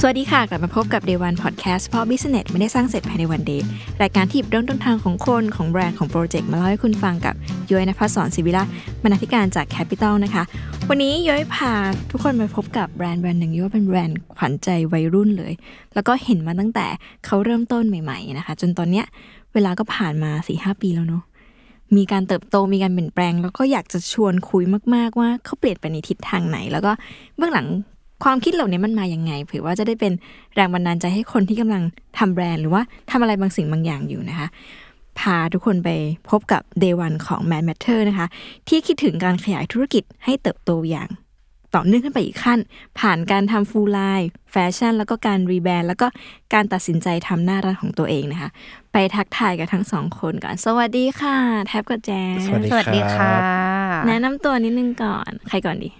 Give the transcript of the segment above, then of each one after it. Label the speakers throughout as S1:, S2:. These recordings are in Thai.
S1: สวัสดีค่ะ กลับมาพบกับ Day One Podcast เพราะ Business ไม่ได้สร้างเสร็จภายในวันเดย์รายการที่หยิบเริ่มต้นทางของคน ของแบรนด์ ของโปรเจกต์ มาเล่าให้คุณฟังกับย้อยนภศรศิวิราชบรรณาธิการจาก Capital นะคะ วันนี้ย้อยพาทุกคนมาพบกับแบรนด์แบรนด์หนึ่งย้อยว่าเป็นแบรนด์ขวัญใจวัยรุ่นเลย แล้วก็เห็นมาตั้งแต่เขาเริ่มต้นใหม่ ๆ นะคะ จนตอนเนี้ยเวลาก็ผ่านมา4ีหปีแล้วเนาะ มีการเติบโตมีการเปลี่ยนแปลง แล้วก็อยากจะชวนคุยมาก ๆ ว่าเขาเปลี่ยนไปในทิศทางไหน แล้วก็เบื้องหลังความคิดเหล่านี้มันมาอย่างไงเผื่อว่าจะได้เป็นแรงบันดาลใจให้คนที่กำลังทำแบรนด์ หรือว่าทำอะไรบางสิ่งบางอย่างอยู่นะคะ พาทุกคนไปพบกับ Day One ของ Man Matter นะคะ ที่คิดถึงการขยายธุรกิจให้เติบโตอย่าง ต่อเนื่องขึ้นไปอีกขั้น ผ่านการทำฟูลไลน์แฟชั่น แล้วก็การรีแบรนด์แล้วก็การตัดสินใจทำหน้าร้านของตัวเองนะคะ ไปทักทายกับทั้งสองคนก่อน สวัสดีค่ะ แท็บกับแจน
S2: สวัสดี
S3: สวัสดีค่ะ
S1: แนะนำตัวนิดนึงก่อน ใครก่อนดี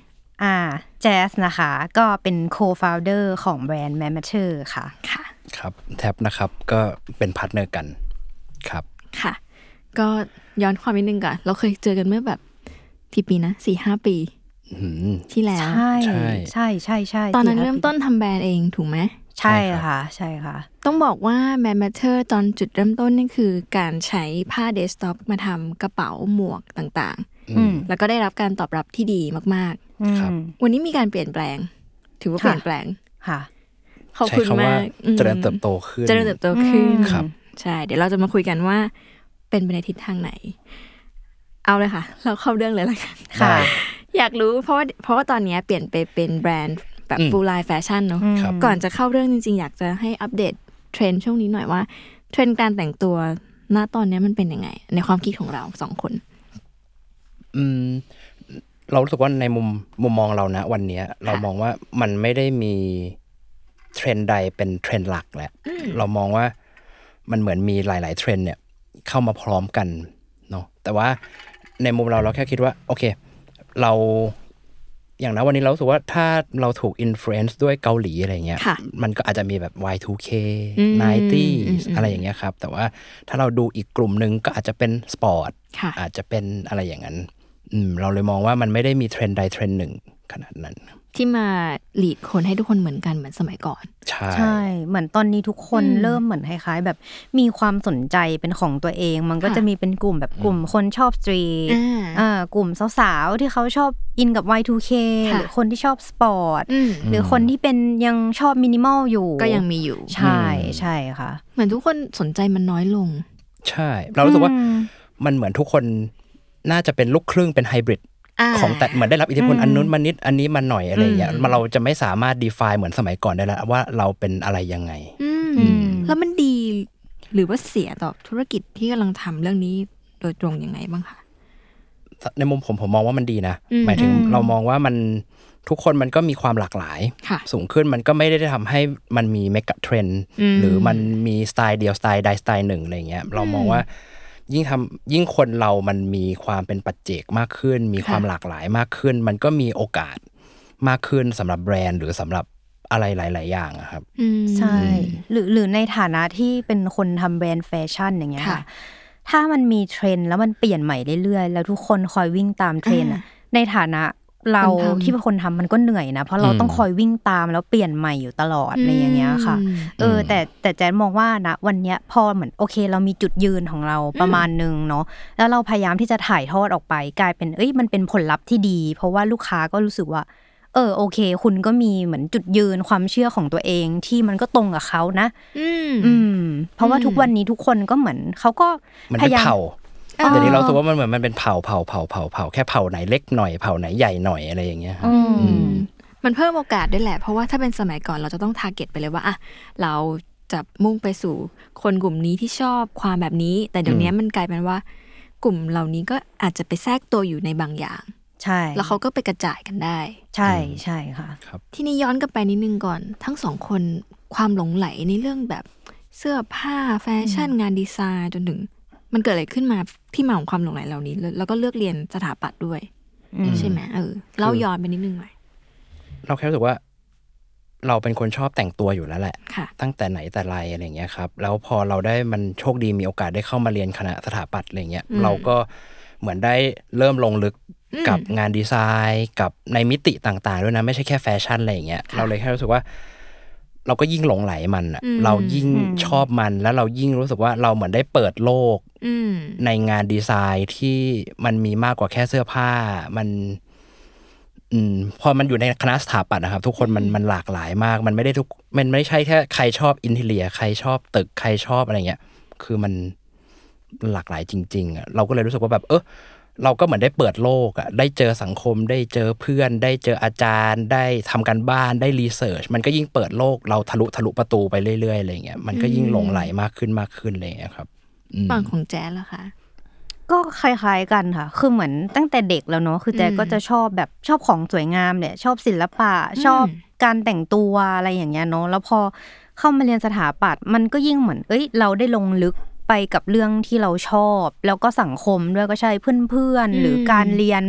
S3: อ่า แจสนะคะ ก็เป็น co-founder ของแบรนด์ m a m a t e r ค่ะ
S1: ค่ะ
S2: ครับแท็บนะครับก็เป็นพาร์ทเนอร์กันครับ
S1: ค่ะ ก็ย้อนความนิดนึงก่อน เราเคยเจอกันเมื่อแบบกี่ปีนะสี่ห้าปีที่แล้ว
S3: ใช่
S2: ใช่
S3: ใช่ใช่ใช่
S1: ตอนนั้น
S3: สี่ห้า
S1: เริ่มต้นทำแบรนด์เองถูกไหม
S3: ใช่ค่ะ ใช่ค่ะ
S1: ต้องบอกว่า m a n Matter ตอนจุดเริ่มต้นนี่คือการใช้ผ้าเดสก์ท็อปมาทำกระเป๋าหมวกต่าง
S3: อืม
S1: ๆ แล้วก็ได้รับการตอบรับที่ดีมาก
S2: ครับ
S3: อืม
S1: ๆ วันนี้มีการเปลี่ยนแปลง ถือว่า
S3: ค่ะ
S1: เปลี่ยนแปลง
S3: ค่ะ
S1: ขอบ
S2: ใช้
S1: คุณ
S2: คำว่าม
S1: ากอืม
S2: เจริญเติบโตขึ้น
S1: เจริญเติบโตขึ้น
S3: อืม
S2: ครับ
S1: ใช่ เดี๋ยวเราจะมาคุยกันว่าเป็นไปในทิศทางไหน เอาเลยค่ะ เราเข้าเรื่องเลยละกัน
S3: ค่ะ
S1: อยากรู้เพราะว่าเพราะว่าตอนเนี้ยเปลี่ยนไปเป็นแบรนด์แบบ
S2: อืม
S1: ฟูลไลน์แฟชั่นเนาะ
S2: ครับ
S1: ก่อนจะเข้าเรื่องจริงๆ อยากจะให้อัปเดตเทรนด์ช่วงนี้หน่อยว่า เทรนด์การแต่งตัวณตอนนี้มันเป็นยังไง ในความคิดของเราสองคน
S2: อืมเรารู้สึกว่าในมุมมุมมองเรานะ วันเนี้ย เรามองว่ามันไม่ได้มีเทรนด์ใดเป็นเทรนด์หลักแหละ เรามองว่ามันเหมือนมีหลาย ๆ เทรนด์เนี่ย เข้ามาพร้อมกันเนาะแต่ว่าในมุมเราเราแค่คิดว่า โอเค เราอย่างนะวันนี้เรารู้สึกว่าถ้าเราถูกอิ f l u e n c e ด้วยเกาหลีอะไรเงี้ย
S1: ค่ะ
S2: มันก็อาจจะมีแบบ Y2K
S1: อืมอืม
S2: 90 อะไรอย่างเงี้ยครับ แต่ว่าถ้าเราดูอีกกลุ่มหนึ่งก็อาจจะเป็นสปอร์ต
S1: ค่ะ
S2: อาจจะเป็นอะไรอย่างนั้นอืมเราเลยมองว่ามันไม่ได้มีเทรนด์ใดเทรนด์หนึ่งขนาดนั้นครับ
S1: ที่มาหลีดคนให้ทุกคนเหมือนกันเหมือนสมัยก่อน
S2: ใช่
S3: ใช่ เหมือนตอนนี้ทุกคน
S1: อืม
S3: เริ่มเหมือนคล้ายๆ แบบมีความสนใจเป็นของตัวเอง มันก็
S1: ค่ะ
S3: จะมีเป็นกลุ่มแบบกลุ่มคนชอบสตรีท
S1: อ่า
S3: อ่ากลุ่มสาวๆ ที่เขาชอบอินกับ Y2K
S1: ค่ะ
S3: หรือคนที่ชอบสปอร์ต
S1: อืม
S3: หรือคนที่เป็นยังชอบมินิมอลอยู่
S1: ก็ยังมีอยู่
S3: ใช่ใช่ค่ะ
S1: เหมือนทุกคนสนใจมันน้อยลง
S2: ใช่ เรารู้สึกว่ามันเหมือนทุกคนน่าจะเป็นลูกครึ่งเป็นไฮบริด
S1: อ่า
S2: ของแต่เหมือนได้รับอิทธิพลอันนู้นมานิดอันนี้มาหน่อยอะไรอย่างเงี้ย
S1: อืม
S2: มันเราจะไม่สามารถ define เหมือนสมัยก่อนได้แล้วว่าเราเป็นอะไรยังไง
S1: อืม
S3: อืม
S1: แล้วมันดี หรือว่าเสียต่อธุรกิจที่กำลังทำเรื่องนี้โดยตรงยังไงบ้างคะ
S2: ในมุมผมผมมองว่ามันดีนะ
S1: อืม
S2: หมายถึงเรามองว่ามันทุกคนมันก็มีความหลากหลาย
S1: ค่ะ
S2: สูงขึ้นมันก็ไม่ได้ทำให้มันมีเมกะเทรนด์
S1: อืม
S2: หรือมันมีสไตล์เดียวสไตล์ใดสไตล์หนึ่งอะไรเงี้ยเรามองว่ายิ่งทำยิ่งคนเรามันมีความเป็นปัจเจกมากขึ้น มีความ
S1: ค่ะ
S2: หลากหลายมากขึ้น มันก็มีโอกาสมากขึ้นสำหรับแบรนด์หรือสำหรับอะไรหลาย ๆ อย่างอะครับ
S1: อืม
S3: ใช่ หรือหรือในฐานะที่เป็นคนทำแบรนด์แฟชั่นอย่างเงี้ย
S1: ค่ะ
S3: ค่ะ ถ้ามันมีเทรนด์แล้วมันเปลี่ยนใหม่เรื่อยๆ แล้วทุกคนคอยวิ่งตามเทรนด์อะในฐานะเรา
S1: คนทำ
S3: ที่เป็นคนทำมันก็เหนื่อยนะ เพราะเราต้องคอยวิ่งตามแล้วเปลี่ยนใหม่อยู่ตลอดอะไรอย่างเงี้ยค่ะ
S1: อืม
S3: เออแต่แต่แจนมองว่านะวันเนี้ยพอเหมือนโอเค เรามีจุดยืนของเราประมาณหนึ่งเนาะแล้วเราพยายามที่จะถ่ายทอดออกไป กลายเป็นเอ้ยมันเป็นผลลัพธ์ที่ดี เพราะว่าลูกค้าก็รู้สึกว่า เออโอเค คุณก็มีเหมือนจุดยืนความเชื่อของตัวเองที่มันก็ตรงกับเขานะ
S1: อืม
S3: อืม เพราะว่า
S1: อืม
S3: ทุกวันนี้ทุกคนก็เหมือนเขาก็
S2: มัน
S3: พ
S2: เป็น
S3: ยายาม
S2: เผ่า เดี๋ยวนี้เรารู้สึกว่ามันเหมือนมันเป็นเผ่าเผ่าเผ่าเผ่าเผ่าแค่เผ่าไหนเล็กหน่อยเผ่าไหนใหญ่หน่อยอะไรอย่างเงี้ยครับ
S3: อืม
S1: มันเพิ่มโอกาสด้วยแหละ เพราะว่าถ้าเป็นสมัยก่อนเราจะต้องทาร์เก็ตไปเลยว่าอะเราจะมุ่งไปสู่คนกลุ่มนี้ที่ชอบความแบบนี้ แต่เดี๋ยวนี้มันกลายเป็นว่า กลุ่มเหล่านี้ก็อาจจะไปแทรกตัวอยู่ในบางอย่าง
S3: ใช่
S1: แล้วเขาก็ไปกระจายกันได้
S3: ใช่ใช่ค่ะ
S1: ทีนี้ย้อนกลับไปนิดนึงก่อน ทั้งสองคนความหลงไหลในเรื่องแบบเสื้อผ้าแฟชั่นงานดีไซน์จนถึง มันเกิดอะไรขึ้นมาที่มาของความหลงไหลเหล่านี้แล้วแล้วก็เลือกเรียนสถาปัตย์ด้วย
S3: อืม
S1: ใช่ไหมเออเล่าย้อนไปนิดนึงหน่อย
S2: เราแค่รู้สึกว่า เราเป็นคนชอบแต่งตัวอยู่แล้วแหละ
S1: ค่ะ
S2: ตั้งแต่ไหนแต่ไรอะไรอย่างเงี้ยครับ แล้วพอเราได้มันโชคดีมีโอกาสได้เข้ามาเรียนคณะสถาปัตย์อะไรเงี้ย
S1: อืม
S2: เราก็เหมือนได้เริ่มลงลึก
S1: อืม
S2: กับงานดีไซน์ กับในมิติต่างๆด้วยนะ ไม่ใช่แค่แฟชั่นอะไรอย่างเงี้ย
S1: ค่ะ
S2: เราเลยแค่รู้สึกว่า เราก็ยิ่งหลงไหลมันอะ
S1: อืม
S2: เรายิ่งชอบมันแล้วเรายิ่งรู้สึกว่าเราเหมือนได้เปิดโลก
S1: อืม
S2: ในงานดีไซน์ที่มันมีมากกว่าแค่เสื้อผ้า มัน อืม พอมันอยู่ในคณะสถาปัตย์นะครับ ทุกคนมันมันหลากหลายมาก มันไม่ได้ทุก มันไม่ใช่แค่ใครชอบอินเทเลีย ใครชอบตึกใครชอบอะไรเงี้ย คือมันหลากหลายจริง ๆอะเราก็เลยรู้สึกว่าแบบ เออเราก็เหมือนได้เปิดโลกอะได้เจอสังคม ได้เจอเพื่อน ได้เจออาจารย์ ได้ทำการบ้านได้รีเสิร์ชมันก็ยิ่งเปิดโลก เราทะลุทะลุประตูไปเรื่อยๆอะไรเงี้ยมันก็ยิ่งหลงไหลมากขึ้นมากขึ้นอะไรเงี้ยครับอืม
S1: ฝั่งของแจ๊สล่ะคะ
S3: ก็คล้าย ๆกันค่ะ คือเหมือนตั้งแต่เด็กแล้วเนาะ คือแจ
S1: อืม
S3: ก็จะชอบแบบชอบของสวยงามเนี่ยชอบศิลปะ
S1: อืม
S3: ชอบการแต่งตัวอะไรอย่างเงี้ยเนาะ แล้วพอเข้ามาเรียนสถาปัตย์มันก็ยิ่งเหมือน เอ้ย เราได้ลงลึกไปกับเรื่องที่เราชอบ แล้วก็สังคมด้วยก็ใช่เพื่อนๆ หรือการเรียน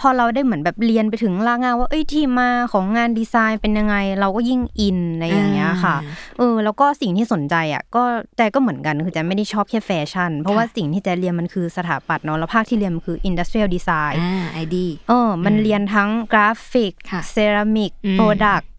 S3: พอเราได้เหมือนแบบเรียนไปถึงรากเหงาว่าเอ้ยที่มาของงานดีไซน์เป็นยังไง เราก็ยิ่งอินอะไรอย่างเงี้ยค่ะ
S1: อ่า
S3: เออแล้วก็สิ่งที่สนใจอ่ะก็แต่ก็เหมือนกันคือแจไม่ได้ชอบแค่แฟชั่น เพราะว่าสิ่งที่แจเรียนมันคือสถาปัตย์เนาะแล้วภาคที่เรียนมันคืออินดัสเทรียลดีไซน์
S1: อ่าไอดี
S3: เออมันเรียนทั้งกราฟิก
S1: ค่ะ
S3: เซรามิก
S1: อืม
S3: โปรดักต์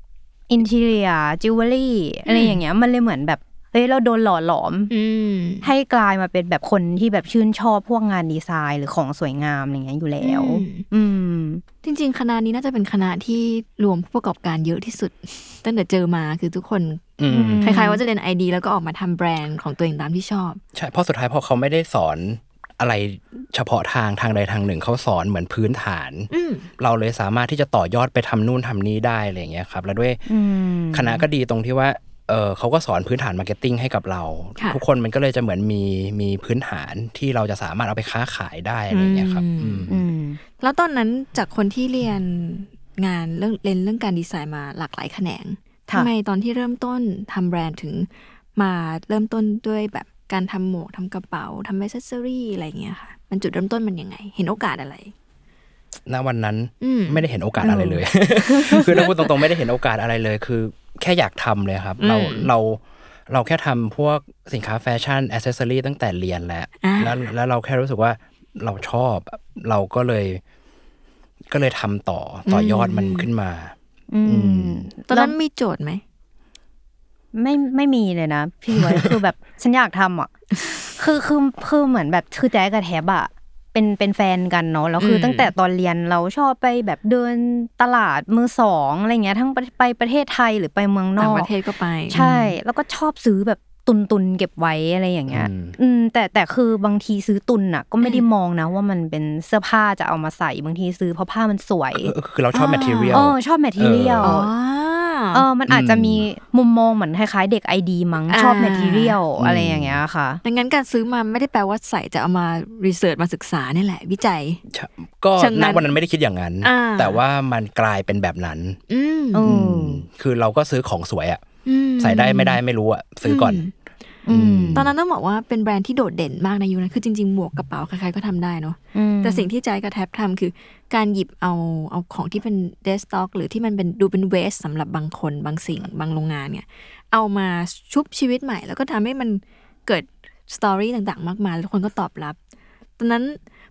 S3: อินเทเรียจิวเวลรี่อะไร
S1: อืม
S3: อย่างเงี้ยมันเลยเหมือนแบบเฮ้ยเราโดนหล่อหลอม
S1: อืม
S3: ให้กลายมาเป็นแบบคนที่แบบชื่นชอบพวกงานดีไซน์หรือของสวยงามอะไรอย่างเงี้ยอยู่แล้ว
S1: อืม
S3: อืม
S1: จริง ๆ คณะนี้น่าจะเป็นคณะที่รวมผู้ประกอบการเยอะที่สุด ตั้งแต่เจอมาคือทุกคน
S2: อืม
S1: คล้ายๆว่าจะเรียนไอดีแล้วก็ออกมาทำแบรนด์ของตัวเองตามที่ชอบ
S2: ใช่เพราะสุดท้ายพอเขาไม่ได้สอนอะไรเฉพาะทางทางใดทางหนึ่งเขาสอนเหมือนพื้นฐาน
S1: อืม
S2: เราเลยสามารถที่จะต่อยอดไปทำนู่นทำนี่ได้อะไรอย่างเงี้ยครับ แล้วด้วย
S3: อืม
S2: คณะก็ดีตรงที่ว่าเออเขาก็สอนพื้นฐานมาร์เก็ตติ้งให้กับเรา
S1: ค่ะ
S2: ทุกคนมันก็เลยจะเหมือนมีมีพื้นฐานที่เราจะสามารถเอาไปค้าขายได้อะไรอย่างเงี้ยครับอืม
S3: อืม
S1: แล้วตอนนั้นจากคนที่เรียนงานเรื่องเรียนเรื่องการดีไซน์มาหลากหลายแขนง
S3: ค่ะ
S1: ทำไมตอนที่เริ่มต้นทำแบรนด์ถึงมาเริ่มต้นด้วยแบบการทำหมวกทำกระเป๋าทำแอคเซสซอรี่อะไรอย่างเงี้ยค่ะ มันจุดเริ่มต้นมันยังไง เห็นโอกาสอะไร
S2: ณวันนั้น
S1: อืม
S2: ไม่ได้เห็นโอกาสอะไรเลย คือถ้าพูดตรงๆไม่ได้เห็นโอกาสอะไรเลย คือแค่อยากทำเลยครับ เรา
S1: อืม
S2: เราเราแค่ทำพวกสินค้าแฟชั่นอ c เซสซอรีตั้งแต่เรียนแล้ว
S1: อ่า
S2: แล้วแล้วเราแค่รู้สึกว่าเราชอบเราก็เลย ก็เลยทำต่อต่อยอดมันขึ้นมา
S3: อืม
S1: ตอนนั้นมีโจทย์ไหม
S3: ไม่ไม่มีเลยนะ พี่ไว้ คือแบบฉันอยากทำอ่ะ คือคือคือเหมือนแบบคือแจ๊กกับแทบอ่ะเป็นเป็นแฟนกันเนาะแล้วคืออ
S1: ม
S3: ตั้งแต่ตอนเรียนเราชอบไปแบบเดินตลาดมือสองอะไรเงี้ยทั้งไปไปประเทศไทยหรือไปเมืองนอก
S1: ต่างประเทศก็ไป
S3: ใช่ แล้วก็ชอบซื้อแบบตุนตุนๆเก็บไว้อะไรอย่างเงี้ย
S2: อืม
S3: อืมแต่แต่คือบางทีซื้อตุนอ่ะ ก็ไม่ได้มองนะ ว่ามันเป็นเสื้อผ้าจะเอามาใส่บางทีซื้อเพราะผ้ามันสวย
S2: เออคือเราชอบ
S1: อ่า
S2: material
S3: เออชอบแมทเทียล
S1: อ๋อ
S3: เออ มันอาจจะ
S2: อืม
S3: มีมุมมองเหมือนคล้ายๆเด็กไอดีมั้ง
S1: อ่า
S3: ชอบแมทเรียลอะไรอย่างเงี้ยค่ะ
S1: ดังนั้นการซื้อมาไม่ได้แปลว่าใส่จะเอามารีเสิร์ชมาศึกษาเนี่ยแหละ วิจัย
S2: ใช่ก็
S1: เชิงนั้
S2: ณ
S1: น
S2: วันนั้นไม่ได้คิดอย่างนั้น
S1: อ่า
S2: แต่ว่ามันกลายเป็นแบบนั้น
S1: อืม
S3: อื
S2: อื
S3: ม
S2: ม คือเราก็ซื้อของสวยอะ
S1: อืม
S2: ใส่ได้ไม่ได้ไม่รู้อะซื้อก่อน
S3: อืม
S1: ตอนนั้นต้องบอกว่าเป็นแบรนด์ที่โดดเด่นมากในยุคนั้นคือจริงๆ หมวกกระเป๋าใครๆก็ทำได้เนาะ
S3: อืม
S1: แต่สิ่งที่ใจกระแทบทำคือการหยิบเอาเอาของที่เป็นเดสต็อกหรือที่มันเป็นดูเป็นเวสสำหรับบางคนบางสิ่งบางโรงงานเนี่ยเอามาชุบชีวิตใหม่ แล้วก็ทำให้มันเกิดสตอรี่ต่างๆ มากมายแล้วคนก็ตอบรับ ตอนนั้น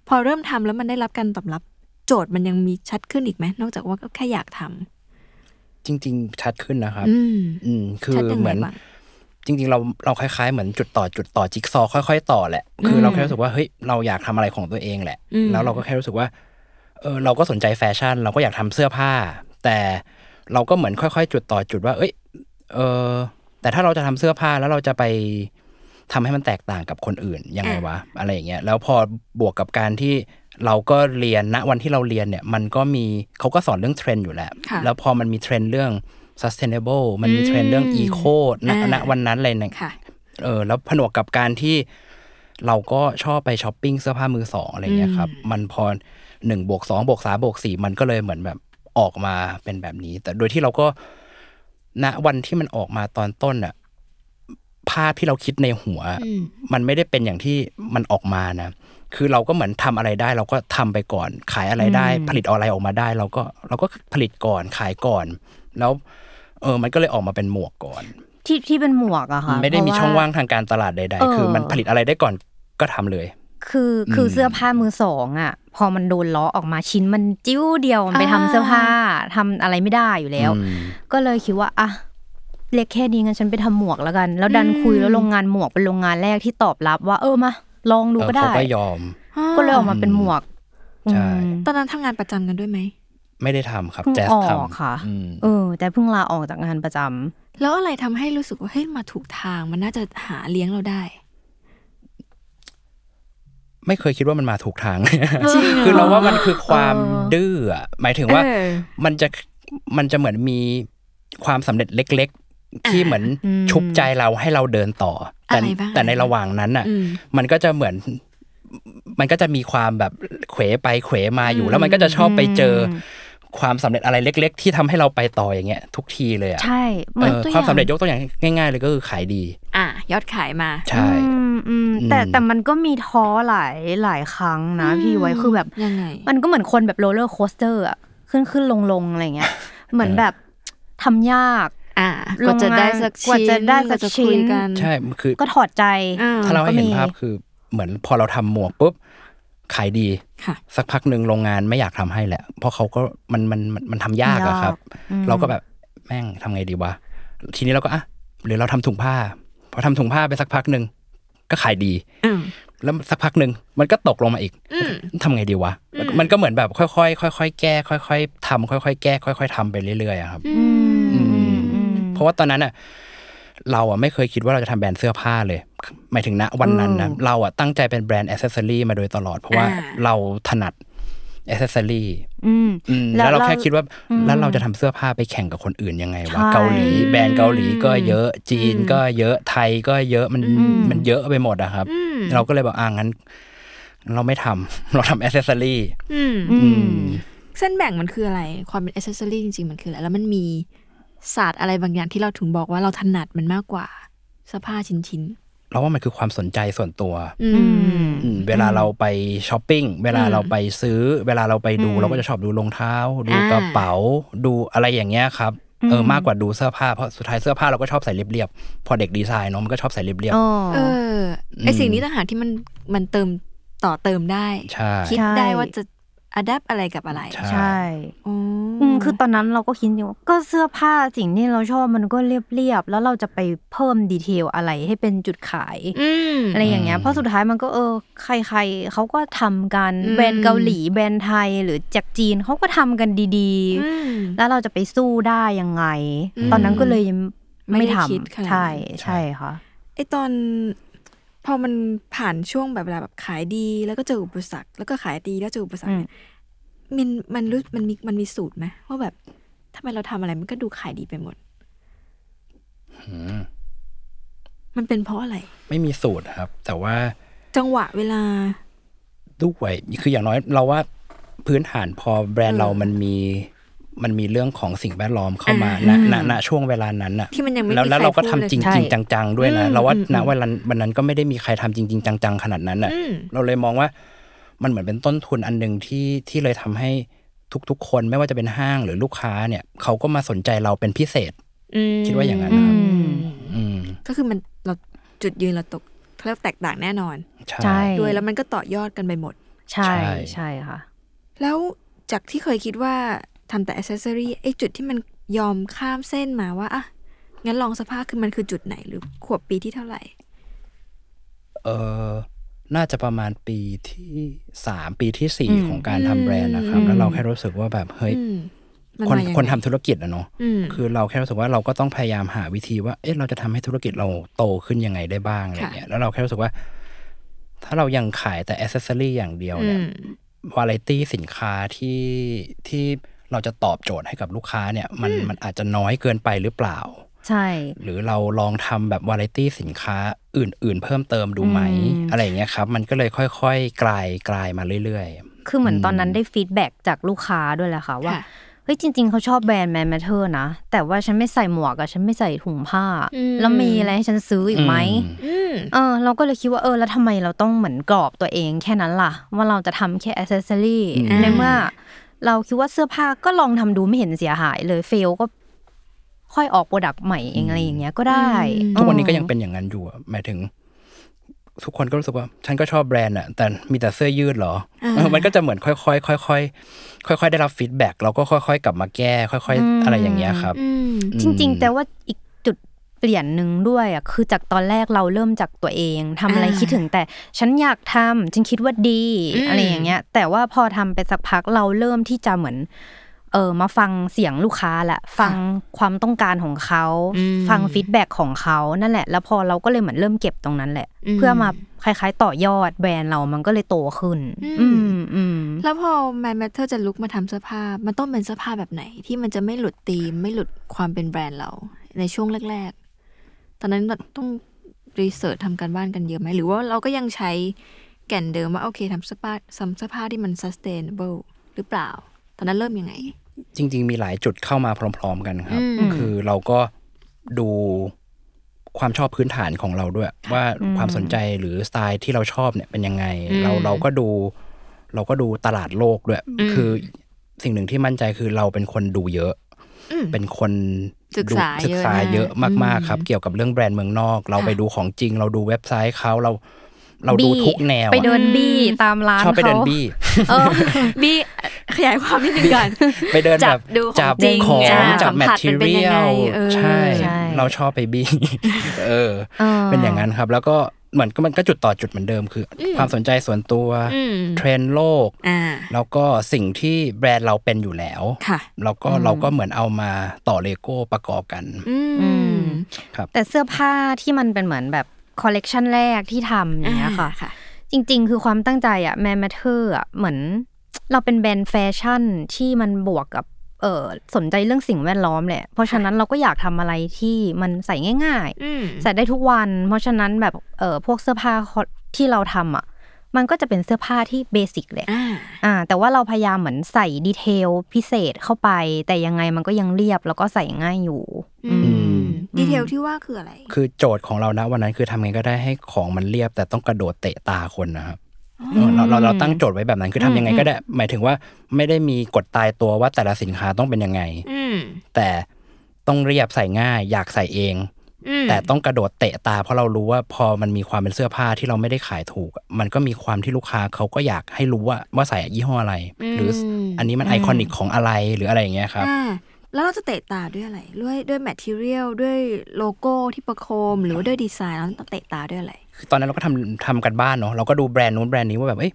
S1: พอเริ่มทำแล้วมันได้รับการตอบรับ โจทย์มันยังมีชัดขึ้นอีกไหมนอกจากว่าก็แค่อยากทำ
S2: จริง ๆ ชัดขึ้นนะครับ
S1: อืม
S2: อืมคือ
S1: ชัดยังไง
S2: เหมือน
S1: บ้าง
S2: จริง ๆ เราเราคล้าย ๆ เหมือนจุดต่อจุดต่อจิ๊กซอว์ค่อย ๆ ต่อแหละ คือเราแค่รู้สึกว่าเฮ้ยเราอยากทำอะไรของตัวเองแหละ
S1: อืม
S2: แล้วเราก็แค่รู้สึกว่าเออเราก็สนใจแฟชั่น เราก็อยากทำเสื้อผ้า แต่เราก็เหมือนค่อย ๆ จุดต่อจุดว่า เอ้ยเออแต่ถ้าเราจะทำเสื้อผ้าแล้วเราจะไป ทำให้มันแตกต่างกับคนอื่นยังไงวะอะไรอย่างเงี้ยแล้วพอบวกกับการที่เราก็เรียนณวันที่เราเรียนเนี่ยมันก็มีเขาก็สอนเรื่องเทรนด์อยู่แล้ว
S1: ค่ะ
S2: แล้วพอมันมีเทรนด์เรื่อง sustainable มันมีเทรนด์เรื่อง eco ณณวันนั้นอะไรเนี่ย
S1: ค่ะ
S2: เออแล้วผนวกกับการที่เราก็ชอบไปช้อปปิ้งเสื้อผ้ามือสองอะไรเงี้ยครับ มันพอหนึ่งบวกสองบวกสามบวกสี่มันก็เลยเหมือนแบบออกมาเป็นแบบนี้ แต่โดยที่เราก็ณวันที่มันออกมาตอนต้นอะภาพที่เราคิดในหัว มันไม่ได้เป็นอย่างที่มันออกมานะ คือเราก็เหมือนทำอะไรได้ เราก็ทำไปก่อน ขายอะไรได้ ผลิตอะไรออกมาได้ เราก็เราก็ผลิตก่อนขายก่อน แล้ว เออ มันก็เลยออกมาเป็นหมวกก่อน
S3: ที่ที่เป็นหมวกอะค่ะ
S2: ไม่ได้มี
S3: เพระ
S2: ช่องว่างทางการตลาดใด
S3: เออ
S2: ๆ คือมันผลิตอะไรได้ก่อนก็ทำเลย
S3: คือคือเสื้อผ้ามือสองอะพอมันโดนล้อออกมาชิ้นมันจิ้วเดียวมันไปทำเสื้อผ้าทำอะไรไม่ได้อยู่แล้ว
S2: อืม
S3: ก็เลยคิดว่าอะเล็กแค่นี้งั้นฉันไปทำหมวกแล้วกัน แล้วดันคุยแล้วโรงงานหมวกเป็นโรงงานแรกที่ตอบรับว่าเออมาลองดู
S2: เออ
S3: ก็ได้
S2: เขาก็ยอม
S3: ก็เลยออกมาเป็นหมวก
S2: ใช่
S3: อืม
S1: ตอนนั้นทำงานประจำกันด้วยไหม
S2: ไม่ได้ทำครับ
S3: เพิ่ง
S2: แจ๊ส
S3: ออก
S2: ทำ
S3: ค่ะ
S2: อืม
S3: เออ แต่เพิ่งลาออกจากงานประจำ
S1: แล้วอะไรทำให้รู้สึกว่าเฮ้ยมาถูกทางมันน่าจะหาเลี้ยงเราได้
S2: ไม่เคยคิดว่ามันมาถูกทาง คือเราว่ามันคือความดื้ออะหมายถึงว่า
S1: เออ
S2: มันจะมันจะเหมือนมีความสำเร็จเล็ก ๆ ที่เหมือนชุบใจเราให้เราเดินต่อ แต่
S1: อะไรบ้าง
S2: แต่ใน
S1: อะไรบ้าง
S2: ระหว่างนั้นอ่ะ
S1: อืม
S2: มันก็จะเหมือน มันก็จะมีความแบบเขวไปเขวมาอยู่ แล้วมันก็จะชอบไปเจออความสำเร็จอะไรเล็ก ๆ ที่ทำให้เราไปต่ออย่างเงี้ย ทุกทีเลยอ่ะ
S3: ใช่เห
S2: เอ
S3: มือน
S2: อ
S3: ตัวอ
S2: ความ
S3: ย่าง
S2: สำเร็จยกตัวอย่างง่าย ๆ เลยก็คือขายดี
S1: อ่ะยอดขายมา
S2: ใช่
S3: อืมอืมแต่
S2: อืม
S3: แต่มันก็มีท้อหลายหลายครั้งนะพี่ไว้คือแบบ
S1: ยังไง
S3: มันก็เหมือนคนแบบโรลเลอร์โคสเตอร์อะขึ้นขึ้นลงลงอะไรเงี้ย เหมือนแบบทำยาก
S1: อ่ะกว่าจะได้สัก
S3: กว่า
S1: ชิ้น
S3: จะได้สัก
S1: ว่าจะคุ
S3: ชิ้
S1: ย
S3: น
S1: กัน
S2: ใช่คือ
S3: ก็ถอดใจ
S1: อ่า
S2: ถ้าเราให้เห็น
S3: ก็มี
S2: ภาพคือเหมือนพอเราทำหมวกปุ๊บขายดี
S1: ค่ะ
S2: สักพักหนึ่งโรงงานไม่อยากทำให้แหละ เพราะเขาก็มันมันมันมันทำยากอะครับ เราก็แบบแม่งทำไงดีวะ ทีนี้เราก็อ่ะหรือเราทำถุงผ้า พอทำถุงผ้าไปสักพักหนึ่งก็ขายดี
S1: อืม
S2: แล้วสักพักหนึ่งมันก็ตกลงมาอีกทำไงดีวะ มันก็เหมือนแบบค่อยๆค่อยๆแก้ ค่อย ๆทำค่อย ๆ แก้ ค่อย ๆทำไปเรื่อยๆอะครับ
S3: อืมอืมอืม
S2: เพราะว่าตอนนั้นอ่ะเราอ่ะไม่เคยคิดว่าเราจะทำแบรนด์เสื้อผ้าเลย หมายถึงณวันนั้นนะเราอ่ะตั้งใจเป็นแบรนด์อ c เซอรี่มาโดยตลอด เพราะว่า
S1: อ่า
S2: เราถนัดอ c เซอรี่
S3: อืม
S2: แล้วเราแค่คิดว่า
S3: อืม
S2: แล้วเราจะทำเสื้อผ้าไปแข่งกับคนอื่นยังไง
S3: ใช่
S2: วะเกาหลี แบรนด์เกาหลีก็เยอะจีนก็เยอะไทยก็เยอะมันมันเยอะไปหมดอะครับ เราก็เลยบอกอ่างั้น เราไม่ทำ เราทำอ c เซอรี่
S1: อืม
S3: อืม
S1: เส้นแบ่งมันคืออะไร ความเป็นอ c เซสซอรี่จริงๆ มันคืออะไร แล้วมันมีศาสตร์อะไรบางอย่างที่เราถึงบอกว่าเราถนัดมันมากกว่าเสอผ้าชิ้น
S2: เราว่ามันคือความสนใจส่วนตัว
S1: ๆ อืม
S2: อืมเวลาเราไปช้อปปิ้งเวลาเราไปซื้อ เวลาเราไปดูเราก็จะชอบดูรองเท้า ดู
S1: อ่าก
S2: ระเป๋า ดูอะไรอย่างเงี้ยครับเออมากกว่าดูเสื้อผ้าเพราะสุดท้ายเสื้อผ้าเราก็ชอบใส่เรียบๆพอเด็กดีไซน์เนาะมันก็ชอบใส่เรียบ
S3: อ๋อ
S1: เอออไอสิ่งนี้ต่างหากที่มันมันเติมต่อเติมได้
S2: ใช่
S1: คิดได้
S3: ใช่
S1: ว่าจะอัดแอปอะไรกับอะไร
S2: ๆ
S3: ใช่
S1: อ๋ออ
S3: อืมคือตอนนั้นเราก็คิดอยู่ว่าก็เสื้อผ้าสิ่งที่เราชอบมันก็เรียบๆแล้วเราจะไปเพิ่มดีเทลอะไรให้เป็นจุดขาย
S1: อืม
S3: อะไรอย่างเงี้ย เพราะสุดท้ายมันก็เออ ใครๆเขาก็ทำกัน
S1: อืม
S3: แบรนด์เกาหลีแบรนด์ไทยหรือจากจีนเขาก็ทำกันดี
S1: อืม
S3: ๆ แล้วเราจะไปสู้ได้ยังไง
S1: อืม
S3: ตอนนั้นก็เลยยัง
S1: ไม่
S3: ไม่
S1: ได้
S3: ทำ
S1: คิดขนาดนั้น
S3: ใช่ใช่ค่ะ
S1: ไอตอนพอมันผ่านช่วงแบบเวลาแบบขายดีแล้วก็เจออุปสรรค แล้วก็ขายดีแล้วเจออุปสรรคเนี่ยมันมันรู้มันมีมันมีสูตรไหมว่าแบบทำไมเราทำอะไรมันก็ดูขายดีไปหมด
S2: อืม
S1: มันเป็นเพราะอะไร
S2: ไม่มีสูตรครับ แต่ว่า
S1: จังหวะเวลา
S2: ด้วยคืออย่างน้อยเราว่าพื้นฐานพอแบรนด์เรามันมีมันมีเรื่องของสิ่งแวดล้อมเข้ามาณณณช่วงเวลานั้นอะ
S1: ที่มันยังไม่
S2: แล้ว
S1: มี
S2: แล้ว
S1: ใค
S2: เราก็
S1: พูด
S2: ทำ
S1: ลย
S2: จริง
S3: ใช่
S2: ๆจัง ๆ ด้วยนะ
S1: อืม
S2: เราว่า
S1: อืม
S2: ณวันนั้นวันนั้นก็ไม่ได้มีใครทำจริง ๆ จัง ๆ ขนาดนั้นอ่ะ
S1: อืม
S2: เราเลยมองว่ามันเหมือนเป็นต้นทุนอันหนึ่งที่ที่เลยทำให้ทุก ๆ คนไม่ว่าจะเป็นห้างหรือลูกค้าเนี่ยเขาก็มาสนใจเราเป็นพิเศษ
S1: อืม
S2: คิดว่าอย่างนั้นนะครับ
S3: อืม
S2: อืม
S1: ก็คือมันเราจุดยืนเราตกเขาเรียกแตกต่างแน่นอน
S2: ใช่
S3: ใช่
S1: ด้วยแล้วมันก็ต่อยอดกันไปหมด
S3: ใช่
S2: ใช่
S3: ใช่ค่ะ
S1: แล้วจากที่เคยคิดว่าทำแต่อ c เซสซอรี่ไอ้จุดที่มันยอมข้ามเส้นมาว่าอ่ะงั้นลองสภาพคือมันคือจุดไหนหรือขวบปีที่เท่าไหร่
S2: เออน่าจะประมาณปีที่สามปีที่สี่ของการทำแบรนด์นะครับ แล้วเราแค่รู้สึกว่าแบบเฮ้ย
S1: อืม
S4: มัน
S2: คน
S4: มายังไง
S2: คนทำธุรกิจอะเนาะ
S4: อืม
S2: คือเราแค่รู้สึกว่าเราก็ต้องพยายามหาวิธีว่าเอ๊ะเราจะทำให้ธุรกิจเราโตขึ้นยังไงได้บ้างอะไร
S4: ค่ะ
S2: เงี้ยแล้วเราแค่รู้สึกว่า ถ้าเรายังขายแต่อ c เซสซอรี่อย่างเดียว
S4: อื
S2: เนี่ย
S4: ม
S2: วาไรตี้สินค้าที่ที่เราจะตอบโจทย์ให้กับลูกค้าเนี่ยมันมันอาจจะน้อยเกินไปหรือเปล่า
S3: ใช่
S2: หรือเราลองทำแบบวาไรตี้สินค้าอื่น ๆ เพิ่มเติมดูไหม
S3: อืม
S2: อะไรอย่างเงี้ยครับ มันก็เลยค่อยๆ กลายกลายมาเรื่อย
S3: คือเหมือนตอนนั้นได้ฟีดแบ็กจากลูกค้าด้วยแหละค่ะว่า
S4: ค่ะ
S3: เฮ้ยจริง ๆเขาชอบแบรนด์แมนแมทเทอร์นะ แต่ว่าฉันไม่ใส่หมวกอะฉันไม่ใส่ถุงผ้า แล้วมีอะไรให้ฉันซื้ออีกไหม
S2: อื
S4: อืม
S2: ม
S3: เออเราก็เลยคิดว่าเออแล้วทำไมเราต้องเหมือนกรอบตัวเองแค่นั้นล่ะ ว่าเราจะทำแค่อ c เซสซอรี่
S2: อืม
S3: ในเมื่อเราคิดว่าเสื้อผ้าก็ลองทำดูไม่เห็นเสียหายเลยเฟลก็ค่อยออกโปรดักต์ใหม่เองอะไรอย่างเงี้ยก็ได้
S4: อืม
S2: ๆ ทุกวันนี้ก็ยังเป็นอย่างนั้นอยู่อะหมายถึง ทุกคนก็รู้สึกว่า ฉันก็ชอบแบรนด์อะแต่มีแต่เสื้อยืดเหรอเออมันก็จะเหมือนค่อยๆ ค่อยๆ ค่อยๆ ได้รับฟีดแบ็กเราก็ค่อยๆ กลับมาแก้ ค่อย ๆ อะไรอย่างเงี้ยครับ
S4: อืม
S3: จริง ๆ แต่ว่าอีกจุดเปลี่ยนหนึ่งด้วยอ่ะคือจากตอนแรกเราเริ่มจากตัวเองทำอะไร
S4: อ่า
S3: คิดถึงแต่ฉันอยากทำฉันคิดว่าดี
S4: อืม
S3: อะไรอย่างเงี้ย แต่ว่าพอทำไปสักพักเราเริ่มที่จะเหมือน เออมาฟังเสียงลูกค้าละฟังความต้องการของเขา ฟังฟีดแบ็กของเขานั่นแหละ แล้วพอเราก็เลยเหมือนเริ่มเก็บตรงนั้นแหละ เพื่อมาคล้ายๆ ต่อยอดแบรนด์เรามันก็เลยโตขึ้น อืมอืม
S1: แล้วพอแมนแมทเธอจะลุกมาทำเสื้อผ้า มันต้องเป็นเสื้อผ้าแบบไหน ที่มันจะไม่หลุดธีม ไม่หลุดความเป็นแบรนด์เรา ในช่วงแรก ๆ ตอนนั้นเราต้องรีเสิร์ชทำการบ้านกันเยอะไหม หรือว่าเราก็ยังใช้แก่นเดิมว่าโอเคทำเสื้อผ้าทำเสื้อผ้าที่มัน sustainable หรือเปล่า ตอนนั้นเริ่มยังไง
S2: จริง ๆ มีหลายจุดเข้ามาพร้อม ๆ กันครับ
S1: อืม
S2: คือเราก็ดูความชอบพื้นฐานของเราด้วย ว่าความสนใจหรือสไตล์ที่เราชอบเนี่ยเป็นยังไง เราเราก็ดู เราก็ดูตลาดโลกด้วย คือสิ่งหนึ่งที่มั่นใจคือเราเป็นคนดูเยอะ เป็นคน
S1: ศึกษา
S2: ดูศึก
S1: เยอะ
S2: ษาเยอะ
S1: มาก
S2: มากๆครับ เกี่ยวกับเรื่องแบรนด์เมืองนอก เราไปดูของจริง เราดูเว็บไซต์เขาเรา เราดู
S3: บี้
S2: ทุกแนวอะ
S3: ไปเดินบี้ตามร้าน
S2: ชอบไปเดิน
S3: เขา
S2: บี้
S3: เอ อ
S1: บีขยายความนิดนึงก่อน
S2: ไปเดิน
S1: จั
S2: แบบ บ
S1: ดูของ
S2: จับ
S1: จริง
S2: ของ
S1: อ่า
S2: จับ
S1: สัม
S2: แมท
S1: ผัส
S2: ที
S1: มันเป็น
S2: เรี
S1: ยัง
S2: ย
S1: ไง
S2: ล
S1: เออ
S2: ใช่
S3: ใช่
S2: เราชอบไปบี้ เออ
S3: เออ
S2: เป็นอย่างนั้นครับ แล้วก็เหมือนก็มันก็จุดต่อจุดเหมือนเดิมคืออความสนใจส่วนตัว
S1: อืม
S2: เทรนด์โลก
S1: อ่า
S2: แล้วก็สิ่งที่แบรนด์เราเป็นอยู่แล้ว
S1: ค่ะ
S2: แล้วก็เราก็เหมือนเอามาต่อเลโก้ประกอบกัน
S1: อืม
S3: แต่เสื้อผ้าที่มันเป็นเหมือนแบบคอลเลกชันแรกที่ทำอย่างเนี้ยค่ะ
S1: ค่ะ
S3: จริง ๆ คือความตั้งใจอะแมมเทอร์อะเหมือน เราเป็นแบรนด์แฟชั่นที่มันบวกกับเออสนใจเรื่องสิ่งแวดล้อมแหละ เพราะฉะนั้นเราก็อยากทำอะไรที่มันใส่ง่าย
S1: อืม
S3: ๆ ใส่ได้ทุกวัน เพราะฉะนั้นแบบเออพวกเสื้อผ้าที่เราทำอะมันก็จะเป็นเสื้อผ้าที่เบสิกแหละ
S1: อ่า
S3: อ่าแต่ว่าเราพยายามเหมือนใส่ดีเทลพิเศษเข้าไป แต่ยังไงมันก็ยังเรียบแล้วก็ใส่ง่ายอยู่
S1: อืม ดีเทลที่ว่าคืออะไร
S2: คือโจทย์ของเรานะวันนั้นคือทำไงก็ได้ให้ของมันเรียบ แต่ต้องกระโดดเตะตาคนนะครับเราเราเราตั้งโจทย์ไว้แบบนั้นคือทำยังไงก็ได้ หมายถึงว่าไม่ได้มีกฎตายตัวว่าแต่ละสินค้าต้องเป็นยังไง
S1: อืม
S2: แต่ต้องเรียบใส่ง่าย อยากใส่เอง
S1: อืม
S2: แต่ต้องกระโดดเตะตา เพราะเรารู้ว่าพอมันมีความเป็นเสื้อผ้าที่เราไม่ได้ขายถูกอะมันก็มีความที่ลูกค้าเขาก็อยากให้รู้ว่าว่าใส่ยี่ห้ออะไร หรืออันนี้มันไอคอนิกของอะไรหรืออะไรอย่างเงี้ยครับ
S1: อ่า แล้วเราจะเตะตาด้วยอะไร ด้วยด้วยแมทเทียลด้วยโลโก้ที่ประโคม หรือว่าด้วยดีไซน์แล้วต้องเตะตาด้วยอะไร
S2: คือตอนนั้นเราก็ทำทำกันบ้านเนาะเราก็ดูแบรนด์นู้นแบรนด์นี้ว่าแบบเอ้ย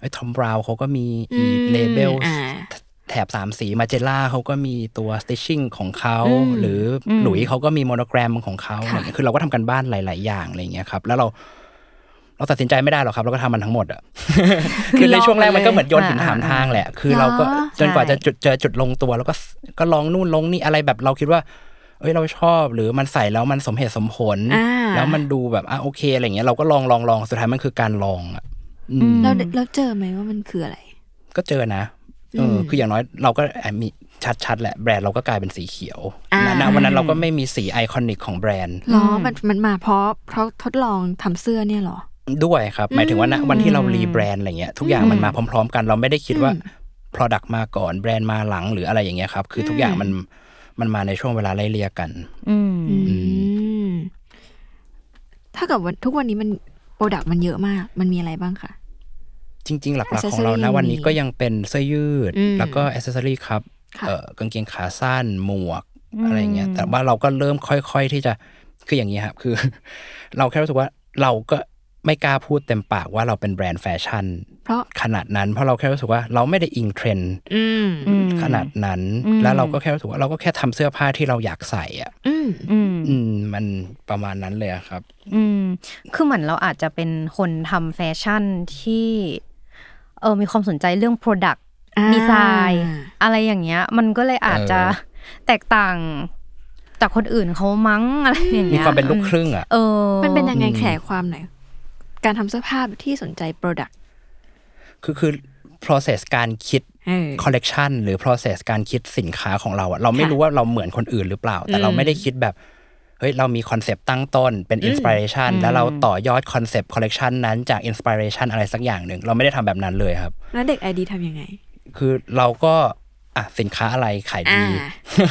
S2: ไอ้ทอมบราวเขาก็มี
S1: อืม
S2: เลเบล
S1: อ่า
S2: แถบสามสีมาเจล่าเขาก็มีตัวสติชชิ่งของเขา
S1: อืม
S2: หรืออหลุยส์เขาก็มีโมโนแกรมของเขา
S1: ค่ะ
S2: อะไรอย่างเงี้ยคือเราก็ทำกันบ้านหลาย ๆ อย่างอะไรอย่างเงี้ยครับ แล้วเรา เราตัดสินใจไม่ได้หรอกครับ เราก็ทำมันทั้งหมดอ่ะ คือในช่วงแรกมันก็เหมือนโยนหินถามทางแหละ คือเราก็
S1: เหรอ
S2: จนกว่า
S3: ใช่
S2: จะจุดเจอจุดลงตัว แล้วก็สก็ลองนู่นลองนี่อะไรแบบเราคิดว่า เอ้ยเราชอบหรือมันใส่แล้วมันสมเหตุสมผล
S1: อ่า
S2: แล้วมันดูแบบอ่ะโอเคอะไรอย่างเงี้ยเราก็ลองลองลองสุดท้ายมันคือการลองอ่ะอืม
S1: เราเราเจอไหมว่ามันคืออะไร
S2: ก็เจอนะเอออคืออย่างน้อยเราก็แอบมีชัดๆแหละแบรนด์เราก็กลายเป็นสีเขียว
S1: อ่า
S2: ณณวันนั้นเราก็ไม่มีสีไอคอนิกของแบรนด์
S1: หรอมันมันมาเพราะเพราะทดลองทำเสื้อเนี่ยเหรอ
S2: ด้วยครับหมายถึงว่าณวันที่เรารีแบรนด์อะไรเงี้ยทุกอย่างมันมาพร้อม ๆ กันเราไม่ได้คิดว่า Product มาก่อนแบรนด์มาหลังหรืออะไรอย่างเงี้ยครับ คือทุกอย่างมันมันมาในช่วงเวลาไล่เลี่ยกัน
S3: อืม
S1: อืม ถ้าเกับวันทุกวันนี้มันโปรดักต์มันเยอะมาก มันมีอะไรบ้างคะ
S2: จริง ๆ หลัก ๆ ของ
S1: Accessory
S2: เรานะวันนี้
S1: มี
S2: ก็ยังเป็นเสื้อยืด
S1: อืม
S2: แล้วก็อ c เซอรี่ครับ
S1: ค่ะ
S2: เอ่อกางเกงขาสั้นหมวกอะไรเงี้ยแต่ ว่าเราก็เริ่มค่อย ๆ ที่จะคืออย่างนี้ครับคือ เราแค่รู้สึกว่าเราก็ ไม่กล้าพูดเต็มปากว่าเราเป็นแบรนด์แฟชั่น
S1: เพราะ
S2: ขนาดนั้น เพราะเราแค่รู้สึกว่าเราไม่ได้อิงเทรนด์
S1: อืม
S3: อืม
S2: ขนาดนั้น
S3: อืม
S2: แล้วเราก็แค่รู้สึกว่าเราก็แค่ทำเสื้อผ้าที่เราอยากใส่อ่ะ
S1: อืม
S3: อืม
S2: อืมมันประมาณนั้นเลยอะครับ
S3: อืม คือเหมือนเราอาจจะเป็นคนทำแฟชั่นที่เออมีความสนใจเรื่อง Product
S1: อ่า
S3: ดีไซน์อะไรอย่างเงี้ย มันก็เลยอาจจะ
S2: เออ
S3: แตกต่างจากคนอื่นเขามั้งอะไรอย่าง
S2: มี
S3: เงี้ย
S2: ความเป็นลูกครึ่งอ่ะ
S3: เออ
S1: มันเป็นยังไงแขยายความหน่อย การทำเสื้อผ้าที่สนใจ Product
S2: คือคือ process การคิด
S1: เออ
S2: collection หรือ process การคิดสินค้าของเราอะเราไม่
S1: ค่ะ
S2: รู้ว่าเราเหมือนคนอื่นหรือเปล่า แต่เราไม่ได้คิดแบบ เฮ้ย เรามีคอนเซปต์ตั้งต้นเป็นอินสปิเรชันแล้วเราต่อยอดคอนเซปต์คอลเลกชันนั้นจากอินสปิเรชันอะไรสักอย่างหนึ่ง เราไม่ได้ทำแบบนั้นเลยครับ
S1: แล้วเด็กไอดีทำยังไง
S2: คือเราก็อ่ะสินค้าอะไรขาย
S1: อ่า
S2: ดี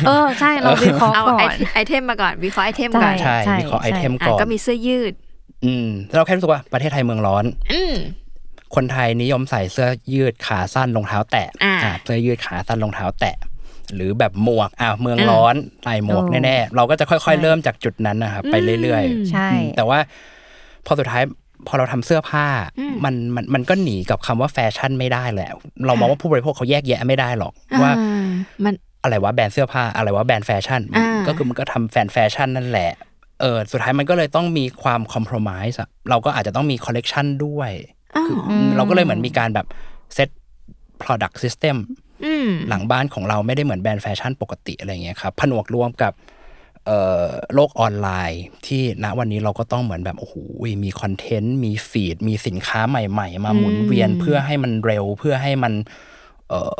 S3: เออใช่เราวิเคราะห์
S1: เอา
S3: ก่อ
S1: ไอน เทมไอเทมมาก่อน วิเคราะห์ไอเทมก่อน
S3: ใช่
S2: ใช่
S3: ใช่
S2: มีขอไอ
S3: ใช่
S2: เทม
S1: อ่ะ
S2: ก่อน
S1: ก็มีเสื้อยืด
S2: อืมแล้วเราแค่รู้สึกว่าประเทศไทยเมืองร้อน
S1: อืม
S2: คนไทยนิยมใส่เสื้อยืดขาสั้นรองเท้าแตะ
S1: อ่า
S2: อ่าเสื้อยืดขาสั้นรองเท้าแตะ หรือแบบหมวกอ่าเมืองร้อนใส่หมวก
S3: เออ
S2: แน่ๆ เราก็จะค่อยๆ เริ่มจากจุดนั้นนะครับไปเรื่อยๆ
S3: ใช่
S2: อืมแต่ว่าพอสุดท้ายพอเราทำเสื้อผ้า มันมันมันก็หนีกับคำว่าแฟชั่นไม่ได้แหละเรามองว่าผู้บริโภคเขาแยกแยะไม่ได้หรอกว่า
S1: อ่มัน
S2: อะไรวะแบรนด์เสื้อผ้าอะไรวะแบรนด์แฟชั่น
S1: อ่า
S2: ก็คือมันก็ทำแฟนแฟชั่นนั่นแหละเออสุดท้ายมันก็เลยต้องมีความคอมเพลมไพร์เราก็อาจจะต้องมีคอลเลกชันด้วย
S1: อ้าว
S2: เราก็เลยเหมือนมีการแบบเซต product system
S1: อืม
S2: หลังบ้านของเราไม่ได้เหมือนแบรนด์แฟชั่นปกติอะไรเงี้ยครับ ผนวกรวมกับเอ่อโลกออนไลน์ ที่ณวันนี้เราก็ต้องเหมือนแบบโอ้โหมีคอนเทนต์ มีฟีด มีสินค้าใหม่ๆ มาหมุนเวียนเพื่อให้มันเร็วเพื่อให้มันเอ่อ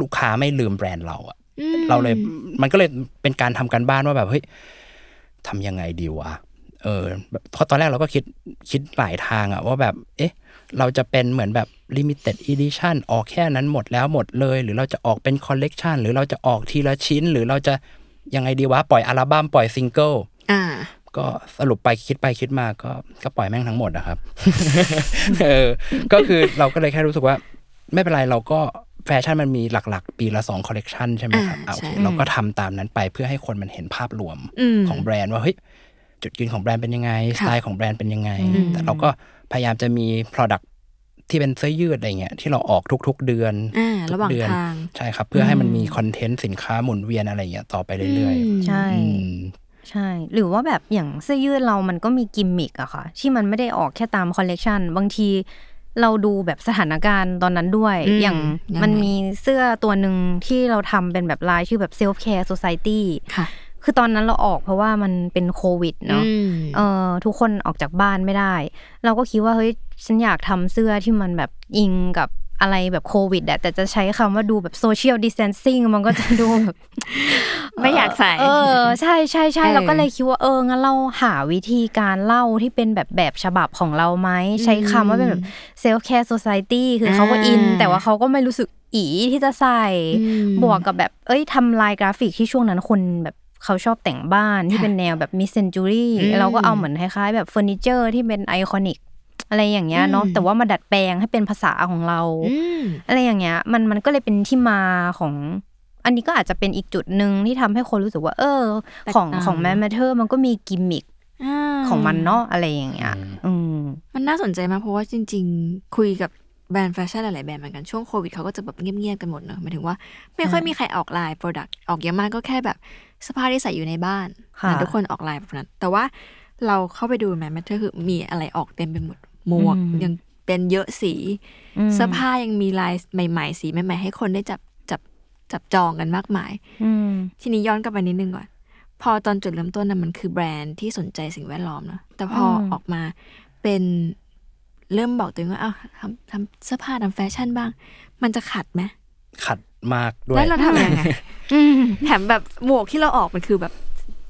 S2: ลูกค้าไม่ลืมแบรนด์เราอะเราเลยมันก็เลยเป็นการทำการบ้านว่าแบบเฮ้ย ทำยังไงดีวะ เออแบบเพราะตอนแรกเราก็คิดคิดหลายทางอะว่าแบบ เอ๊ะ เราจะเป็นเหมือนแบบ limited edition ออกแค่นั้นหมดแล้วหมดเลย หรือเราจะออกเป็น collection หรือเราจะออกทีละชิ้น หรือเราจะยังไงดีวะ ปล่อยอัลบั้มปล่อยซิงเกิล
S1: อ่า
S2: ก็สรุปไปคิดไปคิดมาก็ก็ปล่อยแม่งทั้งหมดนะครับ เออ ก็คือเราก็เลยแค่รู้สึกว่า ไม่เป็นไรเราก็แฟชั่นมันมีหลักๆ ปีละสองคอลเลกชันใช่ไหมครับ
S1: อ่า
S2: อ่ะโอเค
S1: ใช่
S2: เราก็ทำตามนั้นไปเพื่อให้คนมันเห็นภาพรวม
S1: อืม
S2: ของแบรนด์ว่าเฮ้ยจุดยืนของแบรนด์เป็นยังไง สไตล์ของแบรนด์เป็นยังไง
S1: อืม
S2: แต่เราก็พยายามจะมี Product ที่เป็นเสื้อยืดอะไรเงี้ยที่เราออกทุก ๆ เดือน
S1: อ่า
S2: ทุ
S1: ระ
S2: ก
S1: หว่าง
S2: เดือน
S1: ทาง
S2: ใช่ครับ เพื่อให้มันมีคอนเทนต์สินค้าหมุนเวียนอะไรเงี้ยต่อไปเรื่อย
S3: ใช่
S2: ๆอืม
S3: ใช่ หรือว่าแบบอย่างเสื้อยืดเรามันก็มีกิมมิกอะค่ะ ที่มันไม่ได้ออกแค่ตามคอลเลกชันบางทีเราดูแบบสถานการณ์ตอนนั้นด้วย
S1: อืม
S3: อย่าง
S1: ยังไง
S3: มันมีเสื้อตัวหนึ่งที่เราทำเป็นแบบลายชื่อแบบ self care society
S1: ค่ะ
S3: คือตอนนั้นเราออกเพราะว่ามันเป็นโควิดเนาะ
S1: อืม
S3: เออทุกคนออกจากบ้านไม่ได้ เราก็คิดว่าเฮ้ยฉันอยากทำเสื้อที่มันแบบอิงกับอะไรแบบโควิดอะแต่จะใช้คำว่าดูแบบโซเชียลดิส a ทนซิ่งมันก็จะดู แบบ
S1: ไม่อยากใส่
S3: เออใช่ใช่ใช่
S1: เออ
S3: เราก็เลยคิดว่าเอองั้นเราหาวิธีการเล่าที่เป็นแบบแบบฉบับของเราไหมใช้คำว่าเป็นแบบเซลฟ์แคร์โซซ i ตี้คือเขาก็อิน
S1: อ่า
S3: แต่ว่าเขาก็ไม่รู้สึกอีที่จะใส่
S1: อืม
S3: บวกกับแบบเอ้ยทำลายกราฟิกที่ช่วงนั้นคนแบบเขาชอบแต่งบ้านที่เป็นแนวแบบมิสเซนจูรี่
S1: อืม
S3: เราก็เอาเหมือนคล้ายๆแบบเฟอร์นิเจอร์ที่เป็นไอคอนิกอะไรอย่างเงี้ยเนาะ
S1: อืม
S3: แต่ว่ามาดัดแปลงให้เป็นภาษาของเรา
S1: อืม
S3: อะไรอย่างเงี้ยมันมันก็เลยเป็นที่มาของ อันนี้ก็อาจจะเป็นอีกจุดหนึ่งที่ทำให้คนรู้สึกว่า เออ
S1: แตก
S3: ของ
S1: ต่าง
S3: ของแมทเทอร์มันก็มีกิมมิค
S1: อ่า
S3: ของมันเนาะอะไรอย่างเงี้ย อืม
S1: มันน่าสนใจมากเพราะว่าจริง ๆ คุยกับแบรนด์แฟชั่นหลายๆแบรนด์เหมือนกันช่วงโควิดเขาก็จะแบบเงียบๆกันหมดเนอะหมายถึงว่าไม่ค่อยมีใครออกไลน์โปรดักต์ออกเยอะมากก็แค่แบบเสภาพที่ใส่อยู่ในบ้าน
S3: ค่ะ
S1: แต่ทุกคนออกไลน์แบบนั้น แต่ว่าเราเข้าไปดูแมนแมทเทอร์คือมีอะไรออกเต็มไปหมดหมวกยังเป็นเยอะสี เสื้อผ้ายังมีลายใหม่ๆ สีใหม่ ๆ ให้คนได้จับจับจับจองกันมากมาย
S3: อืม
S1: ทีนี้ย้อนกลับไปนิดนึงก่อน พอตอนจุดเริ่มต้นนะมันคือแบรนด์ที่สนใจสิ่งแวดล้อมเนอะแต่พออ
S3: ม
S1: ออกมาเป็นเริ่มบอกตัวเองว่าเอาวทำทำเสื้อผ้าทำแฟชั่นบ้าง มันจะขัดไหม
S2: ขัดมากด้วย
S1: แล้วเราทำยังไงแถมแบบหมวกที่เราออกมันคือแบบ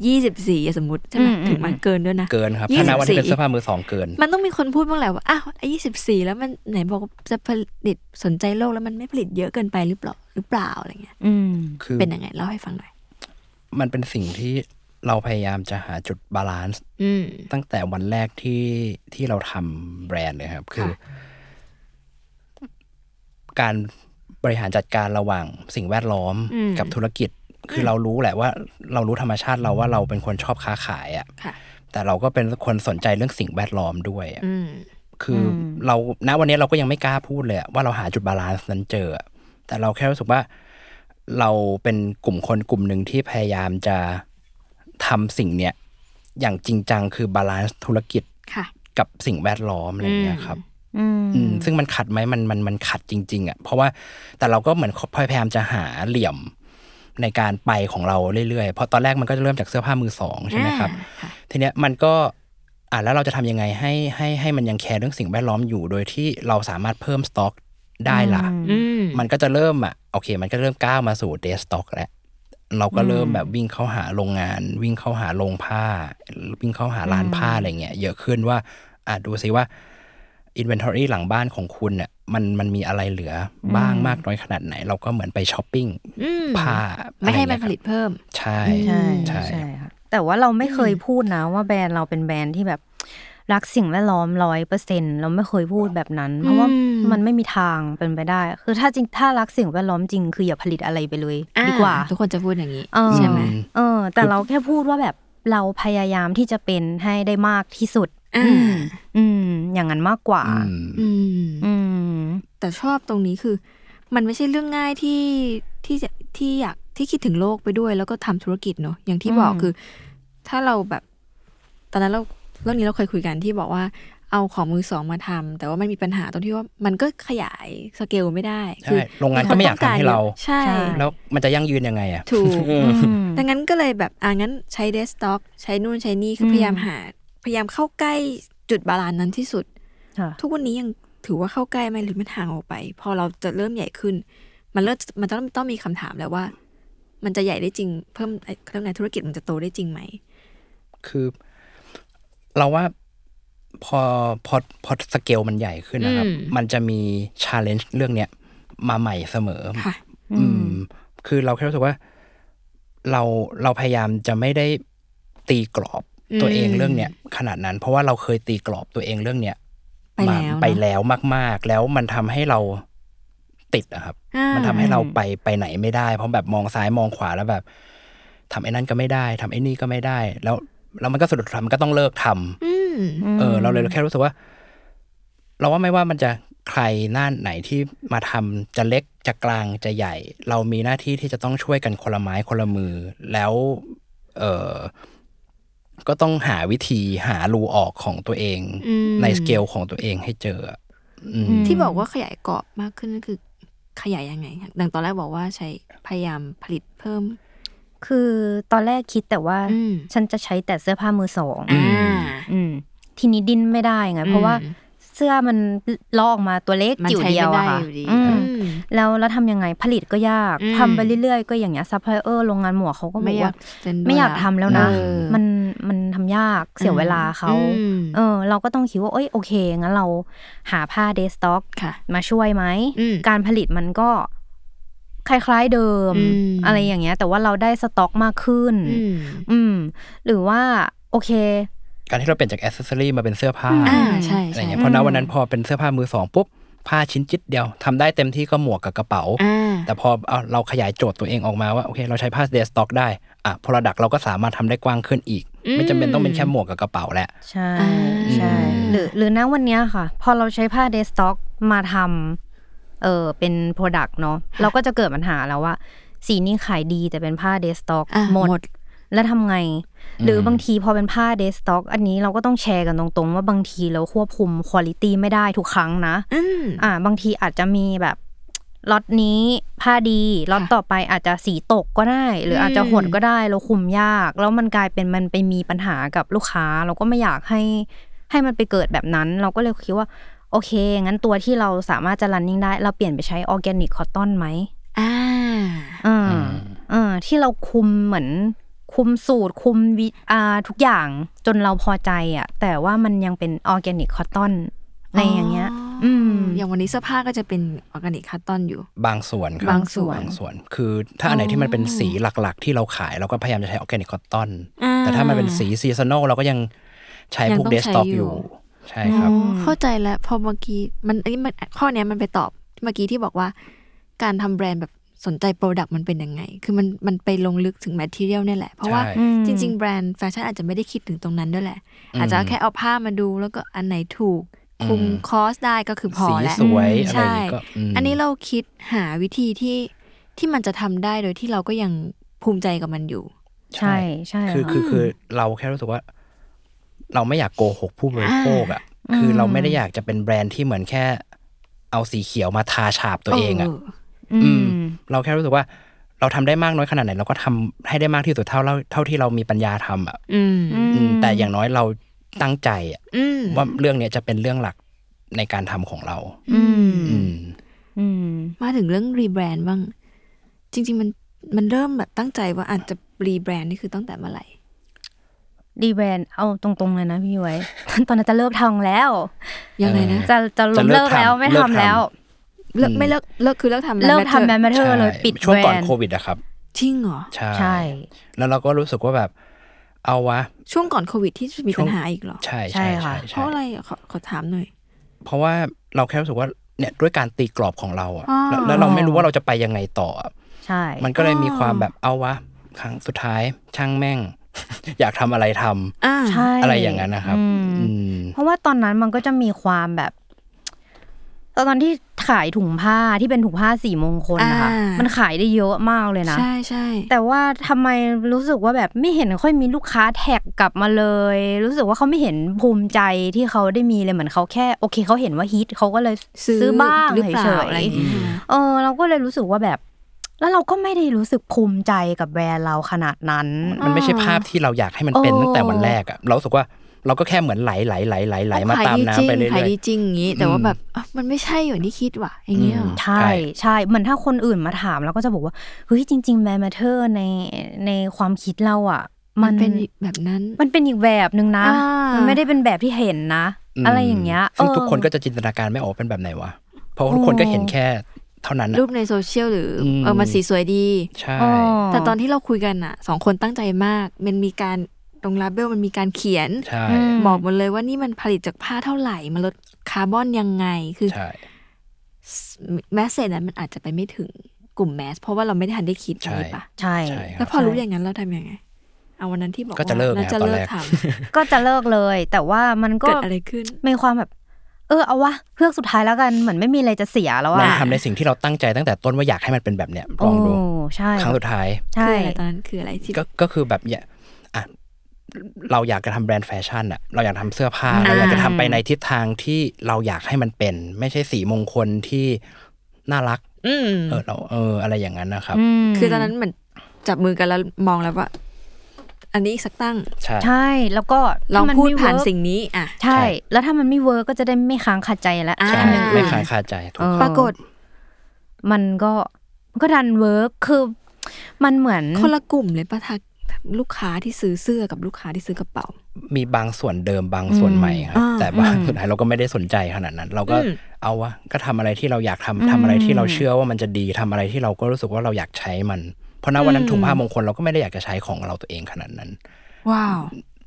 S1: ยี่สิบสี่สมมติใช่ไหมถึงมันเกินด้วยนะ
S2: เกินครับ
S1: ยี่
S2: ถ้า
S1: สิบ
S2: ณวันที่เป็
S1: สี่
S2: นเสื้อผ้ามือสองเกิน
S1: มันต้องมีคนพูดบ้างแหละว่าอ้าวไอ้ยี่สิบสี่แล้วมันไหนบอกว่าจะผลิตสนใจโลกแล้วมันไม่ผลิตเยอะเกินไปหรือเปล่าหรือเปล่าอะไรเงี้ย
S3: อืม
S2: คือ
S1: เป็นยังไงเล่าให้ฟังหน่อย
S2: มันเป็นสิ่งที่เราพยายามจะหาจุดบาลานซ์
S1: อืม
S2: ตั้งแต่วันแรกที่ที่เราทำแบรนด์เลยครับ คือ การบริหารจัดการระหว่างสิ่งแวดล้อม
S1: อืม
S2: กับธุรกิจ คือเรารู้แหละว่า เรารู้ธรรมชาติเราว่าเราเป็นคนชอบค้าขายอะ
S1: ค่ะ
S2: แต่เราก็เป็นคนสนใจเรื่องสิ่งแวดล้อมด้วยอะ
S1: อืม
S2: คืออ
S3: ม
S2: เราณวันนี้เราก็ยังไม่กล้าพูดเลยอะว่าเราหาจุดบาลานซ์นั้นเจออะแต่เราแค่รู้สึกว่า เราเป็นกลุ่มคนกลุ่มหนึ่งที่พยายามจะทำสิ่งเนี้ยอย่างจริงจังคือบาลานซ์ธุรกิจ
S1: ค่ะ
S2: กับสิ่งแวดล้อมอะไรอย่างเงี้ยครับ
S3: อืม
S2: อืมซึ่งมันขัดไหมมันมันมันขัดจริง ๆอ่ะเพราะว่าแต่เราก็เหมือนพยายามจะหาเหลี่ยมในการไปของเราเรื่อยๆ เพราะตอนแรกมันก็จะเริ่มจากเสื้อผ้ามือสองใช่ไหมครับ
S1: อ่าค่ะ
S2: ทีเนี้ยมันก็อ่ะแล้วเราจะทำยังไงให้ให้ให้มันยังแคร์เรื่องสิ่งแวดล้อมอยู่ โดยที่เราสามารถเพิ่มสต็อกได้ล่ะ
S1: อืม
S2: มันก็จะเริ่มอ่ะโอเค มันก็เริ่มก้าวมาสู่เดสต็อกแล้ว เราก็เริ่มแบบวิ่งเข้าหาโรงงาน วิ่งเข้าหาโรงผ้า วิ่งเข้าหาร้านผ้าอะไรเงี้ยเยอะขึ้นว่าอ่ะดูซิว่าอินเวนทอรี่หลังบ้านของคุณเนี่ยมันมันมีอะไรเหลือบ้างมากน้อยขนาดไหน เราก็เหมือนไปช้อปปิ้ง
S1: อืม
S2: ผ้า
S1: ไม่ให้มัน
S2: อะ
S1: ผ
S2: ร
S1: ลิ
S2: เงี้ย
S1: ตเพิ่ม
S2: ครับใช่
S3: ใช่
S2: ใช่
S3: ใช่ค่ะแต่ว่าเราไม่เคยพูดนะว่าแบรนด์เราเป็นแบรนด์ที่แบบรักสิ่งแวดล้อมร้อยเปอร์เซ็นเราไม่เคยพูดแบบนั้น เพราะว่า
S1: อืม
S3: มันไม่มีทางเป็นไปได้ คือถ้าจริงถ้ารักสิ่งแวดล้อมจริงคืออย่าผลิตอะไรไปเลย
S1: า
S3: ดีกว่า
S1: ทุกคนจะพูดอย่างนี้
S3: เออ
S1: ใช่ไหม
S3: เออ แต่เราแค่พูดว่าแบบเราพยายามที่จะเป็นให้ได้มากที่สุด
S1: อ่า
S3: มอืม อย่างนั้นมากกว่า
S2: อืม
S1: อืม
S3: อืม
S1: แต่ชอบตรงนี้คือ มันไม่ใช่เรื่องง่ายที่ที่จะที่อยากที่คิดถึงโลกไปด้วย แล้วก็ทำธุรกิจเนอะอย่างที่
S3: อืม
S1: บอกคือ ถ้าเราแบบ ตอนนั้นเราเรื่องนี้เราเคยคุยกันที่บอกว่าเอาของมือสองมาทำแต่ว่ามันมีปัญหาตรงที่ว่ามันก็ขยายสเกลไม่ได้
S2: ใช่โรงงานก็ไม่อยากทำให้เรา
S1: ใช่
S3: ใช่
S2: แล้วมันจะยั่งยืนยังไงอ่ะ
S1: ถูก
S3: อืม
S1: ดังนั้นก็เลยแบบอ่างั้นใช้เดสต็อกใช้นู่นใช้นี่คืออ
S3: ม
S1: พยายามหา พยายามเข้าใกล้จุดบาลานซ์นั้นที่สุด
S3: ค่ะ
S1: ทุกวันนี้ยังถือว่าเข้าใกล้ไหมหรือมันห่างออกไป พอเราจะเริ่มใหญ่ขึ้น มันเริ่มมันต้องต้องมีคำถามแล้วว่า มันจะใหญ่ได้จริง เพิ่มเอ่อเรื่องไงธุรกิจมันจะโตได้จริงไหม
S2: คือเราว่าพอพอพอสเกลมันใหญ่ขึ้นนะครับ
S1: อืม
S2: มันจะมีชาเลนจ์เรื่องเนี้ยมาใหม่เสมอ
S1: ค่ะ
S2: อืม คือเราแค่รู้สึกว่า เราเราพยายามจะไม่ได้ตีกรอบตัวเอง
S1: อืม
S2: เรื่องเนี้ยขนาดนั้น เพราะว่าเราเคยตีกรอบตัวเองเรื่องเนี้ย
S1: ไปแล้วเน
S2: มา
S1: อะ
S2: ไปแล้วมาก ๆ แล้วมันทำให้เราติดอะครับ
S1: อ่า
S2: มันทำให้เราไปไปไหนไม่ได้ เพราะแบบมองซ้ายมองขวาแล้วแบบทำไอ้นั่นก็ไม่ได้ทำไอ้นี่ก็ไม่ได้ แล้วแล้วมันก็สะดุดทำมันก็ต้องเลิกทำ
S1: อืม
S2: เออ เราเลยแค่รู้สึกว่า เราว่าไม่ว่ามันจะใครหน้าไหนที่มาทำจะเล็กจะกลางจะใหญ่ เรามีหน้าที่ที่จะต้องช่วยกันคนละไม้คนละมือ แล้ว เออก็ต้องหาวิธีหารูออกของตัวเอง
S1: อืม
S2: ในสเกลของตัวเองให้เจออะอืม
S1: ที่บอกว่าขยายกรอบมากขึ้นนั่นคือขยายยังไงคะดังตอนแรกบอกว่าใช้พยายามผลิตเพิ่ม
S3: คือตอนแรกคิดแต่ว่า
S1: อืม
S3: ฉันจะใช้แต่เสื้อผ้ามือสอง
S2: อืม
S1: อ่า
S3: อืม ทีนี้ดิ้นไม่ได้ไง เพราะว่า
S1: อืม
S3: เสื้อมันลอกออกมาตัวเล็ก
S1: มัน
S3: จิ๋ว
S1: ใช้
S3: เดียว
S1: ไม่
S3: อะ
S1: ได้
S3: ค่ะ
S1: อยู่ดี
S3: อืม
S1: อืม
S3: แล้วแล้วทำยังไงผลิตก็ยาก
S1: อืม
S3: ทำไปเรื่อยๆ ก็อย่างเงี้ยซัพพลายเออร์โรงงานหมวกเขาก็บ
S1: ไม่
S3: อก
S1: อยา
S3: ว่าก
S1: เซ็นด้ว
S3: ไม่อยากทำแล้วนะ
S1: เออ
S3: มันมันทำยากเสียเวลาเขา
S1: อืม
S3: เออ เราก็ต้องคิดว่าเอ้ยโอเค งั้นเราหาผ้าเดสต็อก
S1: ค่ะ
S3: มาช่วยไหม
S1: อืม
S3: การผลิตมันก็คล้ายๆเดิม
S1: อืม
S3: อะไรอย่างเงี้ย แต่ว่าเราได้สต็อกมากขึ้น
S1: อืม
S3: อืม หรือว่าโอเค
S2: การที่เราเปลี่ยนจากแอสเซสซอรี่มาเป็นเสื้อผ้า
S1: อ่าใช่
S2: อะไร
S1: ใช่
S2: เงี้ยเพราะณวันนั้นพอเป็นเสื้อผ้ามือสองปุ๊บผ้าชิ้นจิตเดียวทำได้เต็มที่ก็หมวกกับกระเป๋า
S1: อ่า
S2: แต่พอเอาเราขยายโจทย์ตัวเองออกมาว่าโอเค เราใช้ผ้าเดสต็อกได้อ่ะ product เราก็สามารถทำได้กว้างขึ้นอีก
S1: อืม
S2: ไม่จำเป็นต้องเป็นแค่หมวกกับกระเป๋าแหละ
S3: ใช่
S1: อ่า
S3: ใช่หรือหรือนะวันเนี้ยค่ะ พอเราใช้ผ้าเดสต็อกมาทำเออเป็นโปรดักต์เนาะเราก็จะเกิดปัญหาแล้วว่า สีนี้ขายดีแต่เป็นผ้าเดสต็อก
S1: อ่ะ
S3: หม
S1: หมด
S3: ด แล้วทำไง หรือบางทีพอเป็นผ้าเดสต็อกอันนี้เราก็ต้องแชร์กันตรงๆ ว่าบางทีเราควบคุมคุณภาพไม่ได้ทุกครั้งนะ
S1: อืม
S3: อ่าบางทีอาจจะมีแบบล็อตนี้ผ้าดีล็อต
S1: ค่ะ
S3: ต่อไปอาจจะสีตกก็ได้ หรืออาจจะ
S1: อืม
S3: หดก็ได้เราคุมยาก แล้วมันกลายเป็นมันไปมีปัญหากับลูกค้า เราก็ไม่อยากให้ให้มันไปเกิดแบบนั้น เราก็เลยคิดว่า โอเค งั้นตัวที่เราสามารถจะ running ได้ เราเปลี่ยนไปใช้ออร์แกนิกคอตตอนไหม
S1: อ่า
S3: อ่า
S2: อืม
S3: อ่าที่เราคุมเหมือนคุมสูตรคุมวิอ่าทุกอย่างจนเราพอใจอ่ะแต่ว่ามันยังเป็นออร์แกนิกคอตตอนในอย่างเงี้ย อืม
S1: อย่างวันนี้เสื้อผ้าก็จะเป็นออร์แกนิกคัตตอนอยู่
S2: บางส่วนครับ
S1: บางส่วน
S2: บางส่วน คือถ้าอันไหนที่มันเป็นสีหลักๆ ที่เราขายเราก็พยายามจะใช้ออร์แกนิกคอตตอน
S1: อ่
S2: แต่ถ้ามันเป็นสีซีซันอลเราก็ยังใช้พ
S1: ยังต้อ
S2: วก
S1: ง
S2: เดสต็อก
S1: ใช้อ
S2: อยู่ ยู่ ใช่ครับ
S1: อ๋อเข้าใจแล้วพอเมื่อกี้มันไอ้ยมันข้อเนี้ยมันไปตอบเมื่อกี้ที่บอกว่า การทำแบรนด์แบบสนใจโปรดักต์มันเป็นยังไง คือมันมันไปลงลึกถึงแมทเทียลเนี่ยแหละ เพราะว่า
S2: ใช่
S1: จริง ๆ แบรนด์แฟชั่นอาจจะไม่ได้คิดถึงตรงนั้นด้วยแหละ อาจจะแค่เอาผ้ามาดูแล้วก็อันไหนถูก คุม
S2: อืม
S1: คอสได้ก็คือพอ
S2: สี
S1: แล้ว
S2: สวย
S1: อืม
S2: อะไร
S1: ใช่
S2: อย่างงี้ก็ม
S1: อันนี้เราคิดหาวิธีที่ที่มันจะทำได้โดยที่เราก็ยังภูมิใจกับมันอยู่
S3: ใช่ใช่
S2: คือ
S3: ค่ะ
S2: คือคือเราแค่รู้สึกว่า เราไม่อยากโกหกผู้บริโภคอ่ะคือเราไม่ได้อยากจะเป็นแบรนด์ที่เหมือนแค่ เอาสีเขียวมาทาฉาบตัวเองอ่ะ
S3: อืม
S2: เราแค่รู้สึกว่าเราทำได้มากน้อยขนาดไหนเราก็ทำให้ได้มากที่สุดเท่าเราเท่าที่เรามีปัญญาทำอ่ะ
S1: อืม
S3: อืม
S2: อืมแต่อย่างน้อยเราตั้งใจอ่ะ
S1: อืม
S2: ว่าเรื่องเนี้ยจะเป็นเรื่องหลักในการทำของเรา
S3: อืม
S2: อืม
S3: อืม
S1: มาถึงเรื่องรีแบรนด์บ้าง จริง ๆ มันมันเริ่มแบบตั้งใจว่าอาจจะรีแบรนด์นี่คือตั้งแต่เมื่อไหร่
S3: ดีแบรนด์เอาตรงๆเลย นะพี่ไว้ ตอนนั้นจะเลิกทองแล้ว
S1: ยังไงนะ
S3: จะจะล้มเลิกแล้ว
S2: จะเลิกทำ
S3: ไม่
S2: เลิ
S3: ทำ
S2: กทำ
S3: แล้ว
S1: เลิกไม่เลิกเลิกคือเลิกทำ
S3: เลิกทำแบรน
S1: แบ
S3: ด์มาเธอร์เลย
S2: ใช่
S3: ปิด
S2: ช่วง
S3: แบ
S2: ก่
S3: ร
S2: อน
S3: นด์
S2: โควิดอะครับ
S1: จริงเหรอ
S2: ใช่
S3: ใช่
S2: แล้วเราก็รู้สึกว่าแบบ เอาวะ
S1: ช่วงก่อนโควิดที่มี
S2: ช่ว
S1: ปั
S2: ง
S1: ญหาอีกเหรอ
S2: ใช่
S3: ใช่
S2: ใช่
S3: ค่ะ
S2: ใช่
S1: เพ
S2: ใช่
S1: ราะอะไรอะขอขอถามหน่อย
S2: เพราะว่าเราแค่รู้สึกว่าเนี่ยด้วยการตีกรอบของเราอ่ะ
S1: อ๋อ
S2: แล้วแล้วเราไม่รู้ว่าเราจะไปยังไงต่ออะ
S3: ใช่
S2: มันก็เลยมีความแบบเอาวะ ครั้งสุดท้ายช่างแม่ง อยากทำอะไรทำ
S1: อ่า
S3: ใช่
S2: อะไรอย่างนั้นนะครับ
S3: อืม
S2: อืม
S3: เพราะว่าตอนนั้นมันก็จะมีความแบบ ตอนที่ขายถุงผ้าที่เป็นถุงผ้าสีมงคลนะคะ
S1: อ่ามั
S3: มันขายได้เยอะมากเลยนะ
S1: ใช่ใช่
S3: แต่ว่าทำไมรู้สึกว่าแบบไม่เห็นค่อยมีลูกค้าแท็กกลับมาเลย รู้สึกว่าเขาไม่เห็นภูมิใจที่เขาได้มีเลยเหมือนเขาแค่ โอเคเขาเห็นว่าฮิตเขาก็เลยซื้อบ้าง
S1: หรือเปล่า
S3: เฉ
S1: อะไร
S3: ย
S1: อย่างเงี้ยค่ะ
S3: ๆเออ เราก็เลยรู้สึกว่าแบบ แล้วเราก็ไม่ได้รู้สึกภูมิใจกับแบรนด์เราขนาดนั้น
S2: มันไม่ใช่ภาพที่เราอยากให้มันเป็น
S3: โอ้
S2: ตั้งแต่วันแรกอะเรารู้สึกว่าเราก็แค่เหมือนไหลไหลไหลไหลไหลมาตามน้ำไปเรื่
S1: ขาย
S2: อย
S1: ดีจริงอย่างงี้ แต่ว่า
S2: อืม
S1: แบบอ่ะมันไม่ใช่อย่างที่คิดว่ะ อย่างเงี้ยเหรอ
S3: ใช่ใช่เหมือนถ้าคนอื่นมาถามเราก็จะบอกว่าเฮ้ยจริงๆแบรนด์มาเธอร์ในในความคิดเราอ่ะ
S1: มั
S3: มัน น
S1: เป็นแบบนั้น
S3: มันเป็นอีกแบบหนึ่งนะ
S1: อ่ามั
S3: มันไม่ได้เป็นแบบที่เห็นนะ
S2: ม
S3: อะไรอย่างเงี้ย
S2: ซึ่ง
S3: เออ
S2: ทุกคนก็จะจินตนาการไม่ออกเป็นแบบไหนวะ เพราะว่าทุกคนก็เห็นแค่เท่านั้นอะ
S1: รูปในโซเชียลหรืออ
S2: ม
S1: เออมันสีสวยดี
S2: ใช่
S3: อ๋อ
S1: แต่ตอนที่เราคุยกันอะสองคนตั้งใจมาก มันมีการตรงลาเบลมันมีการเขียน
S2: ใช่
S3: อืม
S1: บอกหมดเลยว่านี่มันผลิตจากผ้าเท่าไหร่มันลดคาร์บอนยังไงคือ
S2: ใช่
S1: แมสเซจนั้นมันอาจจะไปไม่ถึงกลุ่มแมส เพราะว่าเราไม่ได้ทันได้คิด
S2: ใช่
S1: ใช่ปะ
S3: ใช่
S2: ใช่ค
S1: แล้
S2: รั
S1: ว
S2: บ
S1: พอรู้อย่างนั้นเราทำยังไง เอาวันนั้นที่บอก
S2: ก็จะเลิก
S1: ว่า
S2: ไง
S1: น่าจะ
S2: ตอน
S1: เลิ
S2: แร
S1: กท
S2: ก
S3: ก็จะเลิกเลย แต่ว่ามัน
S1: ำ
S3: ก็
S1: เกิดอะไรขึ้น
S3: มีความแบบ เออเอาวะเลือกสุดท้ายแล้วกันเหมือนไม่มีอะไรจะเสียแล้ว
S2: ลอง
S3: อะ
S2: ทำในสิ่งที่เราตั้งใจตั้งแต่ต้นว่าอยากให้มันเป็นแบบเนี้ยล
S3: โอ้
S2: องดู
S3: ใช่
S2: ครั้งสุดท้าย
S3: ใช่
S1: คืออะไรตอนนั้นคืออะไรที่
S2: ก็ก็คือแบบเนี่ยอ่ะเราอยากจะทำแบรนด์แฟชั่นอะเราอยากทำเสื้อผ้า เราอยากจะทำไปในทิศทางที่เราอยากให้มันเป็น ไม่ใช่สีมงคลที่น่ารัก
S1: อืม
S2: เออเราเอออะไรอย่างนั้นนะครับ
S3: ม
S1: คือตอนนั้นเหมือนจับมือกันแล้วมองแล้วว่า อันนี้อีกสักตั้ง
S2: ใช่
S3: ใช่แล้วก็
S1: ลอง
S3: ถ้มั
S1: พูด
S3: ไม่
S1: ผ่าน
S3: เวิร์ก
S1: สิ่งนี้อ่ะ
S3: ใช่
S2: ใช่
S3: แล้วถ้ามันไม่เวิร์กก็จะได้ไม่ค้างคาใจแล้ว
S1: อ่า
S2: ใช่
S3: ทำอย่างอื่น
S2: ไม่ค้างคาใจถูก
S3: เออ
S1: ปรากฏ
S3: มันก็มันก็ดันเวิร์กคือมันเหมือน
S1: คนละกลุ่มเลยปะทักลูกค้าที่ซื้อเสื้อกับลูกค้าที่ซื้อกระเป๋า
S2: มีบางส่วนเดิมบางส่วนใหม่ครับ
S1: อ่า
S2: แต่บางสุดท้ายเราก็ไม่ได้สนใจขนาดนั้น เราก็
S1: อืม
S2: เอาวะก็ทำอะไรที่เราอยากทำทำอะไรที่เราเชื่อว่ามันจะดีทำอะไรที่เราก็รู้สึกว่าเราอยากใช้มัน เพราะณวันนั้นถุงผ้ามงคลเราก็ไม่ได้อยากจะใช้ของเราตัวเองขนาดนั้น
S1: ว้าว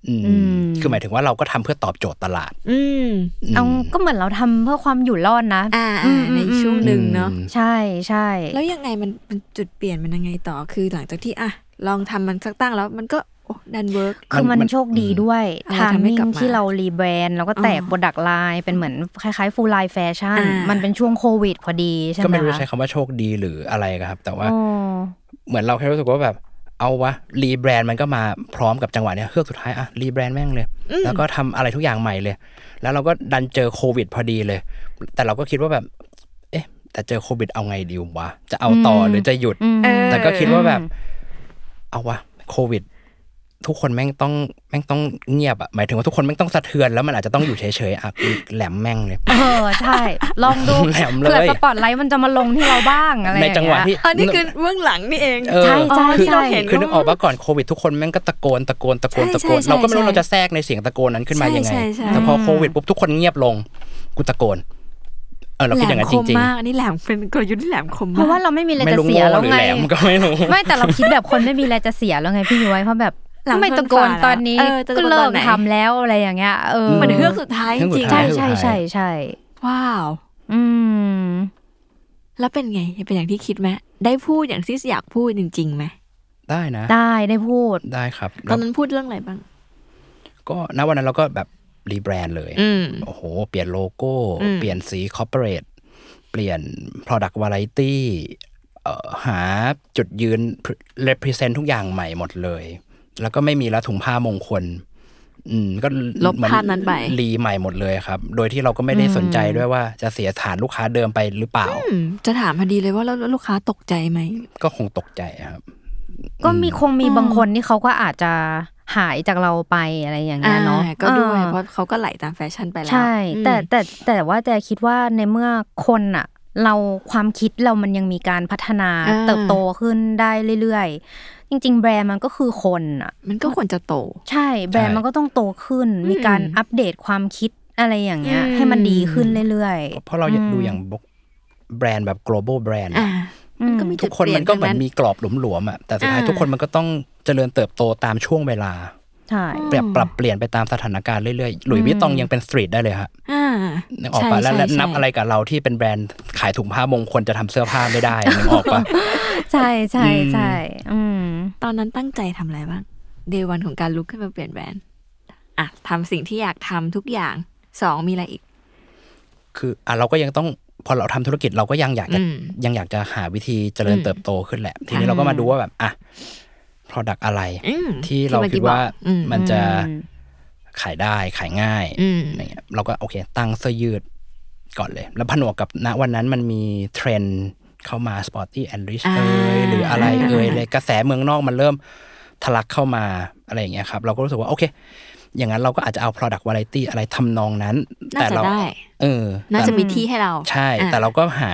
S2: อืมคือหมายถึงว่าเราก็ทำเพื่อตอบโจทย์ตลาด
S1: อืม
S2: ม
S3: เอาก็เหมือนเราทำเพื่อความอยู่รอดนะ
S1: อ่า
S3: อื
S1: อ่าม
S3: อืม
S1: ในช่วงหนึ่งเนาะ
S2: อืม
S3: ใช่ใช่
S1: แล้วยังไงมันมันจุดเปลี่ยนมันยังไงต่อคือหลังจากที่อ่ะลองทำมันสักตั้งแล้วมันก็โอ้ดันเวิร์ก
S3: คือมันโชคดีด้วย
S1: อะไร
S3: ทาม
S1: ทำให้
S3: มิ่
S1: กลับ
S3: ง
S1: มา
S3: ที่เรารีแบรนด์แล้วก็แตก
S1: อ๋อ
S3: โปรดักต์ไลน์เป็นเหมือนคล้ายๆฟูลไลน์แฟชั่น
S1: อ่ามั
S3: มันเป็นช่วงโควิดพอดีใช่ไห
S2: ก็
S3: ม
S2: ไม่รู้จะ
S3: คะ
S2: ใช้คำว่าโชคดีหรืออะไรครับ แต่ว่า
S3: อ๋อ
S2: เหมือนเราแค่รู้สึกว่าแบบเอาวะรีแบรนด์มันก็มาพร้อมกับจังหวะเนี้ยเครื่องสุดท้ายอะรีแบรนด์แม่งเลย แล้วก็ทำอะไรทุกอย่างใหม่เลย แล้วเราก็ดันเจอโควิดพอดีเลย แต่เราก็คิดว่าแบบ เอ๊ะ แต่เจอโควิดเอาไงดีวะ จะเอาต่อหรือจะหยุด
S1: เออ
S2: แต่ก็คิดว่าแบบ เอาวะโควิด ทุกคนแม่งต้องแม่งต้องเงียบอะหมายถึงว่าทุกคนแม่งต้องสะเทือนแล้วมันอาจจะต้องอยู่เฉยๆอ่ะกูแหลมแม่งเลย
S3: เออใช่ ลองดู
S2: แหลมเลย
S3: เผื่อสปอตไลท์มันจะมาลงที่เราบ้างอะไรอ
S2: ใน
S3: ย่าเย
S2: จังหวะที่
S1: อันนี้คือเบื้องหลังนี่เอง
S2: เออ
S3: ใช่ใช่
S2: คือ
S3: ใช่
S2: เห็นคือนึกออกว่าก่อนโควิดทุกคนแม่งก็ตะโกนตะโกนตะโกน
S1: ใช่
S2: ตะโกน
S1: ใช่
S2: เราก็ไม่รู้
S1: ใช่
S2: เราจะแทรกในเสียงตะโกนนั้นขึ้นมา
S1: ใช่
S2: ยังไง
S1: ใช่ใช่
S2: แต่พอโควิดปุ๊บทุกคนเงียบลงกูตะโกน เออเรา
S1: แห
S2: คิ
S1: ล
S2: ดอย่าง
S1: ม
S2: นั้น
S1: ค
S2: จ
S1: ม
S2: ริง
S1: มากอันนี้แหลมเป็นกลยุทธ์ที่แหลมคม
S3: เพ
S1: มาก
S3: ราะว่าเราไม่มีอะไร
S2: ๆไม่
S3: จะ
S2: รู้
S3: เสี
S2: โง่
S3: ยแล้ว
S2: หรือ
S3: ไง
S2: แหลมก็ไม่รู้
S3: ไม่แต่เราคิดแบบคนไม่มีอะไรจะเสียแล้วไงพี่ย้อยเพราะแบบ
S1: หลัง
S3: ทำไม่ตะโกน
S1: ฟ้า
S3: ตอนนี้
S1: เออจะ
S3: ก็
S1: ตะโกน
S3: เลิ
S1: ตอก นไหน
S3: ทำแล้วอะไรอย่างเงี้ยเออ
S1: เหมือนเฮือกสุดท้ายจริง
S2: ใช่
S3: ใช่
S2: เฮือกสุดท้าย
S3: ใช่ใช่ใช่
S1: ๆว้าว
S3: อืม
S1: แล้วเป็นไงเป็นอย่างที่คิดไหมได้พูดอย่างที่อยากพูดจริงๆไหม
S2: ได้นะ
S3: ได้ได้พูด
S2: ได้ครับ
S1: ต
S2: แล้
S1: อ
S2: วน
S1: นั้นพูดเรื่องอะไรบ้าง
S2: ก็ณวันนั้นเราก็แบบ รีแบรนด์เลย
S1: อืม
S2: โอ้โห เปลี่ยนโลโก้
S1: อืม
S2: เปลี่ยนสีคอ r p เปอเรทเปลี่ยน Product Variety เอ่อหาจุดยืน represent ทุกอย่างใหม่หมดเลย แล้วก็ไม่มีละถุงผ้ามงคล อืม ก็
S1: ลบ
S2: เหมือ
S1: ภาพนั้นไป
S2: รีใหม่หมดเลยครับ โดยที่เราก็ไม่ได้สนใจด้วยว่าจะเสียฐานลูกค้าเดิมไปหรือเปล่า
S1: อืมจะถามพอดีเลยว่าแล้วแล้วลูกค้าตกใจไหม
S2: ก็คงตกใจครับ
S3: ก็มีคงมี
S1: อืม
S3: บางคนที่เขาก็อาจจะหายจากเราไปอะไรอย่าง
S1: อ่
S3: เงี้ยเนาะ
S1: าก็ด้วย
S3: อ่า
S1: เพราะเขาก็ไหลตามแฟชั่นไปแล้ว
S3: ใช่
S1: อืม
S3: แต่แต่แต่ว่าแต่คิดว่าในเมื่อคนอะเราความคิดเรามันยังมีการพัฒนา
S1: อ่า
S3: เติบโตขึ้นได้เรื่อยๆ จริง ๆ แบรนด์มันก็คือคนอะ
S1: มันก็ควรจะโต
S3: ใช่แบรนด์มันก็ต้องโตขึ้น มีการอัปเดตความคิดอะไรอย่างเงี้ย
S1: อืม
S3: ให้มันดีขึ้นเรื่อย
S2: เพราะเราอยาก
S3: อืม
S2: ดูอย่างแบรนด์แบบ global brand
S1: อ่า
S3: ๆอืม
S1: ก็มี
S2: ทุกคน
S1: จุดเปลี่ยน
S2: มันก็เหมือ
S1: ต
S2: น
S1: รงนั้น
S2: มีกรอบหลวมๆอะแต่สุดท้าย
S1: อ่า
S2: ทุกคนมันก็ต้องเจริญเติบโตตามช่วงเวลา
S3: ใช่
S2: เปลี่ยนปรับเปลี่ยนไปตามสถานการณ์เรื่อยๆ หลุยส์วิตตองยังเป็นสตรีทได้เลยฮะ
S1: อ่า
S2: นึกออกปะ
S1: ใช่
S2: แล้ว
S1: ใช่
S2: แล้ว
S1: ใช่
S2: นับอะไรกับเราที่เป็นแบรนด์ขายถุงผ้ามงคลจะทำเสื้อผ้าไม่ได้ นึกออก ปะ
S3: ใช่ใช่
S2: อืม
S3: ใช่อืม
S1: ตอนนั้นตั้งใจทำอะไรบ้างเดวันของการลุกขึ้นมาเปลี่ยนแบรนด์อ่ะทำสิ่งที่อยากทำทุกอย่างสองมีอะไรอีก
S2: คืออ่ะเราก็ยังต้องพอเราทำธุรกิจเราก็ยังอยากจะ
S1: อืม
S2: ยังอยากจะหาวิธีเจริญ
S1: อืม
S2: เติบโตขึ้นแหละ ที
S1: ค่ะ
S2: นี้เราก็มาดูว่าแบบอ่ะ product อะไร
S1: อืม
S2: ที่เรา
S1: มื่อ
S2: คิ
S1: กี้
S2: ด
S1: บอก
S2: ว่า
S1: อืม
S2: มันจะ
S3: อืม
S2: ขายได้ขายง่าย
S1: อืม
S2: อะไรเงี้ยเราก็โอเค ตั้งเสื้อยืดก่อนเลย แล้วผนวกกับณวันนั้นมันมีเทรนด์เข้ามา sporty and rich เอ้ยหรืออะไรเอ้ยเลยกระแสเมืองนอกมันเริ่มทะลักเข้ามาอะไรอย่างเงี้ยครับ เราก็รู้สึกว่าโอเค อย่างนั้นเราก็อาจจะเอา product variety อะไรทำนองนั้น
S1: น่า
S2: แต่
S1: จะ
S2: เรา
S1: ได้
S2: เออ
S1: น่า
S2: แต่
S1: จะมีที่ให้เรา
S2: ใช่
S1: อ่ะ
S2: แต่เราก็หา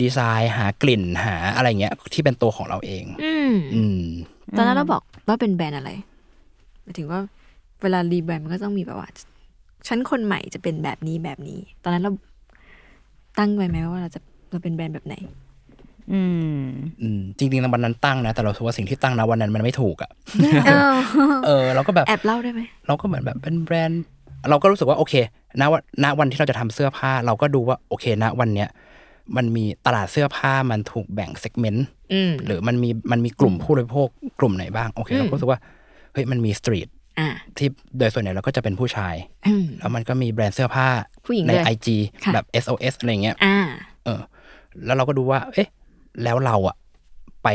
S2: ดีไซน์ หากลิ่นหาอะไรเงี้ย ที่เป็นตัวของเราเอง
S1: อืม
S2: อืม
S1: ตอนนั้นเราบอกว่าเป็นแบรนด์อะไรหมายถึงว่าเวลารีแบรนด์มันก็ต้องมีแบบว่าฉันคนใหม่จะเป็นแบบนี้แบบนี้ ตอนนั้นเราตั้งไว้ไหมว่าเราจะเราเป็นแบรนด์แบบไหน
S3: อืม
S2: อืม จริงๆนะวันนั้นตั้งนะ แต่เราคิดว่าสิ่งที่ตั้งนะวันนั้นมันไม่ถูกอ่ะ เออ เราก็แบบ
S1: แอบเล่าได้ไหม
S2: เราก็เหมือนแบบเป็นแบรนด์ เราก็รู้สึกว่าโอเคณวันณวันที่เราจะทำเสื้อผ้า เราก็ดูว่าโอเคณวันเนี้ย มันมีตลาดเสื้อผ้ามันถูกแบ่งเซกเมนต์
S1: อืม
S2: หรือมันมีมันมีกลุ่มผู้บริโภคกลุ่มไหนบ้าง โอเค เราก็รู้สึกว่า เฮ้ย มันมีสตรีท
S1: อ่า
S2: ที่โดยส่วนใหญ่เราก็จะเป็นผู้ชาย
S1: อืม
S2: แล้วมันก็มีแบรนด์เสื้อผ้า
S1: ผู้หญิง
S2: ใน
S1: ด้วย
S2: IG
S1: ค่ะ
S2: แบบ SOS อะไรเงี้ย
S1: อ่า
S2: เออ แล้วเราก็ดูว่า เอ๊ะ แล้วเราอะไป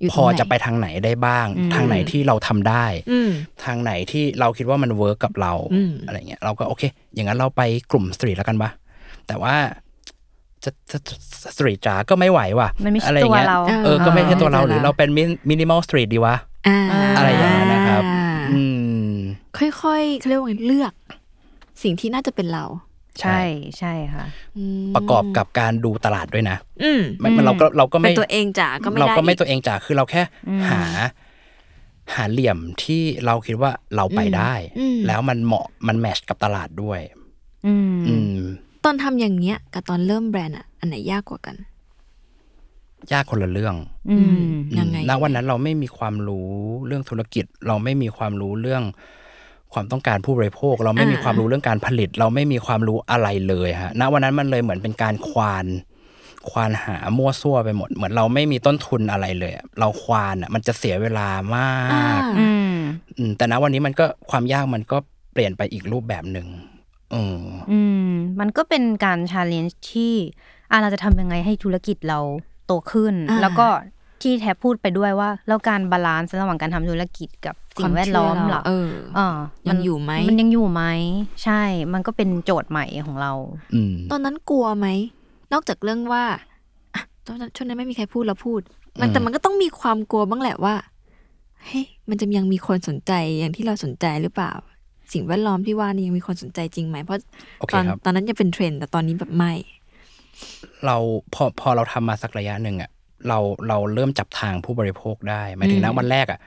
S1: อยู่ตรงไหน
S2: พอจะไปทางไหนได้บ้าง ทางไหนที่เราทำได้
S1: อืม
S2: ทางไหนที่เราคิดว่ามันเวิร์กกับเรา
S1: อืม
S2: อะไรเงี้ย เราก็โอเค อย่างนั้นเราไปกลุ่มสตรีทแล้วกันปะแต่ว่าจะจะจะสตรีทจ๋าก็ไม่ไหวว่ะ
S3: มันไม่ใช่
S2: อะไร
S3: ตัว
S2: เงี้ย
S3: เรา
S2: เออ ก็ไม่ใช่ตัวเรา
S1: ไม่ใช่
S2: หรือ
S1: เรา
S2: เราเป็นมินิมอลสตรีทดีวะ
S1: อ่า
S2: อะไรอย่างนั้นนะครับ อืม
S1: ค่อยๆเขาเรียกว่าไงเลือก สิ่งที่น่าจะเป็นเรา
S3: ใช่ใช่ค่ะ
S1: อืม
S2: ประกอบกับการดูตลาดด้วยนะ
S1: อืม
S2: ไม่มันเราก็เราก็
S1: เป็
S2: ไม่
S1: นตัวเองจ๋าก็ไม่ได้
S2: เราก็ไม่
S1: อี
S2: ตัวเองจ๋าคือเราแค่หา หาเหลี่ยมที่เราคิดว่าเราไปได้ แล้วมันเหมาะมันแมชกับตลาดด้วย
S3: อืม
S2: อืม
S1: ตอนทำอย่างเนี้ย กับตอนเริ่มแบรนด์อ่ะ อันไหนยากกว่ากัน
S2: ยากคนละเรื่อง
S3: อืม
S1: ยังไง
S2: ณวันนั้นเราไม่มีความรู้เรื่องธุรกิจ เราไม่มีความรู้เรื่อง ความต้องการผู้บริโภค เราไม่มี
S1: อ่า
S2: ความรู้เรื่องการผลิต เราไม่มีความรู้อะไรเลยฮะณวันนั้นมันเลยเหมือนเป็นการควาน ควานหามั่วซั่วไปหมด เหมือนเราไม่มีต้นทุนอะไรเลยอะเราควานอ่ะมันจะเสียเวลามาก
S3: อืม
S2: อืมแต่ณวันนี้มันก็ความยากมันก็เปลี่ยนไปอีกรูปแบบหนึ่งเออ
S3: อืม มันก็เป็นการชาเลนจ์ที่อ่ะเราจะทำยังไงให้ธุรกิจเราโตขึ้น
S1: อ่า
S3: แล้วก็ที่แทบพูดไปด้วยว่า แล้วการบาลานซ์ระหว่างการทำธุรกิจกับสิ่งแวดล้อม
S1: ความเชื่อ
S3: เหร
S1: เรา
S3: อ
S1: เออยังอยู่ไหม
S3: มันยังอยู่ไหม ใช่ มันก็เป็นโจทย์ใหม่ของเรา
S2: อืม
S1: ตอนนั้นกลัวไหม นอกจากเรื่องว่าอ่ะตอนนั้นช่วงนั้นไม่มีใครพูดเราพูด มัน
S2: อืม
S1: แต่มันก็ต้องมีความกลัวบ้างแหละว่า เฮ้ยมันจะยังมีคนสนใจอย่างที่เราสนใจหรือเปล่า สิ่งแวดล้อมที่ว่านี่ยังมีคนสนใจจริงไหมเพราะ
S2: โอเค
S1: ตอน
S2: ครับ
S1: ตอนนั้นยังเป็นเทรนด์แต่ตอนนี้แบบไม่
S2: เราพอพอเราทำมาสักระยะหนึ่งอะเราเราเริ่มจับทางผู้บริโภคได้หมายถึงณวันแรกอะ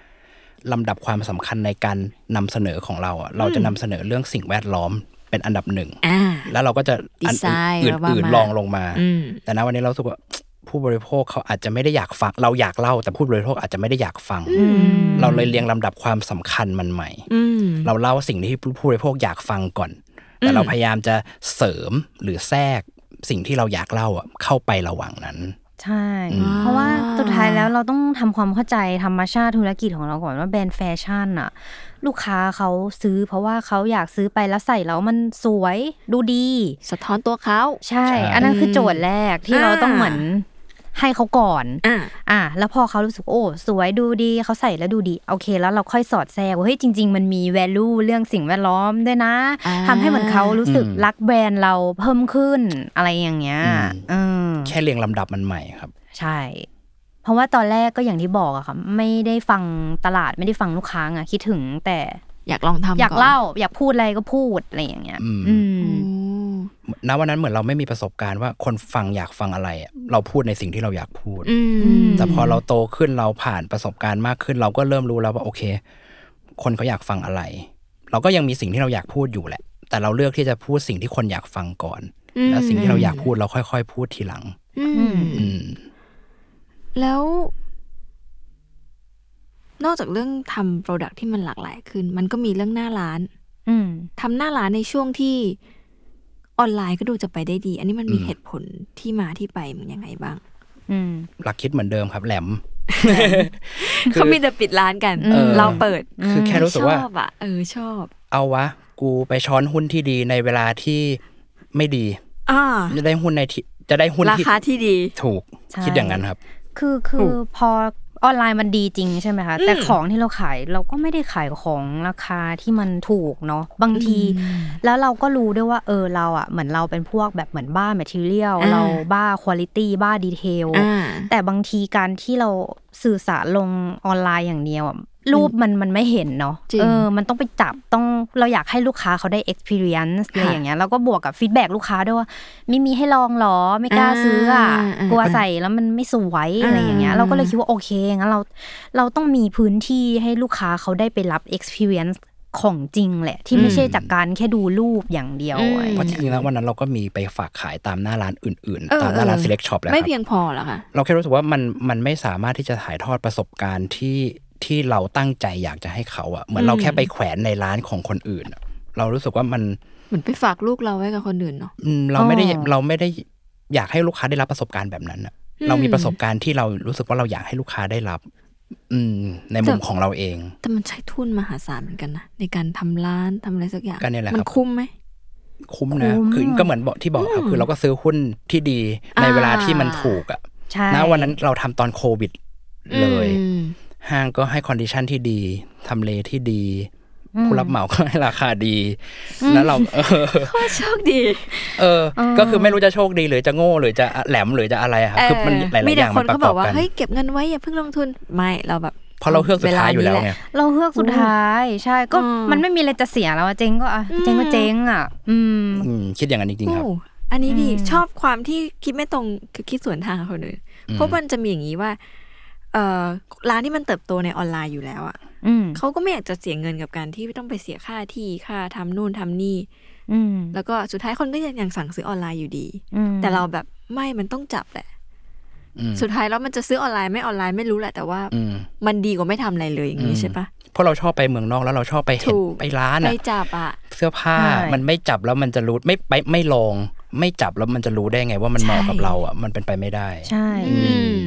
S2: ลำดับความสำคัญในการนำเสนอของเราอะเราจะนำเสนอเรื่องสิ่งแวดล้อมเป็นอันดับหนึ่ง
S1: อ่า
S2: แล้วเราก็จะอัน
S1: ดีไซน์
S2: อื่น
S1: ว่า
S2: อื่น
S1: มา
S2: รองลงมา
S1: อืม
S2: แต่ณวันนี้เรารู้สึกว่าผู้บริโภคเขาอาจจะไม่ได้อยากฟัง เราอยากเล่า แต่ผู้บริโภคอาจจะไม่ได้อยากฟัง เราเลยเรียงลำดับความสำคัญมันใหม่
S1: อืม
S2: เราเล่าสิ่งที่ผู้บริโภคอยากฟังก่อน แต่เราพยายามจะเสริมหรือแทรกสิ่งที่เราอยากเล่าอะเข้าไประหว่างนั้น
S3: ใช่
S2: อืม
S3: เพราะว่าสุดท้ายแล้วเราต้องทำความเข้าใจธรรมชาติธุรกิจของเราก่อนว่าแบรนด์แฟชั่นอะลูกค้าเขาซื้อ เพราะว่าเขาอยากซื้อไปแล้วใส่แล้วมันสวยดูดี
S1: สะท้อนตัวเขา
S3: ใช่
S2: ใช่
S3: อันนั้นคือโจทย์แรกที่
S1: อ่า
S3: เราต้องเหมือนให้เขาก่อน
S1: อ่า
S3: อ่ะแล้วพอเขารู้สึกโอ้ สวยดูดีเขาใส่แล้วดูดี โอเค แล้วเราค่อยสอดแทรกว่าเฮ้ยจริง ๆ มันมี value เรื่องสิ่งแวดล้อมด้วยนะ
S1: อ่า
S3: ทำให้เหมือนเขารู้สึก
S2: อืม
S3: รักแบรนด์เราเพิ่มขึ้นอะไรอย่างเงี้ย
S2: อืม
S3: เออ
S2: แค่เรียงลำดับมันใหม่ครับ
S3: ใช่ เพราะว่าตอนแรกก็อย่างที่บอกอะค่ะ ไม่ได้ฟังตลาดไม่ได้ฟังลูกค้าอะคิดถึงแต่
S1: อยากลองทำน
S3: อยากเล่า อยากพูดอะไรก็พูดอะไรอย่างเงี้ย
S2: อืม
S3: อืม
S1: อืม
S2: ณวันนั้นเหมือนเราไม่มีประสบการณ์ว่าคนฟังอยากฟังอะไรอะเราพูดในสิ่งที่เราอยากพูด
S1: อืม
S2: แต่พอเราโตขึ้นเราผ่านประสบการณ์มากขึ้น เราก็เริ่มรู้แล้วว่าโอเค คนเขาอยากฟังอะไร เราก็ยังมีสิ่งที่เราอยากพูดอยู่แหละ แต่เราเลือกที่จะพูดสิ่งที่คนอยากฟังก่อน แล้วสิ่งที่เราอยากพูดเราค่อย ๆ พูดทีหลัง
S1: อืม
S2: อืม
S1: แล้ว นอกจากเรื่องทำโปรดักที่มันหลากหลายขึ้น มันก็มีเรื่องหน้าร้าน
S3: อืม
S1: ทำหน้าร้านในช่วงที่ออนไลน์ก็ดูจะไปได้ดี อันนี้มันมี
S2: อืม
S1: เหตุผลที่มาที่ไปมันยังไงบ้าง
S3: อืม
S2: หลักคิดเหมือนเดิมครับ แห ลม
S1: เขามีแต่ปิดร้านกัน
S3: เออ
S1: เราเปิด
S2: คือแค่รู้สึกว่า
S1: ชอบอ่ะเออชอบ
S2: เอาวะ กูไปช้อนหุ้นที่ดีในเวลาที่ไม่ดี
S1: อ่า
S2: จะได้หุ้นในที่จะได้หุ้น
S1: รา
S2: ที่
S1: คาที่ดี
S2: ถูก
S3: ใช่
S2: คิดอย่างนั้นครับ
S3: คือคือพอออนไลน์มันดีจริงใช่ไหมคะแต่ของที่เราขายเราก็ไม่ได้ขายของราคาที่มันถูกเนาะบางที แล้วเราก็รู้ด้วยว่าเออเราอ่ะเหมือนเราเป็นพวกแบบเหมือนบ้าแมทเทียล
S1: อ่า
S3: เราบ้าคุณลิตี้บ้าดีเทล
S1: อ่า
S3: แต่บางทีการที่เราสื่อสารลงออนไลน์อย่างเดียวอะรูปมันมันไม่เห็นเนาะ
S1: จริง
S3: เออ มันต้องไปจับต้องเราอยากให้ลูกค้าเขาได้ experience อะไร
S1: ค่ะ
S3: อย่างเงี้ยแล้วก็บวกกับฟีดแบ็ลูกค้าด้วยว่าไม่มีให้ลองหรอไม่กล้าซื้ออ่ะ
S1: อ่าอ่าก
S3: ลัวใส่แล้วมันไม่สวยอะไรอย่างเงี้ย
S1: อ่า
S3: เราก็เลยคิดว่าโอเคงั้นเราเราต้องมีพื้นที่ให้ลูกค้าเขาได้ไปรับ experience ของจริงแหละ ที่ไม่ใช่จากการแค่ดูรูปอย่างเดียวอะไรอย่า
S2: เพราะ
S3: งเงี้ย
S2: จริงๆแล้ววันนั้นเราก็มีไปฝากขายตามหน้าร้านอื่น
S1: เออ
S2: ๆ ตามหน้าร้าน
S1: เออ
S2: select shop แล้วค
S1: ไม่
S2: รับ
S1: เพียงพอเหรอคะ
S2: เราแค่รู้สึกว่ามันมันไม่สามารถที่จะถ่ายทอดประสบการณ์ที่ที่เราตั้งใจอยากจะให้เขาอะเหมือนเราแค่ไปแขวนในร้านของคนอื่นอะเรารู้สึกว่ามัน
S1: เหมือนไปฝากลูกเราไว้กับคนอื่นเนาะ
S2: อืมเราไม่ได้
S3: อ๋อ
S2: เราไม่ได้อยากให้ลูกค้าได้รับประสบการณ์แบบนั้นอะเรามีประสบการณ์ที่เรารู้สึกว่าเราอยากให้ลูกค้าได้รับ อืม ในมุม
S1: แต่
S2: ของเราเอง
S1: แต่มันใช้ทุนมหาศาลเหมือนกันนะในการทำร้านทำอะไรสักอย่าง
S2: ก็เนี่ยแหละ
S1: มั
S2: ครับ
S1: คุ้มไหม
S2: คุ้มนะคือก็เหมือนบอกที่บอกครับคือเราก็ซื้อหุ้นที่ดีใน
S1: อ่า
S2: เวลาที่มันถูกอะ
S3: ใช่
S2: นะวันนั้นเราทำตอนโควิดเลย
S1: อืม
S2: ห้างก็ให้คอนดิชันที่ดี ทำเลที่ดี ผู้รับเหมาก็ให้ราคาดี แล้วเรา เออ
S1: ก็โชคดี
S2: เออ ก็คือไม่รู้จะโชคดีหรือจะโง่หรือจะแหลมหรือจะอะไรอะครับ คือมันหลาย
S1: มี
S2: ๆอ
S1: แต่
S2: ย่าง
S1: ค
S2: มัน นประ
S1: ก็
S2: ก
S1: บ
S2: อ
S1: อบ กว่า
S2: กัน
S1: เฮ้ย เก็บเงินไว้อย่าเพิ่งลงทุน ไม่เราแบบ
S2: เพราะเราเลือกสุดท้ายอยู่แล้ว
S1: เนี้
S2: ไง
S1: หะ
S3: เราเฮือกสุดท้าย ใช่ก็
S1: อืม
S3: มันไม่มีอะไรจะเสียแล้วอะเจ๊งก็อ่ะเจ๊งก็เจ๊งอ่ะ อืม
S2: อืมคิดอย่างนั้นจริงๆครับ
S1: โอ้อันนี้ดี
S3: อืม
S1: ชอบความที่คิดไม่ตรงคือคิดสวนทางกับคนอื่น
S2: อืม
S1: เพราะมันจะมีอย่างนี้ว่าเอ่อร้านที่มันเติบโตในออนไลน์อยู่แล้วอ่ะ
S3: อืม
S1: เขาก็ไม่อยากจะเสียเงินกับการที่ต้องไปเสียค่าที่ค่าทำนู่นทำนี่
S3: อืม
S1: แล้วก็สุดท้ายคนก็ยังยังสั่งซื้อออนไลน์อยู่ดี
S3: อืม
S1: แต่เราแบบไม่มันต้องจับแหละ
S2: อืม
S1: สุดท้ายแล้วมันจะซื้อออนไลน์ไม่ออนไลน์ไม่รู้แหละแต่ว่า
S2: อืม
S1: มันดีกว่าไม่ทำอะไรเลยอย่างนี้ใช่ปะ
S2: เพราะเราชอบไปเมืองนอกแล้วเราชอบไปเห็น
S1: ถูก
S2: ไปร้าน
S1: ไป
S2: อะ
S1: จับอ่ะ
S2: เสื้อผ้ามันไม่จับแล้วมันจะรู้ไม่ไปไม่ลอง ไม่จับแล้วมันจะรู้ได้ไงว่ามันเหมาะกับเราอ่ะมันเป็นไปไม่ได้
S3: ใช่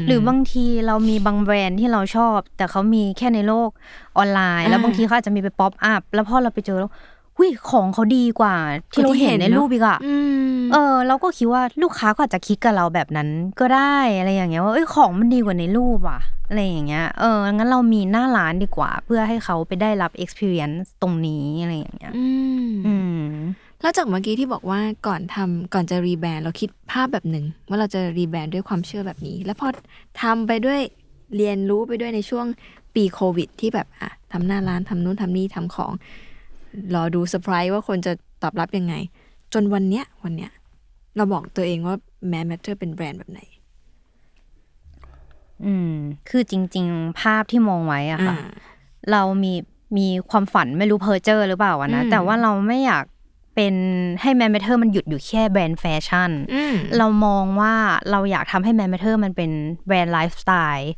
S3: หรือบางทีเรามีบางแบรนด์ที่เราชอบ แต่เขามีแค่ในโลกออนไลน์ แล้ว
S1: อ่า
S3: บางทีเขาอาจจะมีไปป๊อปอัพแล้วพอเราไปเจอแล้วหุยของเขาดีกว่า ที่เรา
S1: กว่าที่
S3: เห็น
S1: เห็น
S3: ใน
S1: เนอะ
S3: รูปอีกอะ
S1: อืม
S3: เออ เราก็คิดว่าลูกค้าก็อาจจะคิดกับเราแบบนั้นก็ได้อะไรอย่างเงี้ยว่าเอ้ยของมันดีกว่าในรูปอ่ะอะไรอย่างเงี้ยเอองั้นเรามีหน้าร้านดีกว่า เพื่อให้เขาไปได้รับ experience ตรงนี้อะไรอย่างเงี้ย
S1: อืม
S3: อืม
S1: แล้วจากเมื่อกี้ที่บอกว่าก่อนทำก่อนจะรีแบรนด์เราคิดภาพแบบหนึ่งว่าเราจะรีแบรนด์ด้วยความเชื่อแบบนี้ แล้วพอทำไปด้วยเรียนรู้ไปด้วยในช่วงปีโควิด ที่แบบอ่ะทำหน้าร้านทำนู้นทำนี่ทำของ รอดูเซอร์ไพรส์ว่าคนจะตอบรับยังไง จนวันเนี้ยวันเนี้ยเราบอกตัวเองว่าแมนแมทเทอร์เป็นแบรนด์แบบไหน
S3: อืม คือจริง ๆ ภาพที่มองไว้อะค่ะ
S1: อ่า
S3: เรามีมีความฝันไม่รู้เพอเจอร์หรือเปล่าวะนะ
S1: อืม
S3: แต่ว่าเราไม่อยากเป็นให้แมนเมเทอร์มันหยุดอยู่แค่แบรนด์แฟชั่น
S1: อืม
S3: เรามองว่าเราอยากทำให้แมนเมเทอร์มันเป็นแบรนด์ไลฟ์สไตล์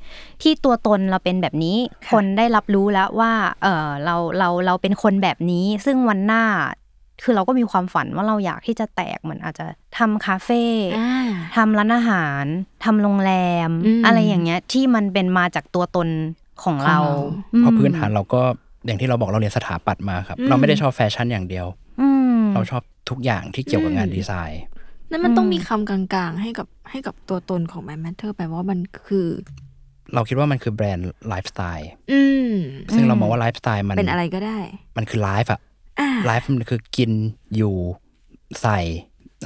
S3: ที่ตัวตนเราเป็นแบบนี้ คนได้รับรู้แล้วว่าเออเราเราเราเป็นคนแบบนี้ ซึ่งวันหน้า คือเราก็มีความฝันว่าเราอยากที่จะแตกเหมือนอาจจะทำคาเฟ่
S1: อ่า
S3: ทำร้านอาหารทำโรงแรม
S1: อืม
S3: อะไรอย่างเงี้ยที่มันเป็นมาจากตัวตนของเรา
S1: ของเรา
S3: อืม
S2: เพราะพื้นฐานเราก็อย่างที่เราบอกเราเรียนสถาปัตย์มาครับ เราไม่ได้ชอบแฟชั่นอย่างเดียว
S3: อืม
S2: เราชอบทุกอย่างที่เกี่ยวกับงานดีไซน์
S1: นั่นมันต้อง
S3: อืม
S1: มีคำกลางๆ ให้กับให้กับตัวตนของ My Matter แปลว่ามันคือ
S2: เราคิดว่ามันคือแบรนด์ไลฟ์สไตล์
S1: อืม
S2: ซึ่งเรามองว่าไลฟ์สไตล์มัน
S1: เป็นอะไรก็ได้
S2: มันคือไลฟ์อะ
S1: อ่า
S2: ไลฟ์มันคือกินอยู่ใส่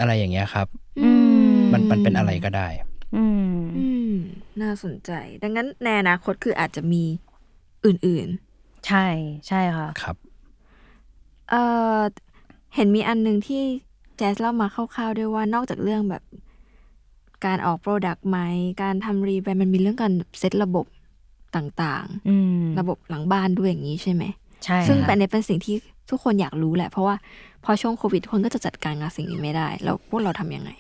S2: อะไรอย่างเงี้ยครับ
S3: อืม
S2: มันมันเป็นอะไรก็ได้
S3: อืม
S1: อืม น่าสนใจ ดังนั้นในอนาคตคืออาจจะมีอื่น
S3: ใช่ใช่ค่ะ
S2: ครับ
S1: ๆ เอ่อ เห็นมีอันหนึ่งที่แจสเล่ามาคร่าวๆด้วยว่านอกจากเรื่องแบบ การออกโปรดักต์ไหม การทำรีแบรนด์มันมีเรื่องการเซตระบบต่าง
S3: อืม
S1: ๆ ระบบหลังบ้านด้วยอย่างนี้ใช่ไหม
S3: ใช่
S1: ซึ่ง
S3: ค่ะ
S1: เป็นเป็นสิ่งที่ทุกคนอยากรู้แหละ เพราะว่าพอช่วงโควิดคนก็จะจัดการกับสิ่งนี้ไม่ได้ แล้วพวกเราทำยังไง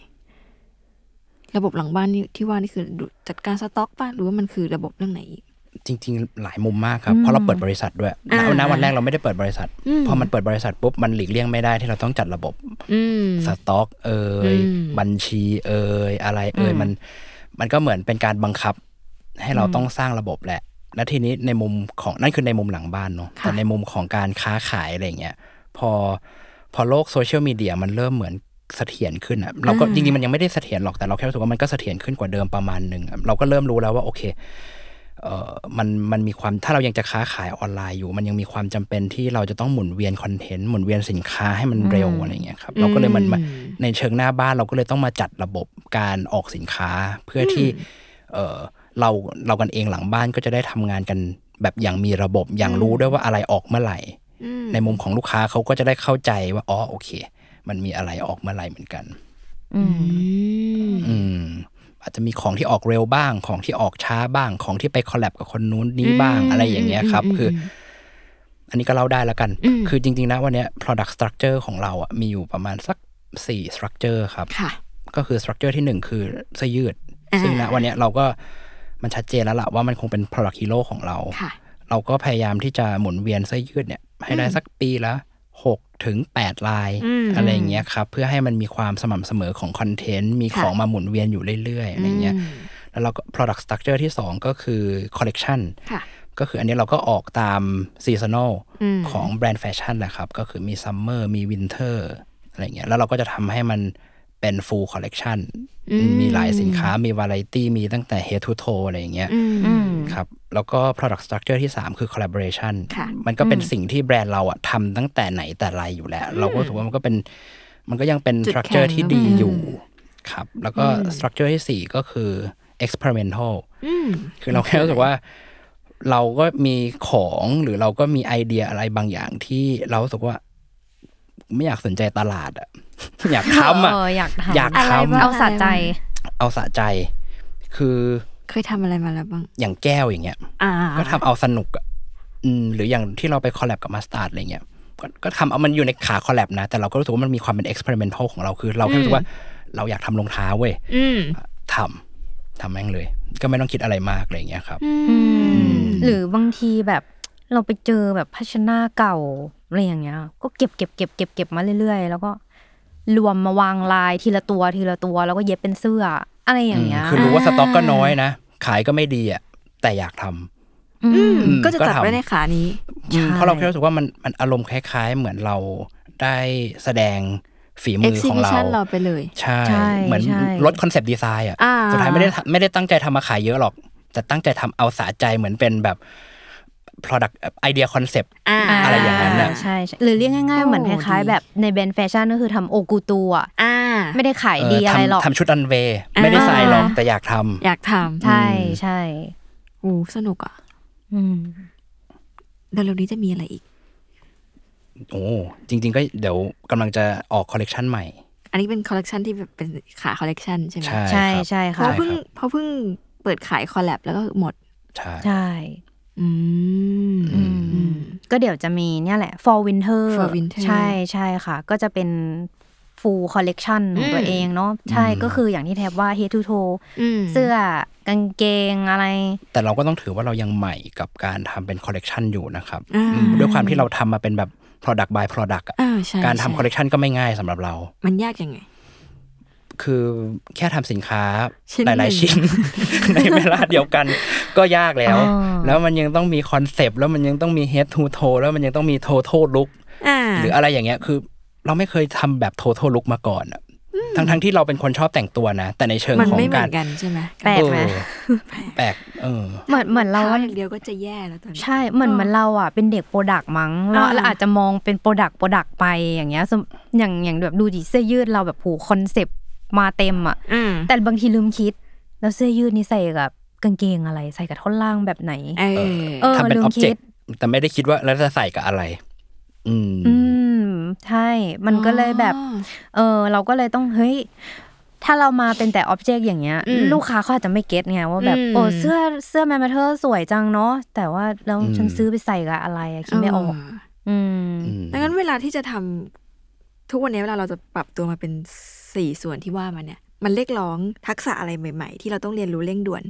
S1: ระบบหลังบ้านนี่ที่ว่านี่คือดูจัดการสต็อกป่ะหรือว่ามันคือระบบเรื่องไหนอีก
S2: จริงๆ หลายมุมมากครับ เพราะเราเปิดบริษัทด้วยณ
S1: อ่า
S2: ณวันแรกเราไม่ได้เปิดบริษัท
S1: อืม
S2: พอมันเปิดบริษัทปุ๊บ มันหลีกเลี่ยงไม่ได้ที่เราต้องจัดระบบ
S1: อืม
S2: สต็อกเอ่ย
S1: อืม
S2: บัญชีเอ่ยอะไรเอ่ยมัน มันก็เหมือนเป็นการบังคับ ให้เราต้องสร้างระบบแหละ และทีนี้ในมุมของนั่นคือในมุมหลังบ้านเนาะแต่ในมุมของการค้าขายอะไรเงี้ยพอพอโลกโซเชียลมีเดียมันเริ่มเหมือนเสถียรขึ้นอะเราก็จริงๆมันยังไม่ได้เสถียรหรอกแต่เราแค่รู้สึกว่ามันก็เสถียรขึ้นกว่าเดิมประมาณหนึ่งอะเราก็เริ่มรู้แล้วว่าโอเค เอ่อมันมันมีความถ้าเรายังจะค้าขายออนไลน์อยู่ มันยังมีความจำเป็นที่เราจะต้องหมุนเวียนคอนเทนต์หมุนเวียนสินค้าให้มันเร็วอะไรอย่างเงี้ยครับเราก็เลยมันมาในเชิงหน้าบ้านเราก็เลยต้องมาจัดระบบการออกสินค้า เพื่อที่เอ่อเราเรากันเองหลังบ้านก็จะได้ทำงานกันแบบอย่างมีระบบอย่างรู้ด้วยว่าอะไรออกเมื่อไหร่ ในมุมของลูกค้าเขาก็จะได้เข้าใจว่าอ๋อโอเค มันมีอะไรออกเมื่อไหร่เหมือนกัน
S3: อืม
S2: อืมอาจจะมีของที่ออกเร็วบ้างของที่ออกช้าบ้างของที่ไปคอลแลบกับคนนู้นนี้บ้างอะไรอย่างเงี้ยครับ คือออันนี้ก็เล่าได้แล้วกัน คือจริง ๆ นะวันเนี้ย product structure ของเราอ่ะมีอยู่ประมาณสักสี่ structure ครับ
S1: ค่ะ
S2: ก็คือ structure ที่หนึ่งคือเสื้อยืด ซึ่งนะวันเนี้ยเราก็มันชัดเจนแล้วล่ะว่ามันคงเป็น product hero ของเรา
S1: ค่ะ
S2: เราก็พยายามที่จะหมุนเวียนเสื้อยืดเนี่ยให้ได้สักปีละหกถึงแปดลาย
S1: อืม
S2: อะไรอย่างเงี้ยครับ เพื่อให้มันมีความสม่ำเสมอของคอนเทนต์ มี
S1: ค่ะ
S2: ของมาหมุนเวียนอยู่เรื่อยๆอะไรเงี้ยแล้วเราก็ product structure ที่ 2 ก็คือ collection
S1: ค่ะ
S2: ก็คืออันนี้เราก็ออกตาม seasonal
S1: อืม
S2: ของแบรนด์แฟชั่นนะครับ ก็คือมี summer มี winter อะไรเงี้ยแล้วเราก็จะทำให้มันเป็น full collection มีหลายสินค้ามี variety มีตั้งแต่ head to toe อะไรอย่างเงี้ย
S1: อืม
S3: อืม
S2: ครับแล้วก็ product structure ที่ 3 คือ collaboration
S1: ค่ะ
S2: มันก็เป็นสิ่งที่แบรนด์เราอะทำตั้งแต่ไหนแต่ไรอยู่แล้ว เราก็รู้สึกว่ามันก็เป็นมันก็ยังเป็น
S1: จุดแข็ง
S2: structure ที่ดีอยู่ครับแล้วก็ structure ทีสี่ 4 ก็คือ experimental
S1: อืม
S2: คือเราแค่รู้สึกว่าเราก็มีของหรือเราก็มีไอเดียอะไรบางอย่างที่เรารู้สึกว่า ไม่อยากสนใจตลาดอะ อยากทำ อะ
S3: เอออยากทำ
S2: อยากท
S1: อะไรบ้ง
S3: เอาสะใจ
S2: ำเอาสะใจ คือ
S1: เคยทำอะไรมาแล้วบ้าง
S2: อย่างแก้วอย่างเงี้ย
S1: อ่า
S2: ก็ทำเอาสนุกอะอืมหรืออย่างที่เราไปคอลแลบกับมาสตาร์ดอะไรเงี้ยก็ก็ทำเอามันอยู่ในขาคอลแลบนะ แต่เราก็รู้สึกว่ามันมีความเป็นเอ็กซ์เพร์เมนทัลของเราคือ เราแค่รู้สึกว่าเราอยากทำรองเท้าเว้ย
S1: อืม
S2: ทำทำแม่งเลย ก็ไม่ต้องคิดอะไรมากอะไรเงี้ยครับ
S3: หรือบางทีแบบเราไปเจอแบบภาชนะเก่าอะไรอย่างเงี้ย ก็เก็บเก็บเก็บเก็บเก็บมาเรื่อยๆ แล้วก็รวมมาวางลายทีละตัวทีละตัวแล้วก็เย็บเป็นเสื้อ อะไรอย่างเงี้ย
S2: คือรู้ว่าสต็อกก็น้อยนะ ขายก็ไม่ดีอ่ะแต่อยากทำ
S1: อืม
S2: อืม
S1: ก็จะจับ
S2: ก็ทำ
S1: ไว้ในขานี้
S2: อืม
S3: ใช่
S2: เพราะเราแค่รู้สึกว่ามันมันอารมณ์คล้าย ๆ เหมือนเราได้แสดงฝีมือของเรา
S1: exhibition เราไปเลย
S2: ใช่
S3: ใช่
S2: เหมือน
S3: ใช่
S2: ลดคอนเซปต์ดีไซน์อ่ะ
S1: อ่า
S2: สุดท้ายไม่ได้ทำไม่ได้ตั้งใจทำมาขายเยอะหรอก แต่ตั้งใจทำเอาสะใจเหมือนเป็นแบบ product ไอเดียคอนเซปต์
S1: อ่า
S2: อะไรอย่างนั้นน่ะ
S3: ใช่ใช่หรือเรียกง่ายๆ เหมือนคล้าย
S1: ดี
S3: ๆ แบบในแบรนด์แฟชั่นก็คือทำโอกูตัว
S1: อ่า
S3: ไม่ได้ขายดีอะไรหรอก
S2: ทำชุดอันเวย์ไม่ได้
S1: อ่า
S2: ใส่หรอกแต่อยากทำ
S1: อยากท
S3: ใช่ใช่
S1: ำโอ้สนุกอ่ะ
S3: อืม
S1: เดี๋ยวเร็วนี้จะมีอะไรอีก
S2: โอ้จริง ๆ ก็เดี๋ยวกำลังจะออกคอลเลกชันใหม่
S1: อันนี้เป็นคอลเลกชันที่แบบเป็นขาคอลเลกชันใช่ไหม
S2: ใช่
S3: ใช่
S2: ครับ
S1: เพ
S3: ใช่ค่ะ
S1: ราะเพิ่ง
S2: ใช่ครับ
S1: เพราะเพิ่งเปิดขายคอลแลบแล้วก็หมด
S2: ใช่
S3: ใช่
S1: อืม
S3: อืมก็เดี๋ยวจะมีเนี่ยแหละ for winter
S1: For Winter
S3: ใช่ใช่ค่ะ ก็จะเป็น full collection ของตัวเองเนาะใช่ก็คืออย่างที่แทบว่า head to toe
S1: อืม
S3: เสื้อ กางเกงอะไร
S2: แต่เราก็ต้องถือว่าเรายังใหม่กับการทำเป็นคอลเลกชันอยู่นะครับ
S1: อ่า
S2: อืมด้วยความที่เราทำมาเป็นแบบ product by product อะ
S1: อ่าใช่
S2: การ
S1: ใช่
S2: ทำ collection ก็ไม่ง่ายสำหรับเรา
S1: มันยากยังไง
S2: คือแค่ทำสินค้า
S1: ชิ้น
S2: หลาย
S1: หนึ่ง
S2: ๆ ชิ้น ในเวลาเดียวกันก็ยากแล้ว
S3: อ่า
S2: แล้วมันยังต้องมีคอนเซปต์แล้วมันยังต้องมี head to toe แล้วมันยังต้องมี total look
S1: อ่า
S2: หรืออะไรอย่างเงี้ยคือ เราไม่เคยทำแบบ total look มาก่อนอะทั้งทั้งๆที่เราเป็นคนชอบแต่งตัวนะ แต่ในเชิง
S1: มัน
S2: ของ
S1: ไม่เหมื
S2: กา
S1: อ
S2: ร
S1: นกันใช่ไหม
S3: แปลกไหม
S2: เออแปลกเออ
S3: เหมือนเหมือนเรา
S1: เรา
S3: ว่า
S1: อย่างเดียวก็จะแย่แล้วตอนนี้
S3: ใช่ เหมือนเหมือนเราอ่ะเป็นเด็กโปรดักมั้งเรา
S1: อ่า
S3: เราอาจจะมองเป็นโปรดักโปรดักไปอย่างเงี้ยสมอย่างอย่างแบบดูดิเสื้อยืดเราแบบผูคอนเซปต์มาเต็มอ่ะ
S1: อืม
S3: แต่บางทีลืมคิด แล้วเสื้อยืดนี่ใส่กับกางเกงอะไรใส่กับท่อนล่างแบบไหน
S1: เออ
S3: เออ
S2: ทำเป็น
S3: ลื
S2: อ
S3: ม
S2: อบเจ
S3: คิ
S2: ก
S3: ด
S2: ต์แต่ไม่ได้คิดว่าแล้วจะใส่กับอะไร อืม
S3: อืมใช่ มันก็เลยแบบ เออ เราก็เลยต้องเฮ้ย ถ้าเรามาเป็นแต่ออบเจกต์อย่างเงี้ย
S1: อืม
S3: ลูกค้าเขาอาจจะไม่เก็ตไงว่าแบบ
S1: อืม
S3: โอ้เสื้อเสื้อแมนมาเธอสวยจังเนาะแต่ว่าแล้ว
S2: อืม
S3: ฉันซื้อไปใส่กับอะไรอะคิดไม่ออกอืม
S2: ม
S1: ดังนั้นเวลาที่จะทำทุกวันนี้เวลาเราจะปรับตัวมาเป็นสี่ส่วนที่ว่ามาเนี่ย มันเรียกร้องทักษะอะไรใหม่ ๆ ที่เราต้องเรียนรู้เร่งด่วน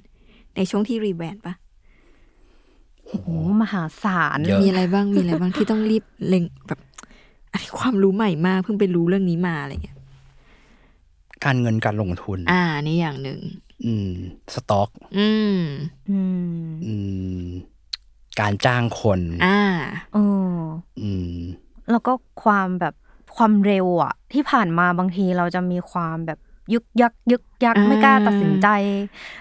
S1: ในช่วงที่รีแบรนด์ปะ
S3: โอ้โหมหาศาล
S2: เยอะ
S1: มีอะไรบ้างมีอะไรบ้างที่ต้องรีบเร่งแบบอะไรความรู้ใหม่มากเพิ่งไปรู้เรื่องนี้มาอะไรเงี้ย
S2: การเงินการลงทุน
S1: อ่านี่อย่างหนึ่ง
S2: อืม สต็อก
S1: อืม
S3: อืม
S2: อืม การจ้างคน
S1: อ่า
S3: เออ
S2: อืม
S3: แล้วก็ความแบบความเร็วอะที่ผ่านมาบางทีเราจะมีความแบบยึกยักยึกยัก
S1: อ่า
S3: ไม่กล้าตัดสินใจ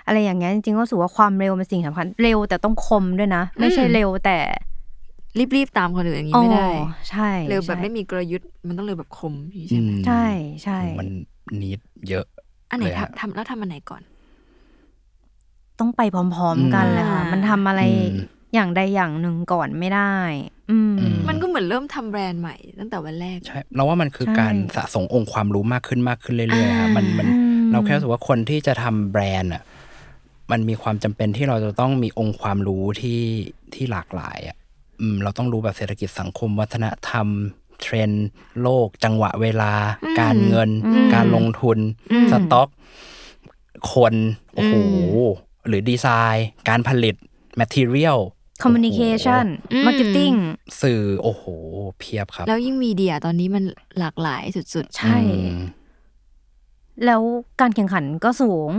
S3: อะไรอย่างเงี้ยจริงๆก็รู้สูว่าความเร็วเป็นสิ่งสำคัญเร็วแต่ต้องคมด้วยนะ ไม่ใช่เร็วแต่
S1: รีบๆตามคนอื่นอย่างนี้ไม่ได้
S3: อ๋อใช่
S1: เร็วแบบไม่
S3: ใช่
S1: มีกลยุทธ์มันต้องเร็วแบบคมอย่างนี้
S2: อื
S1: ใช่ไหม
S2: ม
S3: ใช่ใช่
S2: มันนิดเยอะ
S1: อันไหน
S2: เลยฮะ
S1: ทำทำแล้วทำอันไหนก่อน
S3: ต้องไปพร้อม ๆ กันเลยค่ะ
S1: อืม
S3: มันทำอะไร
S2: อืม
S3: อย่างใดอย่างหนึ่งก่อนไม่ได้ อืม
S2: อืม
S1: มันก็เหมือนเริ่มทำแบรนด์ใหม่ตั้งแต่วันแรก
S2: ใช่เราว่ามันคือ
S3: ใช่
S2: การสะสมองค์ความรู้มากขึ้นมากขึ้นเรื่อยๆครับมันมัน
S3: อืม
S2: เราแค่รู้สึกว่าคนที่จะทำแบรนด์อ่ะมันมีความจำเป็นที่เราจะต้องมีองค์ความรู้ที่ที่หลากหลายอ่ะอืม เราต้องรู้แบบเศรษฐกิจสังคม วัฒนธรรม เทรนด์โลก จังหวะเวลา การเงิน การลงทุน สต็อก คนโอ้โหหรือดีไซน์ การผลิต material
S3: คอมมิวนิเคชัน
S1: อืม
S3: มาร์เก็ตติ้ง
S2: สื่อโอ้โห เพียบครับ
S1: แล้วยิ่งมีเดียตอนนี้มันหลากหลายสุด
S3: ใช่
S2: อืม
S3: แล้วการแข่งขันก็สูง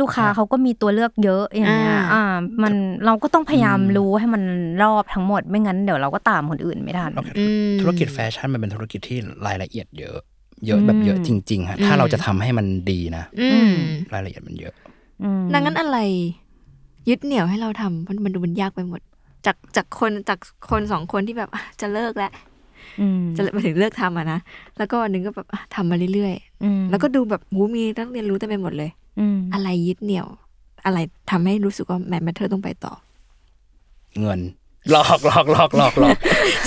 S3: ลูกค้าเขาก็มีตัวเลือกเยอะอย่างเงี้ย
S1: อ่า
S3: อ่า มันเราก็ต้องพยายามรู้ให้มันรอบทั้งหมดไม่งั้นเดี๋ยวเราก็ตามคนอื่นไม่ทัน
S1: ๆอืม
S2: ธุรกิจแฟชั่นมันเป็นธุรกิจที่รายละเอียดเยอะ เยอะแบบเยอะจริงๆฮะถ้าเราจะทำให้มันดีนะ
S1: อืม
S2: รายละเอียดมันเยอะ
S3: อืม
S1: ดังนั้นอะไร ยึดเหนี่ยวให้เราทำมันมันดูมันยากไปหมด จากจากคนจากคนสองคนที่แบบอ่ะจะเลิกแล้ว
S3: อืม
S1: จะมาถึงเลิกทำอ่ะนะแล้วก็วันหนึงก็แบบอ่ะทำมาเรื่อย
S3: อืม
S1: ๆ แล้วก็ดูแบบหูมีต้องเรียนรู้เต็มไปหมดเลย
S3: อืม
S1: อะไรยึดเหนี่ยว อะไรทำให้รู้สึกว่าแมทแมทเธอต้องไปต่อ
S2: เงิน หลอกหลอกหลอกหลอกหลอก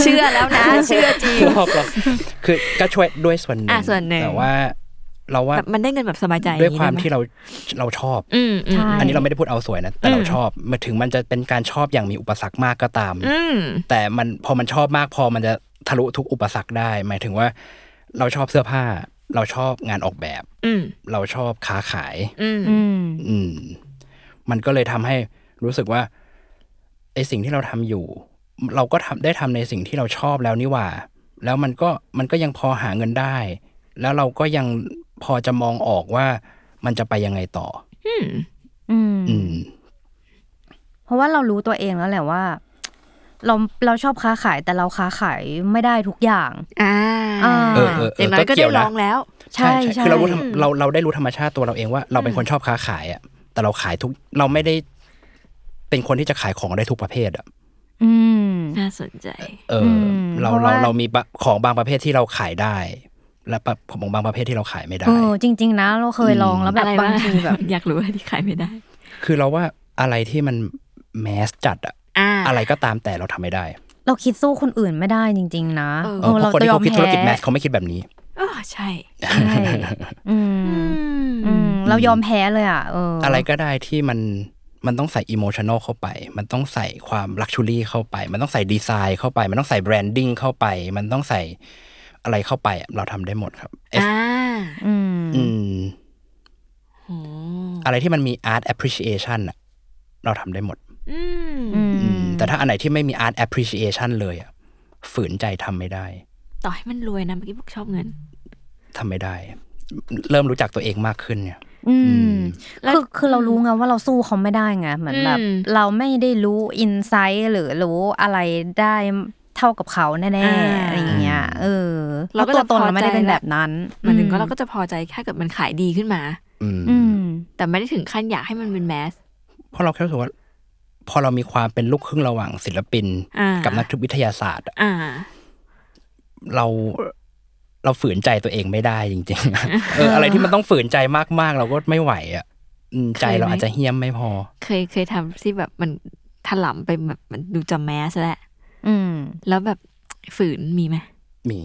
S1: เชื่อแล้วนะ เชื่อ จริง
S2: หลอกหลอกคือก็ช่วยด้วยส่วนหนึ่
S1: อ่ะ
S2: ง
S1: ส่วนหนึ่ง
S2: แต่ว่า เราว่า
S1: แบบมันได้เงินแบบสบายใจ
S2: ด้วยความ
S1: อย่งนี้
S2: ที่
S1: ไไห
S2: เราเราชอบ
S1: อืมอืม
S3: ใช่
S2: อันนี้เราไม่ได้พูดเอาสวยนะแต่เราชอบมาถึงมันจะเป็นการชอบอย่างมีอุปสรรคมากก็ตาม
S1: อืม
S2: แต่มันพอมันชอบมากพอมันจะทะลุทุกอุปสรรคได้ หมายถึงว่า เราชอบเสื้อผ้า เราชอบงานออกแบบ
S1: อืม
S2: เราชอบค้าขาย
S1: อืม
S3: อืม
S2: อืมมันก็เลยทำให้รู้สึกว่าไอสิ่งที่เราทำอยู่ เราก็ทำได้ทำในสิ่งที่เราชอบแล้วนี่หว่า แล้วมันก็มันก็ยังพอหาเงินได้ แล้วเราก็ยังพอจะมองออกว่ามันจะไปยังไงต่อ
S3: อืม
S2: อืม
S3: เพราะว่าเรารู้ตัวเองแล้วแหละว่า เราเราชอบค้าขายแต่เราค้าขายไม่ได้ทุกอย่าง
S1: อ่า
S3: อ่า
S2: เออเออเออ
S1: อย่างน้อย
S2: ก็
S1: ก็
S2: เกี่
S1: ได้
S2: ยวนะ
S1: ลองแล้ว
S3: ใช่ใช่
S2: คือเรารู้ธรรมเราเราได้รู้ธรรมชาติตัวเราเองว่าเราเป็นคนชอบค้าขายอะแต่เราขายทุกเราไม่ได้ เป็นคนที่จะขายของได้ทุกประเภทอะ
S3: อืม
S1: น่าสนใจ
S2: เอออ
S3: ม
S2: เรา
S3: เพราะ
S2: เรา
S3: ว่า
S2: เรามีบะของบางประเภทที่เราขายได้ และประของบางประเภทที่เราขายไม่ได้
S3: เออจริง ๆ นะ เราเคยลองแล้วแบบ
S1: อะไร
S3: บางที แบบ
S1: อยากรู้ว่าที่ขายไม่ได้
S2: คือเราว่าอะไรที่มันแมสจัดอะ
S1: อ่า
S2: อะไรก็ตามแต่เราทำไม่ได้
S3: เราคิดสู้คนอื่นไม่ได้จริง ๆ นะ
S1: เออ
S2: เออเพราะคนที่เขาคิดธุรกิจแม
S3: แพ้
S2: สเขาไม่คิดแบบนี้
S1: อ๋อใช่
S3: ใช่ อืมอืมเรายอมแพ้เลยอ่ะเอออ
S2: อะไรก็ได้ที่มันมันต้องใส่อิโมชัน a ลเข้าไป มันต้องใส่ความลักชูรี่เข้าไป มันต้องใส่ดีไซน์เข้าไป มันต้องใส่แบรนดิ้งเข้าไป มันต้องใส่อะไรเข้าไปอะเราทำได้หมดครับเอฟ
S1: อ่า
S3: อืม
S2: อืม
S1: โห
S2: อะไรที่มันมี art appreciation อะเราทำได้หมด
S1: อืม
S3: อืม
S2: อืมแต่ถ้าอันไหนที่ไม่มี art appreciation เลยอะ ฝืนใจทำไม่ได้
S1: ต่อให้มันรวยนะเมื่อกี้บอกชอบเงิน
S2: ทำไม่ได้ เริ่มรู้จักตัวเองมากขึ้นเนี่ย
S3: อืม
S1: แล้ว
S3: คือคือเรารู้ไงว่าเราสู้เขาไม่ได้ไงเหมือนแบบ
S1: อืม
S3: เราไม่ได้รู้อินไซต์หรือรู้อะไรได้เท่ากับเขาแน่
S1: อ่า
S3: ๆอะไรอย่างเงี้ยเออ
S1: เราก็
S3: พะตั
S1: จะ
S3: วตนเราไม่
S1: พ
S3: ได้
S1: อใจ
S3: เป็นแบบนั้น
S1: หมันถึงก็
S3: อื
S1: เราก็จะพอใจแค่เกิดมันขายดีขึ้นมา
S2: อืม
S3: อืม
S1: แต่ไม่ได้ถึงขั้นอยากให้มันเป็นแมส
S2: เพราะเราแค่รู้สึกว่า พอเรามีความเป็นลูกครึ่งระหว่างศิลปิน
S1: อ่ากั
S2: กับนักวิทยาศาสตร์อะ
S1: อ่า
S2: เราเราฝืนใจตัวเองไม่ได้จริง ๆ เอออะไรที่มันต้องฝืนใจมากๆ เราก็ไม่ไหวอ่ะอืมใจเราอาจจะเฮี้ยมไม่พอ
S1: เคยเคยทำที่แบบมันถลำไปแบบมันดูจะแมสแล้ว
S3: อืม
S1: แล้วแบบฝืนมีไหม
S2: มี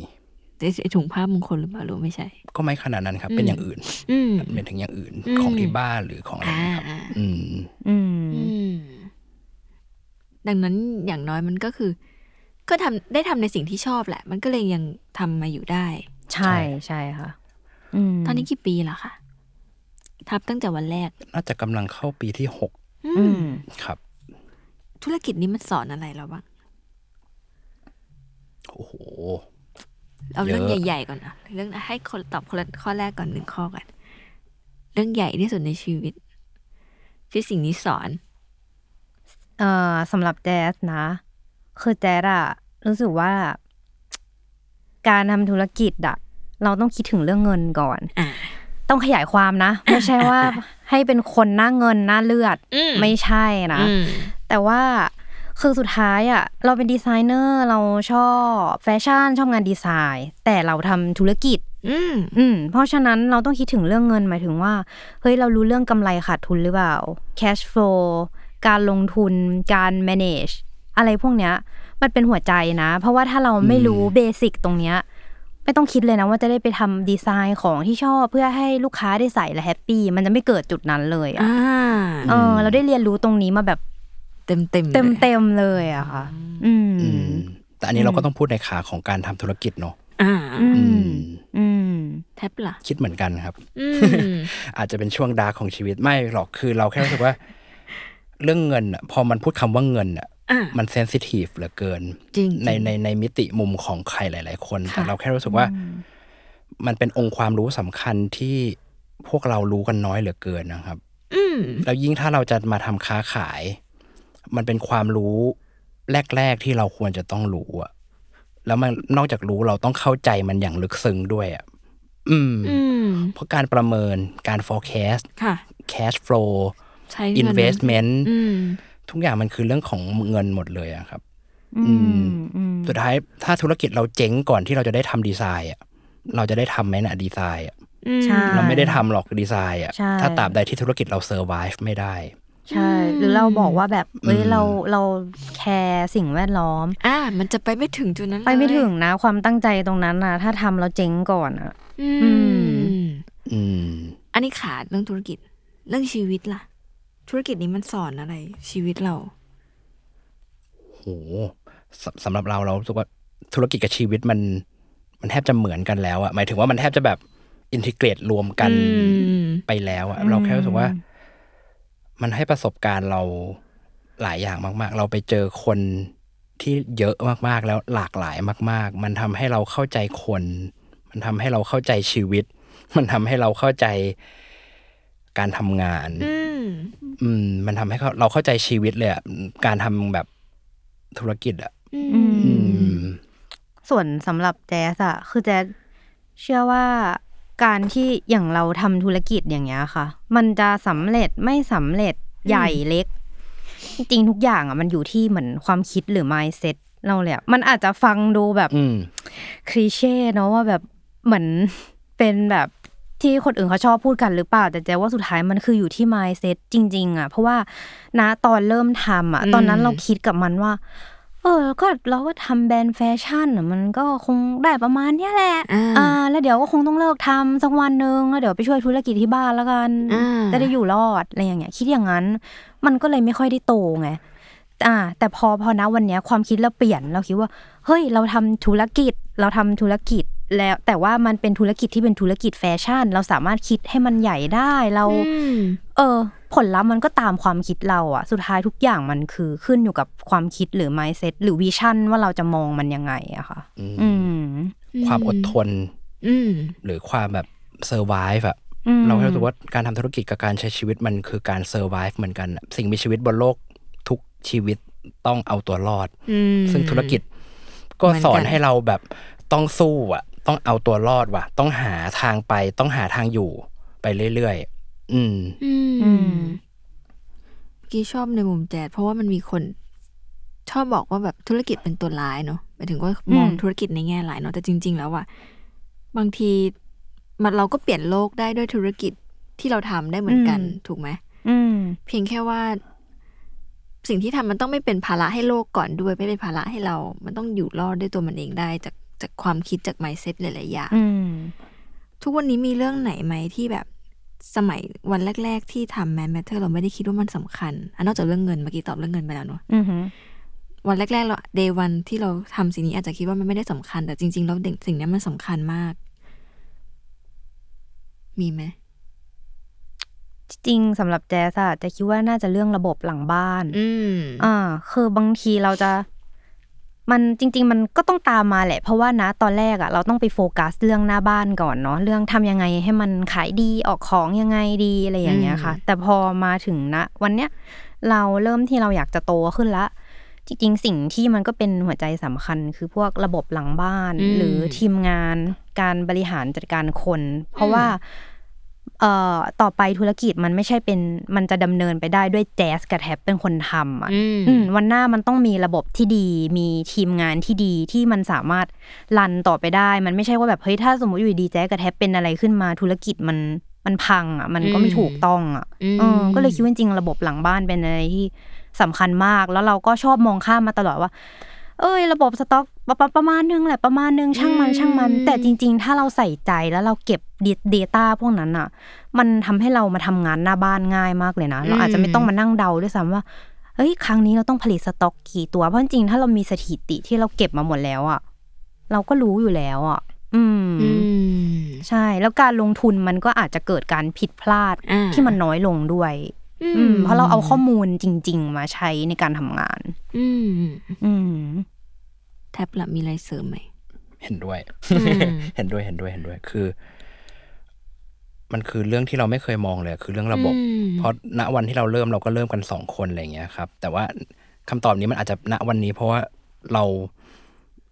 S1: ไอ้ไอ้ถุงผ้ามงคลหรือเปล่ารู้ไม่ใช่
S2: ก็ไม่ขนาดนั้นครับ เป็นอย่างอื่น
S1: อืม
S2: เป็นถึงอย่างอื่น
S1: อืม
S2: ของที่บ้านหรือของอะไร
S1: อ่า
S2: นะครับ
S1: อ่า
S2: อืม
S3: อืม
S1: ดังนั้นอย่างน้อยมันก็คือ ก็ทำได้ทำในสิ่งที่ชอบแหละ มันก็เลยยังทำมาอยู่ได้
S3: ใช่ใช่ค่ะ อืม
S1: ตอนนี้กี่ปีแล้วคะทับตั้งแต่วันแรก
S2: น่าจะกำลังเข้าปีที่หก
S3: อืม
S2: ครับ
S1: ธุรกิจนี้มันสอนอะไรเราบ้าง
S2: โอ้โห
S1: เอาเรื่อง
S2: เยอะ
S1: ใหญ่ๆก่อนอะเรื่องให้คนตอบคนละข้อแรกก่อนหนึ่งข้อก่อนเรื่องใหญ่ที่สุดในชีวิต ที่สิ่งนี้สอน
S3: เอ่อสำหรับแจ๊สนะ คือแจ๊สอะรู้สึกว่า การทำธุรกิจอะเราต้องคิดถึงเรื่องเงินก่อน
S1: อ่า
S3: ต้องขยายความนะ ไม่ใช่ว่าให้เป็นคนหน้าเงินหน้าเลือด
S1: อืม
S3: ไม่ใช่นะ
S1: อืม
S3: แต่ว่าคือสุดท้ายอ่ะเราเป็นดีไซเนอร์เราชอบแฟชั่นชอบงานดีไซน์ แต่เราทำธุรกิจ
S1: อืม
S3: อืมเพราะฉะนั้นเราต้องคิดถึงเรื่องเงินหมายถึงว่าเฮ้ยเรารู้เรื่องกำไรขาดทุนหรือเปล่า cash flow การลงทุนการ manage อะไรพวกเนี้ย มันเป็นหัวใจนะ เพราะว่าถ้าเราไม่รู้เบสิกตรงเนี้ยไม่ต้องคิดเลยนะว่าจะได้ไปทำดีไซน์ของที่ชอบเพื่อให้ลูกค้าได้ใส่และแฮปปี้มันจะไม่เกิดจุดนั้นเลยอะ
S1: อ่า
S3: เออเราได้เรียนรู้ตรงนี้มาแบบ
S1: เต็มเต็ม
S3: เต็มเต็มๆเลยอะค่ะ อืม
S2: อืม แต่อันนี้เราก็ต้องพูดในขาของการทำธุรกิจเนอะ
S1: อ่า
S3: อืม อืม
S1: แท็บล่ะ
S2: คิดเหมือนกันครับ
S1: อืม
S2: อาจจะเป็นช่วงดาร์กของชีวิตไม่หรอกคือเราแค่รู้สึกว่า เรื่องเงินอ่ะ พอมันพูดคำว่าเงินอ่ะ
S1: อ่า
S2: มันเซนซิทีฟเหลือเกิน
S1: จริงๆ
S2: ในในในมิติมุมของใครหลาย ๆ คน แต่เราแค่รู้สึกว่า มันเป็นองค์ความรู้สำคัญที่พวกเรารู้กันน้อยเหลือเกินนะครับ
S1: อืม
S2: แล้วยิ่งถ้าเราจะมาทำค้าขาย มันเป็นความรู้แรก ๆ ที่เราควรจะต้องรู้อะแล้วมันนอกจากรู้เราต้องเข้าใจมันอย่างลึกซึ้งด้วยอะอืม
S1: อืม
S2: เพราะการประเมินการ forecast
S1: ค่ะ
S2: cash flow
S1: ใช้เงิน
S2: investment
S1: อืม
S2: ทุกอย่างมันคือเรื่องของเงินหมดเลยอะครับ
S3: อืม อืม
S2: สุดท้ายถ้าธุรกิจเราเจ๊งก่อนที่เราจะได้ทำดีไซน์อะเราจะได้ทำไหมนะดีไซน์อะ
S3: ใช่
S2: เราไม่ได้ทำหรอกดีไซน์อะ
S3: ใช่
S2: ถ้าตราบใดที่ธุรกิจเรา survive ไม่ได้
S3: ใช่ หรือเราบอกว่าแบบเอ้ยเราเราแคร์สิ่งแวดล้อม
S1: อ่า มันจะไปไม่ถึงจุดนั้นเลย
S3: ไปไม่ถึงนะ ความตั้งใจตรงนั้นนะถ้าทำเราเจ๊งก่อนอะ
S1: อื
S3: อื
S1: ม
S3: ม
S2: อืม
S1: อันนี้ขาดเรื่องธุรกิจ เรื่องชีวิตล่ะ ธุรกิจนี้มันสอนอะไร ชีวิตเรา
S2: โหสสำหรับเราเรารู้สึกว่าธุรกิจกับชีวิตมัน มันแทบจะเหมือนกันแล้วอะหมายถึงว่ามันแทบจะแบบอินทิเกรตรวมกัน
S1: อืม
S2: ไปแล้วอะเราแค่รู้สึกว่า มันให้ประสบการณ์เราหลายอย่างมาก ๆ เราไปเจอคนที่เยอะมากๆ แล้วหลากหลายมาก ๆ มันทำให้เราเข้าใจคน มันทำให้เราเข้าใจชีวิต มันทำให้เราเข้าใจการทำงาน
S1: อืม
S2: อืม มันทำให้เขาเราเข้าใจชีวิตเลยอะการทำแบบธุรกิจอะ
S3: อืม
S2: อืม
S3: ส่วนสำหรับแจ๊สอะคือแจ๊สเชื่อว่าการที่อย่างเราทำธุรกิจอย่างเงี้ยค่ะ มันจะสำเร็จไม่สำเร็จใหญ่เล็ก จริงๆทุกอย่างอะมันอยู่ที่เหมือนความคิดหรือ mindset เราเลยอะมันอาจจะฟังดูแบบ
S2: อืม
S3: คลีเช่เนาะว่าแบบเหมือนเป็นแบบที่คนอื่นเขาชอบพูดกันหรือเปล่า แต่แจ๊ว่าสุดท้ายมันคืออยู่ที่ mindset จริง ๆอะเพราะว่านะตอนเริ่มทำอะตอนนั้นเราคิดกับมันว่า เออก็เราก็ทำแบรนด์แฟชั่นน่ะมันก็คงได้ประมาณเนี้ยแหละ
S1: อ่า
S3: แล้วเดี๋ยวก็คงต้องเลิกทำสักวันหนึ่งแล้วเดี๋ยวไปช่วยธุรกิจที่บ้านแล้วกัน
S1: อ่า
S3: จะได้อยู่รอดอะไรอย่างเงี้ย คิดอย่างนั้น มันก็เลยไม่ค่อยได้โตไง อ่า แต่พอพอนะวันเนี้ยความคิดเราเปลี่ยนเราคิดว่า เฮ้ย เราทำธุรกิจ เราทำธุรกิจ แล้วแต่ว่ามันเป็นธุรกิจที่เป็นธุรกิจแฟชั่น เราสามารถคิดให้มันใหญ่ได้เรา
S1: อืม
S3: เออ ผลลัพธ์มันก็ตามความคิดเราอะสุดท้ายทุกอย่างมันคือขึ้นอยู่กับความคิดหรือ mindset หรือวิชั่นว่าเราจะมองมันยังไงอะค่ะ
S2: อืม
S3: อืม
S2: ความอดทน
S1: อืม
S2: หรือความแบบเซอร์ไวฟ์อะ
S3: อืม
S2: เราแค่รู้สึกว่าการทำธุรกิจกับการใช้ชีวิตมันคือการเซอร์ไวฟ์เหมือนกันอะสิ่งมีชีวิตบนโลกทุกชีวิตต้องเอาตัวรอด
S1: อืม
S2: ซึ่งธุรกิจก็
S1: เหมือนกัน
S2: สอนให้เราแบบต้องสู้อ่ะ ต้องเอาตัวรอดว่ะ ต้องหาทางไป ต้องหาทางอยู่ไปเรื่อยๆอืม
S1: อื
S3: อื
S1: ม
S3: ม
S1: กี้ชอบในมุมแจดเพราะว่ามันมีคน ชอบบอกว่าแบบธุรกิจเป็นตัวร้ายเนาะหมายถึงว่ามอง
S3: อืม
S1: ธุรกิจในแง่ร้ายเนาะแต่จริง ๆ แล้วอะบางทีมันเราก็เปลี่ยนโลกได้ด้วยธุรกิจที่เราทำได้เหมือนกันถูกไหม
S3: อืม
S1: เพียงแค่ว่า สิ่งที่ทำมันต้องไม่เป็นภาระให้โลกก่อนด้วย ไม่เป็นภาระให้เรา มันต้องอยู่รอดด้วยตัวมันเองได้ จากจากความคิดจาก mindset หลายๆอย่าง
S3: อืม
S1: ทุกวันนี้มีเรื่องไหนไหมที่แบบสมัยวันแรก ๆ ที่ทำ man matter เราไม่ได้คิดว่ามันสำคัญอันนอกจากเรื่องเงินเมื่อกี้ตอบเรื่องเงินไปแล้วเนอะ
S3: อือหือ
S1: วันแรก ๆ เรา day one ที่เราทำสิ่งนี้อาจจะคิดว่ามันไม่ได้สำคัญ แต่จริงๆแล้วเด็กสิ่งนี้มันสำคัญมาก มีไหม
S3: จริงๆสำหรับแจสอะจะคิดว่าน่าจะเรื่องระบบหลังบ้าน
S1: อืม
S3: อ่า คือบางทีเราจะ มันจริง ๆ มันก็ต้องตามมาแหละ เพราะว่านะตอนแรกอะเราต้องไปโฟกัสเรื่องหน้าบ้านก่อนเนาะเรื่องทำยังไงให้มันขายดีออกของยังไงดีอะไรอย่างเงี้ยค่ะ
S1: อืม
S3: แต่พอมาถึงนะ วันเนี้ยเราเริ่มที่เราอยากจะโตขึ้นละ จริง ๆ สิ่งที่มันก็เป็นหัวใจสำคัญ คือพวกระบบหลังบ้าน
S1: อืม
S3: หรือทีมงานการบริหารจัดการคน เพราะว่าเอ่อต่อไปธุรกิจมันไม่ใช่เป็นมันจะดำเนินไปได้ด้วยแจสกับแท็บเป็นคนทำอ่ะ
S1: อืม
S3: อืมวันหน้ามันต้องมีระบบที่ดี มีทีมงานที่ดีที่มันสามารถรันต่อไปได้ มันไม่ใช่ว่าแบบเฮ้ยถ้าสมมติอยู่ดีแจสกับแท็บเป็นอะไรขึ้นมาธุรกิจมันมันพังอ่ะมันก็ไม่ถูกต้องอ่ะ
S1: อืม
S3: เออก็เลยคิดว่าจริงๆระบบหลังบ้านเป็นอะไรที่สำคัญมาก แล้วเราก็ชอบมองข้ามมาตลอดว่า เอ้ย ระบบสต็อกประประประมาณนึงแหละประมาณนึงช่างมันช่างมัน แต่จริง ๆ ถ้าเราใส่ใจแล้วเราเก็บ Data พวกนั้นอ่ะ มันทำให้เรามาทำงานหน้าบ้านง่ายมากเลยนะ เราอาจจะไม่ต้องมานั่งเดาด้วยซ้ำว่าเอ้ยครั้งนี้เราต้องผลิตสต็อกกี่ตัวเพราะจริงๆถ้าเรามีสถิติที่เราเก็บมาหมดแล้วอ่ะเราก็รู้อยู่แล้วอ่ะ อืม
S1: อืม
S3: ใช่ แล้วการลงทุนมันก็อาจจะเกิดการผิดพลาด
S1: อ่า
S3: ที่มันน้อยลงด้วย
S1: อื
S3: อืมเพราะเราเอาข้อมูลจริง ๆ มาใช้ในการทำงาน
S1: อืม
S3: อืม
S1: แท็บละมีอะไรเสริมไหม
S2: เห็นด้วย เห็นด้วยเห็นด้วยเห็นด้วยคือ มันคือเรื่องที่เราไม่เคยมองเลยคือเรื่องระบบ
S1: อืม
S2: เพราะณวันที่เราเริ่มเราก็เริ่มกันสองคนอะไรอย่างเงี้ยครับ แต่ว่าคำตอบนี้มันอาจจะณวันนี้ เพราะว่าเรา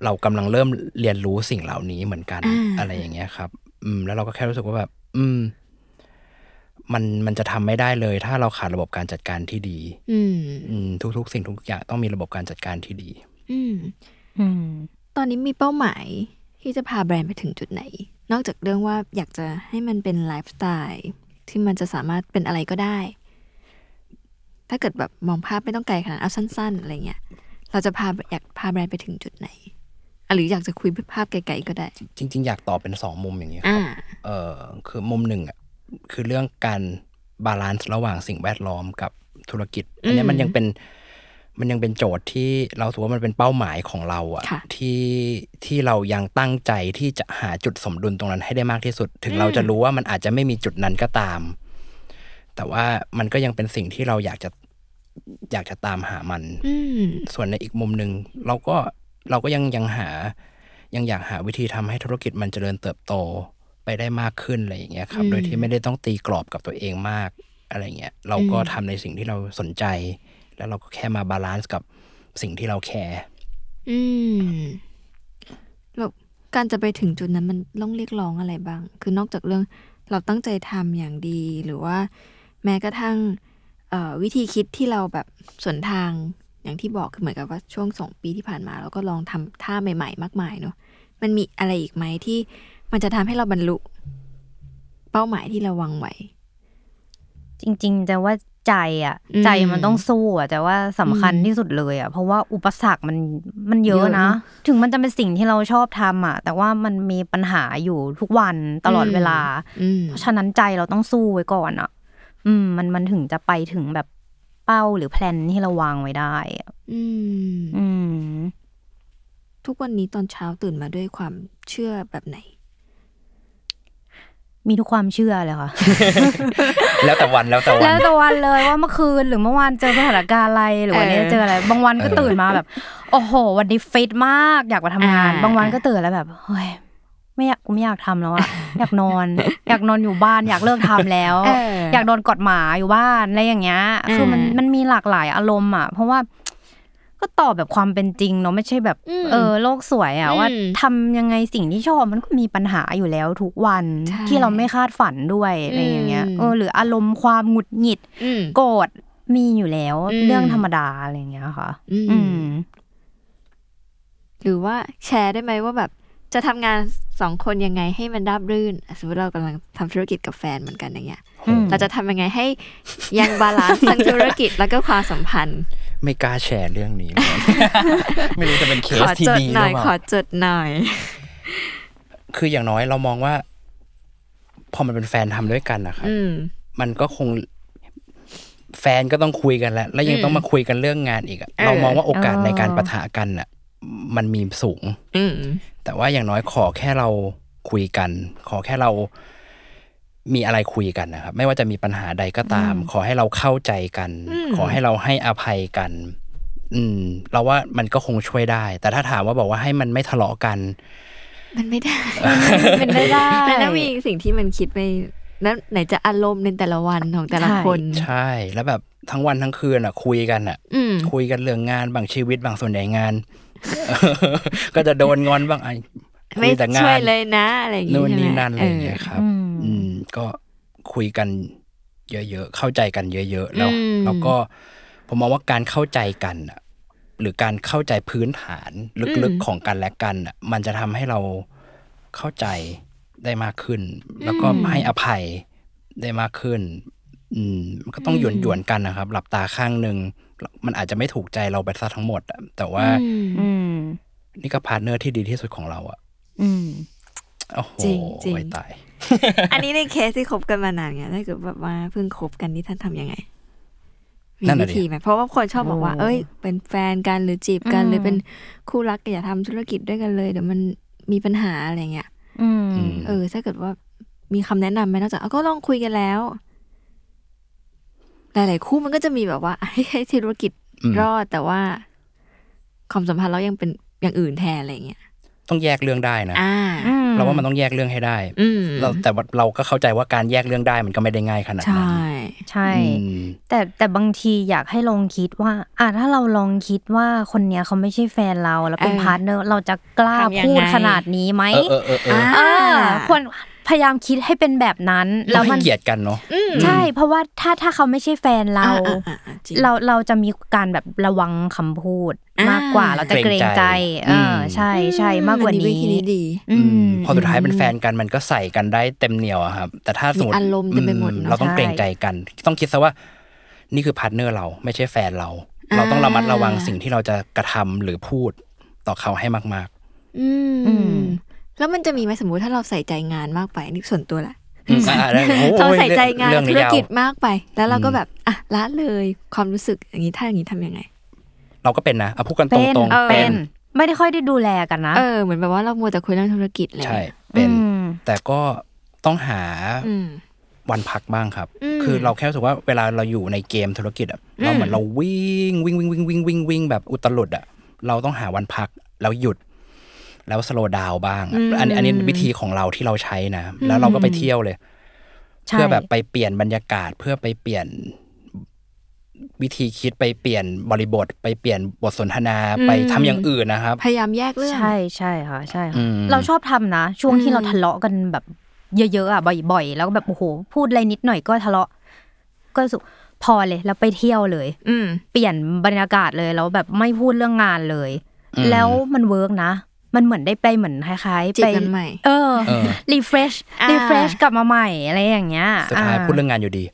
S2: เรากำลังเริ่มเรียนรู้สิ่งเหล่านี้เหมือนกัน
S1: อ่า
S2: อะไรอย่างเงี้ยครับ อืม แล้วเราก็แค่รู้สึกว่าแบบ อืม มันมันจะทำไม่ได้เลย ถ้าเราขาดระบบการจัดการที่ดี
S1: อืม
S2: อืม ทุกๆ สิ่งทุกอย่างต้องมีระบบการจัดการที่ดี
S1: อืม
S3: อืม
S1: ตอนนี้มีเป้าหมายที่จะพาแบรนด์ไปถึงจุดไหน นอกจากเรื่องว่าอยากจะให้มันเป็นไลฟ์สไตล์ที่มันจะสามารถเป็นอะไรก็ได้ ถ้าเกิดแบบมองภาพไม่ต้องไกลขนาดเอาสั้น ๆ อะไรเงี้ย เราจะพาอยากพาแบรนด์ไปถึงจุดไหนอ่ะหรืออยากจะคุยภาพไกลๆก็ได้
S2: จริง ๆ อยากตอบเป็นสองมุมอย่างเงี้ยครับ
S1: อ่า
S2: เอ่อคือมุมหนึ่งอ่ะคือเรื่องการบาลานซ์ระหว่างสิ่งแวดล้อมกับธุรกิจ อันเนี้ยมันยังเป็นมันยังเป็นโจทย์ที่เราถือว่ามันเป็นเป้าหมายของเราอ่ะ
S1: ค่ะ
S2: ที่ที่เรายังตั้งใจที่จะหาจุดสมดุลตรงนั้นให้ได้มากที่สุด ถึงเราจะรู้ว่ามันอาจจะไม่มีจุดนั้นก็ตาม แต่ว่ามันก็ยังเป็นสิ่งที่เราอยากจะอยากจะตามหามัน
S1: อืม
S2: ส่วนในอีกมุมหนึ่งเราก็เราก็ยังยังหายังอยากหาวิธีทำให้ธุรกิจมันเจริญเติบโตไปได้มากขึ้นอะไรอย่างเงี้ยครับ โดยที่ไม่ได้ต้องตีกรอบกับตัวเองมากอะไรเงี้ยเราก็ทำในสิ่งที่เราสนใจ แล้วเราก็แค่มาบาลานซ์กับสิ่งที่เราแคร์
S1: อืมแล้วการจะไปถึงจุดนั้นมันต้องเรียกร้องอะไรบ้าง คือนอกจากเรื่องเราตั้งใจทำอย่างดี หรือว่าแม้กระทั่งเอ่อวิธีคิดที่เราแบบสวนทางอย่างที่บอกคือเหมือนกับว่าช่วงสองปีที่ผ่านมา เราก็ลองทำท่าใหม่ ๆ มากมายเนอะมันมีอะไรอีกไหมที่มันจะทำให้เราบรรลุ เป้าหมายที่เราวางไว้
S3: จริง ๆ แต่ว่าใจอ่ะ
S1: อืม
S3: ใจมันต้องสู้อ่ะ แต่ว่าสำคัญที่สุดเลยอ่ะ เพราะว่าอุปสรรคมันมันเยอะ
S1: เยอะ
S3: นะ
S1: นะ
S3: ถึงมันจะเป็นสิ่งที่เราชอบทำอ่ะ แต่ว่ามันมีปัญหาอยู่ทุกวันตลอด
S1: อืม
S3: เวลา
S1: อืม
S3: เพราะฉะนั้นใจเราต้องสู้ไว้ก่อนอ่ะ อืม มันมันถึงจะไปถึงแบบเป้าหรือแพลนที่เราวางไว้ได้อะ
S1: อืม
S3: อืม
S1: ทุกวันนี้ตอนเช้าตื่นมาด้วยความเชื่อแบบไหน
S3: มีทุกความเชื่อเลยค่ะ
S2: แล้วแต่วันแล้วแต่วัน
S3: แล้วแต่วันเลยว่าเมื่อคืนหรือเมื่อวานเจอสถานการณ์อะไรหรือวันนี้
S1: เออ
S3: เจออะไรบางวันก็ตื่นมาแบบ โอ้โห วันนี้ฟิตมากอยากมาทำงาน
S1: อ่า
S3: บางวันก็ตื่นแล้วแบบเฮ้ยไม่อยากกูไม่อยากทำแล้วอะ อยากนอน อยากนอนอยู่บ้านอยากเลิกทำแล้ว อยากนอนกอดหมาอยู่บ้านอะไรอย่างเงี้ย คือมัน
S1: เออ
S3: มันมีหลากหลายอารมณ์อ่ะ เพราะว่า ก็ตอบแบบความเป็นจริงเนาะไม่ใช่แบบ
S1: อืม
S3: เออโลกสวยอ่ะ
S1: อืม
S3: ว่าทำยังไงสิ่งที่ชอบมันก็มีปัญหาอยู่แล้วทุกวัน
S1: ใช่
S3: ที่เราไม่คาดฝันด้วยอะไรอย่างเงี้ย
S1: อืม
S3: เออหรืออารมณ์ความหงุดหงิด
S1: อืม
S3: โกรธมีอยู่แล้ว
S1: อืม
S3: เรื่องธรรมดาอะไรอย่างเงี้ยค่ะ
S1: อืม
S3: อืม
S1: หรือว่าแชร์ได้ไหมว่าแบบจะทำงานสองคนยังไงให้มันราบรื่นอ่ะสมมติเรากำลังทำธุรกิจกับแฟนเหมือนกันอย่างเงี้ย
S3: อืม
S1: เราจะทำยังไงให้ยังบาลานซ์ทั้งธุรกิจ แล้วก็ความสัมพันธ์
S2: ไม่กล้าแชร์เรื่องนี้เลยไม่รู้จะเป็นเค
S1: ข
S2: ส
S1: อ
S2: ที่
S1: จด
S2: ดีห
S1: ห
S2: รื
S1: น่
S2: อ
S1: อย
S2: เป
S1: ขอ
S2: ล่า
S1: จดหน่อย
S2: คืออย่างน้อยเรามองว่า พอมันเป็นแฟนทำด้วยกันนะครับ
S1: อืม
S2: มันก็คงแฟนก็ต้องคุยกันแล้ว แล้วยังต้องมาคุยกันเรื่องงานอีกอะเรามองว่าโอกาสในการปะทะกันอ่ะ มันมีสูง
S1: อืม
S2: แต่ว่าอย่างน้อยขอแค่เราคุยกัน ขอแค่เรามีอะไรคุยกันนะครับ ไม่ว่าจะมีปัญหาใดก็ตาม ขอให้เราเข้าใจกัน
S1: อืม
S2: ขอให้เราให้อภัยกัน อืม เราว่ามันก็คงช่วยได้ แต่ถ้าถามว่าบอกว่าให้มันไม่ทะเลาะกัน
S1: มันไม่ ได้
S3: เป็นไม่ได้
S1: มันต้องมีสิ่งที่มันคิดไปแล้วไหนจะอารมณ์ในแต่ละวันของแต่ละคน
S2: ใช่ แล้วแบบทั้งวันทั้งคืนอ่ะ คุยกันอ่ะ
S1: อืม
S2: คุยกันเรื่องงานบางชีวิตบางส่วนใหญ่ งาน ก็จะโดนงอนบ้างไอ้
S1: ไม่
S2: คุแต่งาน
S1: ช่วยเลยนะ อะไรอย่างงี้
S2: นู่น
S1: ใช่ไหม
S2: นี่นั่นอะไรอย่างเงี้ย
S1: อ
S2: ครับ
S3: อืม
S2: อืมก็คุยกันเยอะๆ เข้าใจกันเยอะๆ แล้ว
S1: อืม
S2: แล้วก็ผมมองว่าการเข้าใจกันน่ะหรือการเข้าใจพื้นฐานลึก
S1: อืม
S2: ๆของกันและกันน่ะมันจะทำให้เราเข้าใจได้มากขึ้น แล้วก็
S1: อืม
S2: ให้อภัยได้มากขึ้น อืมมันก็ต้อง
S1: อืม
S2: หยวนหยวนๆกันนะครับ หลับตาข้างหนึ่งมันอาจจะไม่ถูกใจเราไปซะทั้งหมดอะแต่ว่า
S1: ่า
S3: อืม
S2: นี่ก็พาร์ทเนอร์ที่ดีที่สุดของเราอะ
S3: อืม
S2: โอ้โห
S1: จริงจริง
S2: ไว้ตาย
S1: อันนี้ในเคสที่คบกันมานานไงถ้าเกิดแบบว่าเพิ่งคบกันนี่ท่านทำยังไง มี
S2: นั่นน่ะ
S1: วิ
S2: ดิ
S1: ธีไหมเพราะว่าคนชอบบอกว่า
S3: โอ้
S1: เอ้ย เป็นแฟนกันหรือจีบกันหรือเป็นคู่รักกันอย่าทำธุรกิจด้วยกันเลยเดี๋ยวมันมีปัญหาอะไรเงี้ย
S3: อืม
S2: อืม
S1: เออ ถ้าเกิดว่ามีคำแนะนำไหมนอกจากเอาก็ลองคุยกันแล้ว หลายๆคู่มันก็จะมีแบบว่า ให้ให้ธุรกิจ
S2: อืม
S1: รอดแต่ว่า ความสัมพันธ์เรายังเป็นอย่างอื่นแทนอะไรเงี้ย
S2: ต้องแยกเรื่องได้นะ
S1: อ่า
S2: เราว่ามันต้องแยกเรื่องให้ได้
S1: อืม
S2: เราแต่ว่าเราก็เข้าใจว่าการแยกเรื่องได้มันก็ไม่ได้ง่ายขนาด
S1: ใช่
S2: นั้น
S3: ใช่
S2: อืม
S3: แต่แต่บางทีอยากให้ลองคิดว่า อ่ะถ้าเราลองคิดว่าคนเนี้ยเขาไม่ใช่แฟนเราแล้วเป็น
S1: เออ
S3: พาร์ทเนอร์เราจะกล้า
S1: ทำยังไง
S3: พูดขนาดนี้ไหม
S2: เออเออเออเออ
S3: อ่าควรพยายามคิดให้เป็นแบบนั้น
S2: ต้
S3: แล้
S2: อง
S3: ว
S2: ให้
S3: มัน
S2: เกียรติกันเนาะ
S3: ใช่ เพราะว่าถ้าถ้าเขาไม่ใช่แฟนเรา
S1: เรา
S3: เราเราจะมีการแบบระวังคำพูดมากกว่า
S1: อ่า
S3: เราจะเกรง
S2: เกรง
S3: ใจ
S2: ใจ
S3: เออ
S2: ม
S3: อใช่ใช่มากกว่า
S1: วิ
S3: นี้
S1: ธีนี้ดี
S3: อืม
S2: พอสุดท้ายเป็นแฟนกันมันก็ใส่กันได้เต็มเหนียวอะครับ แต่ถ้าสมมติ
S1: มีอารมณ์เต็มไปหมดเนอะ
S2: เราต้อง
S3: ใช่
S2: เกรงใจกัน ต้องคิดซะว่า นี่คือพาร์ทเนอร์เราไม่ใช่แฟนเรา เราต้องระมัดระวัง
S1: อ่า
S2: สิ่งที่เราจะกระทำหรือพูดต่อเขาให้มาก
S1: อื
S3: อื
S1: ม
S3: ม
S1: แล้วมันจะมีไหมสมมุติถ้าเราใส่ใจงานมากไปนี่ส่วนตัวแหละ
S2: อืมอ่าได้โอ้ย
S1: เราใส่ใจงาน
S2: เรื่องนี้
S1: ธุรกิจ
S2: ยาว
S1: มากไป แล้วเราก็แบบอ่ะละเลยความรู้สึกอย่างนี้ถ้าอย่างนี้ทำยังไง
S2: ๆ เราก็เป็นนะเอาพูดกันต
S3: เป็น
S2: รง
S1: เออ
S2: ๆ
S3: เป็นไม่ได้ค่อยได้ดูแลกันนะ
S1: เออ เหมือนแบบว่าเรามัวแต่คุยเรื่องธุรกิจอะไรอย่าง
S2: ใช่
S1: เลย
S2: เป็น
S3: อืม
S2: แต่ก็ต้องหา
S1: อืม
S2: วันพักบ้างครับ
S1: อืม
S2: คือเราแค่รู้สึกว่าเวลาเราอยู่ในเกมธุรกิจอะเราเหมือนเราวิ่งวิ่งวิ่งวิ่งวิ่งวิ่งวิ่งแบบอุตลุดอะเราต้องหาวันพักแล้วหยุด แล้วสโลดาวบ้างอะ
S1: อืม
S2: อันนี้อันนี้วิธีของเราที่เราใช้นะ แล้วเราก็ไปเที่ยวเลย
S3: ใช่
S2: เพื่อแบบไปเปลี่ยนบรรยากาศ เพื่อไปเปลี่ยนวิธีคิดไปเปลี่ยนบริบท ไปเปลี่ยนบทสนทนาไปทำอย่างอื่นนะครับ
S1: พยายามแยกเรื่อง
S3: ใช่ใช่ค่ะใช่
S2: อื
S3: ค่ะ
S2: ม
S3: เราชอบทำนะ ช่วง
S1: อื
S3: ที่
S1: ม
S3: เราทะเลาะกันแบบเยอะๆอ่ะบ่อยๆ แล้วก็แบบโอ้โหพูดอะไรนิดหน่อยก็ทะเลาะ ก็รู้สึกพอเลยแล้วไปเที่ยวเลย
S1: อืม
S3: เปลี่ยนบรรยากาศเลยแล้วแบบไม่พูดเรื่องงานเลย
S2: อืม
S3: แล้วมันเวิร์กนะ มันเหมือนได้ไปเหมือนคล้ายๆ
S1: จีบ
S3: ไป
S1: กันใหม่
S3: เออ
S2: เออ
S3: รีเฟรช
S1: อ่ารี
S3: รีเฟรชกลับมาใหม่อะไรอย่างเงี้ย
S2: สุดท้าย
S3: า
S2: พูดเรื่องงานอยู่ดี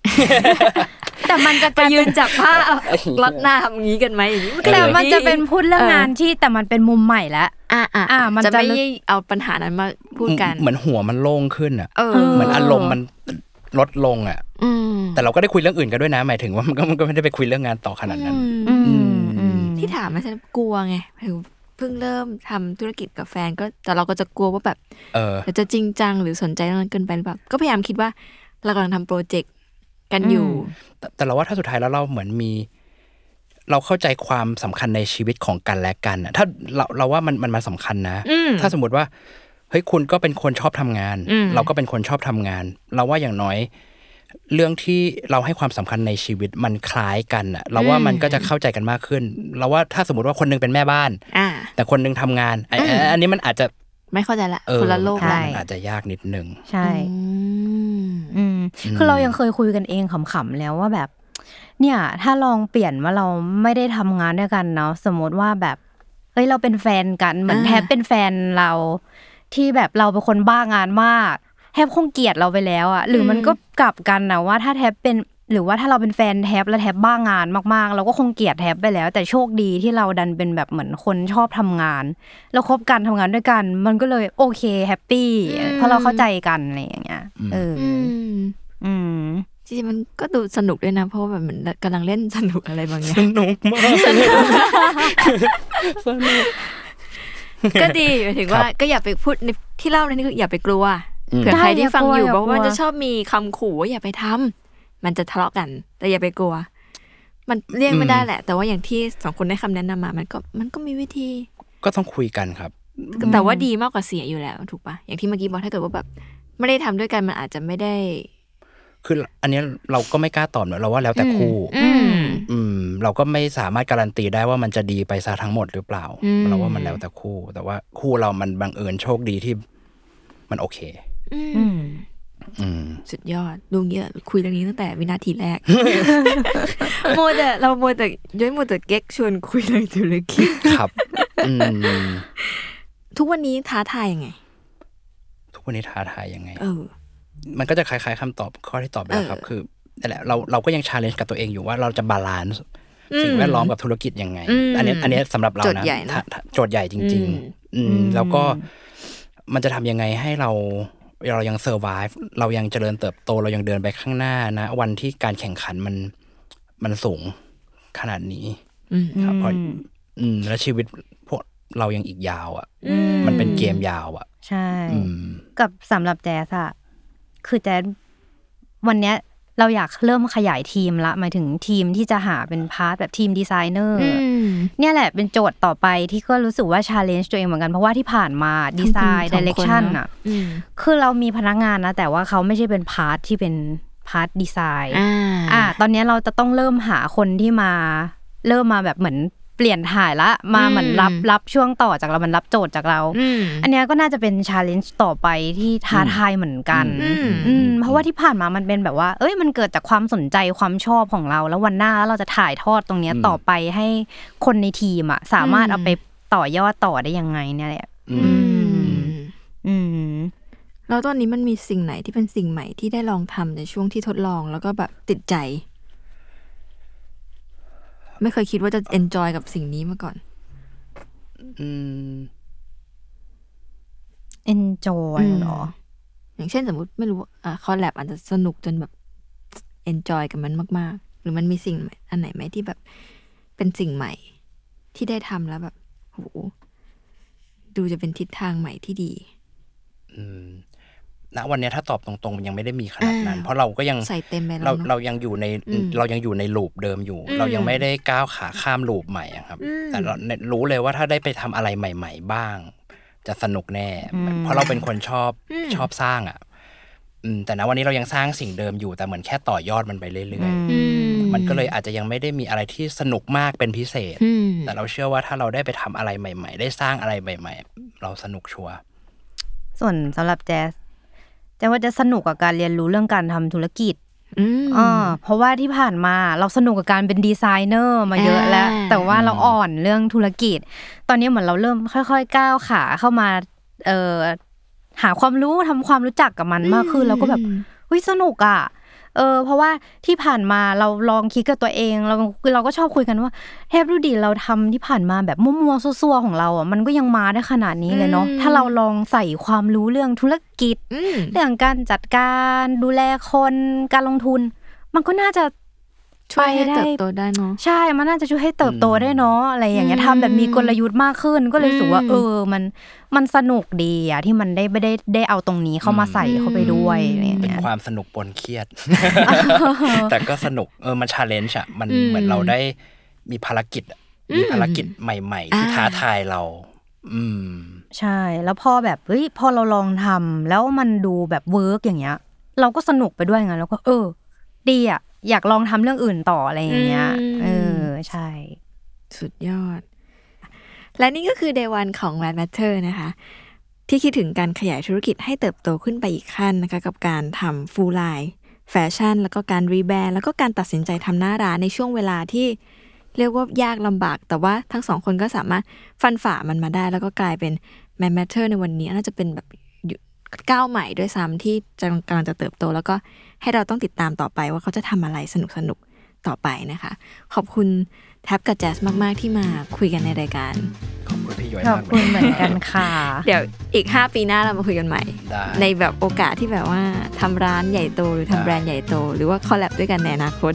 S3: แต่มันจะก
S1: ไป
S3: ลาย
S1: ยื
S3: เป็น
S1: นจับผ้าเอารถหน้าทำอย่างนี้กันไหมอย่างนี้มันก็
S3: แต่
S1: แบบ
S3: มันจะเป็นพูดเรื่องงานที่แต่มันเป็นมุมใหม่แล้ว
S1: อ่าอ่า
S3: อ่ามัน
S1: จะ
S3: จะ
S1: ไม่เอาปัญหานั้นมาพูดกัน
S2: เหมือนหัวมันโล่งขึ้นอะ
S1: เออ
S2: เหมือนอารมณ์มันลดลงอะ
S1: อืม
S2: แต่เราก็ได้คุยเรื่องอื่นกันด้วยนะ หมายถึงว่า มันก็มันก็ไม่ได้ไปคุยเรื่องงานต่อขนาดนั้น
S3: อืม
S2: อืม
S3: อืม
S1: ที่ถามมันฉันกลัวไงหมายถึง เพิ่งเริ่มทำธุรกิจกับแฟนก็แต่เราก็จะกลัวว่าแบบ
S2: เออ
S1: อาจจะจริงจังหรือสนใจเรื่องนั้นเกินไปหรือเปล่าก็พยายามคิดว่าเรากำลังทำโปรเจกต์กันอยู่
S2: แต่แต่เราว่าถ้าสุดท้ายแล้วเราเหมือนมี เราเข้าใจความสำคัญในชีวิตของกันและกันอะถ้าเราเราว่ามันมันมาสำคัญนะ
S1: อืม
S2: ถ้าสมมติว่าเฮ้ยคุณก็เป็นคนชอบทำงาน
S1: อืม
S2: เราก็เป็นคนชอบทำงาน เราว่าอย่างน้อย เรื่องที่เราให้ความสำคัญในชีวิตมันคล้ายกันอะเราว่ามันก็จะเข้าใจกันมากขึ้น เราว่าถ้าสมมติว่าคนหนึงเป็นแม่บ้าน
S1: อ่า
S2: แต่คนหนึงทำงานไอ้ไอ้อันนี้มันอาจจะ
S1: ไม่เข้าใจละ
S2: เออ
S1: คนละโลกละ
S2: มั
S3: ใช่
S2: อาจจะยากนิดนึง
S3: ใช่
S1: อืม
S3: อืมคือเรายังเคยคุยกันเองขำๆแล้วว่าแบบ เนี่ย ถ้าลองเปลี่ยนว่าเราไม่ได้ทำงานด้วยกันเนาะสมมติว่าแบบเอ้ยเราเป็นแฟนกันเหมือน
S1: อ่า
S3: แทบเป็นแฟนเรา ที่แบบเราเป็นคนบ้างานมาก แทบคงเกลียดเราไปแล้วอะหรือมันก็กลับกันนะว่าถ้าแทบเป็นหรือว่าถ้าเราเป็นแฟนแทบแล้วแทบบ้างานมากๆ เราก็คงเกลียดแทบไปแล้ว แต่โชคดีที่เราดันเป็นแบบเหมือนคนชอบทำงาน เราคบกันทำงานด้วยกัน มันก็เลยโอเคแฮปปี้เพราะเราเข้าใจกันอะไรอย่างเงี้ยเอออ
S1: อืม
S3: อืม
S1: จริงๆมันก็ดูสนุกด้วยนะ เพราะว่าแบบเหมือนกำลังเล่นสนุกอะไรบางอย่า
S2: ส
S1: ง
S2: นุกมาก
S1: ก็ดีหมายถึงว่าก็อย่าไปพูดในที่เล่าในนี้คืออย่าไปกลัว
S2: อืม
S1: เผื่อใครที่ฟังอยู่
S3: ได้อย่ากลัว
S1: เพราะว่ามันจะชอบมีคำขู่ว่าอย่าไปทำมันจะทะเลาะกัน แต่อย่าไปกลัว มันเลี่ยงไม่ได้แหละ แต่ว่าอย่างที่สองคนได้คำแนะนำมา มันก็มันก็มีวิธี
S2: ก็ต้องคุยกันครับ
S1: แต่ว่าดีมากกว่าเสียอยู่แล้วถูกปะอย่างที่เมื่อกี้บอกถ้าเกิดว่าแบบ ไม่ได้ทำด้วยกันมันอาจจะไม่ได้
S2: คืออันเนี้ยเราก็ไม่กล้าตอบเนอะเราว่าแล้วแต่คู่
S1: อืม
S2: อืมเราก็ไม่สามารถการันตีได้ว่ามันจะดีไปซะทั้งหมดหรือเปล่า
S1: อืม
S2: เราว่ามันแล้วแต่คู่ แต่ว่าคู่เรามันบังเอิญโชคดีที่มันโอเค
S1: อืม
S3: อืม
S2: อืม
S1: สุดยอดลุงเยอะคุยเรื่องนี้ตั้งแต่วินาทีแร ก โมวแต่เราโมวแต่ย้อยโมวแต่เก๊กชวนคุยเรื่องธุรกิจ
S2: ครับอืม
S1: ทุกวันนี้ท้าทายยังไง
S2: ทุกวันนี้ท้าทายยังไง
S1: เออ
S2: มันก็จะคล้ายๆคำตอบข้อที่ตอบไปแล้วครับ
S1: เออ
S2: คือนั่นแหละเราเราก็ยังชาเลนจ์กับตัวเองอยู่ว่าเราจะบาลานซ์สิ่งแวดล้อมกับธุรกิจยังไง
S1: อืม
S2: อันเนี้ยอันเนี้ยสำหรับเรา
S1: โจทย์
S2: นะ
S1: ใหญ่นะ
S2: ถ้าถ้าโจทย์ใหญ่จริง
S1: อืม
S2: ๆ อืมแล้วก็มันจะทำยังไงให้เราเรายังเซอร์ไ e เรายังเจริญเติบโตเรายังเดินไปข้างหน้านะ วันที่การแข่งขันมันมันสูงขนาดนี้
S1: อืม
S2: ครับเพราะอืมแล้วชีวิตพวกเรายังอีกยาวอ่ะ
S1: อืม
S2: มันเป็นเกมยาวอ่ะ
S3: ใช่
S2: อืม
S3: กับสำหรับแจ๊สอะคือแจ๊สวันเนี้ยเราอยากเริ่มขยายทีมละหมายถึงทีมที่จะหาเป็นพาร์ทแบบทีมดีไซเนอร์
S1: อืม
S3: เนี่ยแหละเป็นโจทย์ต่อไปที่ก็รู้สึกว่าชาเลนจ์ตัวเองเหมือนกันเพราะว่าที่ผ่านมาดีไซน์
S1: ทั้ง
S3: ดิเร
S1: คุณสองค
S3: ก
S1: น
S3: ชัน
S1: เน
S3: อะ
S1: อะอืม
S3: คือเรามีพนักงานนะ แต่ว่าเขาไม่ใช่เป็นพาร์ทที่เป็นพาร์ทดีไซน์
S1: อ่า
S3: อ่าตอนเนี้ยเราจะต้องเริ่มหาคนที่มา เริ่มมาแบบเหมือนเปลี่ยนถ่ายละมา
S1: อืม
S3: เหมือนรับรับช่วงต่อจากเรามันรับโจทย์จากเรา
S1: อืม
S3: อันเนี้ยก็น่าจะเป็นชาเลนจ์ต่อไปที่ท้าทายเหมือนกัน
S1: อืม
S3: อืมเพราะว่าที่ผ่านมามันเป็นแบบว่า เอ้ยมันเกิดจากความสนใจความชอบของเรา แล้ววันหน้าแล้วเราจะถ่ายทอดตรงเนี้ยต่อไปให้คนในทีมอะสามารถเอาไปต่อยอดต่อได้ยังไงเนี่ยแหละ
S1: อืม
S3: อืม
S1: แล้วตอนนี้มันมีสิ่งไหนที่เป็นสิ่งใหม่ที่ได้ลองทำในช่วงที่ทดลองแล้วก็แบบติดใจ ไม่เคยคิดว่าจะ enjoy กับสิ่งนี้มาก่อน
S2: อืม
S3: enjoy เหรอ
S1: อย่างเช่นสมมติไม่รู้อ่าคอลแลบอาจจะสนุกจนแบบ enjoy กับมันมาก ๆ หรือมันมีสิ่งใหม่อันไหนไหมที่แบบเป็นสิ่งใหม่ ที่ได้ทำแล้วแบบโหดูจะเป็นทิศทางใหม่ที่ดี
S2: อืมณวันเนี้ยถ้าตอบตรงๆมันยังไม่ได้มีขนาดนั้น เพราะเราก็ยัง
S1: ใส่เต็มไปแล้ว
S2: เรา
S1: เนอะ
S2: เรายังอยู่ในเรายังอยู่ในลูปเดิมอยู่ เรายังไม่ได้ก้าวขาข้ามลูปใหม่อะครับ แต่เราเนี่ยรู้เลยว่าถ้าได้ไปทำอะไรใหม่ ๆ บ้าง จะสนุกแน่ เพราะเราเป็นคนชอบชอบสร้างอ่ะ อืมแต่ณวันนี้เรายังสร้างสิ่งเดิมอยู่แต่เหมือนแค่ต่อยอดมันไปเรื่อย
S1: อืม
S2: ๆมันก็เลยอาจจะยังไม่ได้มีอะไรที่สนุกมากเป็นพิเศษ
S1: อืม
S2: แต่เราเชื่อว่าถ้าเราได้ไปทำอะไรใหม่ ๆ ได้สร้างอะไรใหม่ ๆ เราสนุกชัวร์
S3: ส่วนสำหรับแจสแจสว่าจะสนุกกับการเรียนรู้เรื่องการทำธุรกิจ
S1: อืม
S3: อ่าเพราะว่าที่ผ่านมาเราสนุกกับการเป็นดีไซเนอร์มาเยอะแล้ว
S1: อ่า
S3: แต่ว่าเราอ่อนเรื่องธุรกิจ ตอนนี้เหมือนเราเริ่มค่อย ๆ ก้าวขาเข้ามาเออหาความรู้ทำความรู้จักกับมันมากขึ้นแล้วก็แบบเฮ้ยสนุกอ่ะเออเพราะว่าที่ผ่านมาเราลองคิดกับตัวเอง เราคือเราก็ชอบคุยกันว่าเทพดูดีเราทำที่ผ่านมาแบบมั่วๆซัวๆของเราอ่ะมันก็ยังมาได้ขนาดนี้เลยเนาะถ้าเราลองใส่ความรู้เรื่องธุรกิจ
S1: อืม
S3: เรื่องการจัดการดูแลคนการลงทุน มันก็น่าจะ
S1: ช่วยให้
S3: ไปได้
S1: เติบโตได้เนาะ
S3: ใช่ มันน่าจะช่วยให้เติบโตได้เนาะอะไรอย่างเงี้ย
S1: อืม
S3: ทำแบบมีกลยุทธ์มากขึ้น ก็เลยรู้สึกว่า
S1: อืม
S3: เออ มันมันสนุกดีอะที่มันได้ไม่ได้ได้เอาตรงนี้เข้ามาใส่เข้าไปด้วยอะไรอย่าง
S2: เป็น
S3: เงี้ย
S2: ความสนุกปนเครียด แต่ก็สนุกเออมันชาเลนจ์อะมัน
S1: อืม
S2: เหมือนเราได้มีภารกิจอะ
S1: อืม
S2: มีภารกิจใหม่ ๆ ที่
S1: อ่า
S2: ท้าทายเรา อืม
S3: ใช่ แล้วพอแบบเฮ้ยพอเราลองทำแล้วมันดูแบบเวิร์กอย่างเงี้ย เราก็สนุกไปด้วยไงแล้วก็เออ ดีอ่ะ อยากลองทำเรื่องอื่นต่ออะไรอย่างเงี้ย
S1: อืม
S3: เออใช่
S1: สุดยอด และนี่ก็คือ Day One ของ Red Matter นะคะ ที่คิดถึงการขยายธุรกิจให้เติบโตขึ้นไปอีกขั้นนะคะ กับการทำ full line แฟชั่น แล้วก็การรีแบรนด์แล้วก็การตัดสินใจทำหน้าร้านในช่วงเวลาที่เรียกว่ายากลำบาก แต่ว่าทั้งสองคนก็สามารถฟันฝ่ามันมาได้ แล้วก็กลายเป็น Mad Matter ในวันนี้น่าจะเป็นแบบอยู่ก้าวใหม่ด้วยซ้ำที่จะกำลังจะเติบโต แล้วก็ให้เราต้องติดตามต่อไปว่าเขาจะทำอะไรสนุกๆต่อไปนะคะ ขอบคุณแท็บกับแจสมาก ๆ ที่มาคุยกันในรายการ
S2: ขอบคุณพี่ย้อย
S3: ข
S2: มา
S3: อก บคุณ
S2: ลย
S3: เหมือนกันค่ะ
S1: เดี๋ยวอีก 5 ปีหน้าเรามาคุยกันใหม่
S2: ได้
S1: ในแบบโอกาสที่แบบว่าทำร้านใหญ่โตหรือทำ
S2: ได้
S1: แบรนด์ใหญ่โต หรือว่าคอลแลบด้วยกันในอนาคต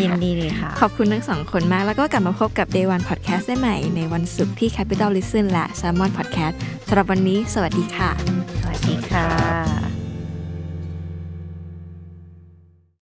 S3: ยินดีเลยค่ะ
S1: ขอบคุณทั้งสองคนมาก แล้วก็กลับมาพบกับ Day One Podcast ได้ใหม่ ในวันศุกร์ที่ Capital Listen และ Salmon Podcast สำหรับวันนี้ สวัสดีค่ะ
S3: สวัสดีค่ะ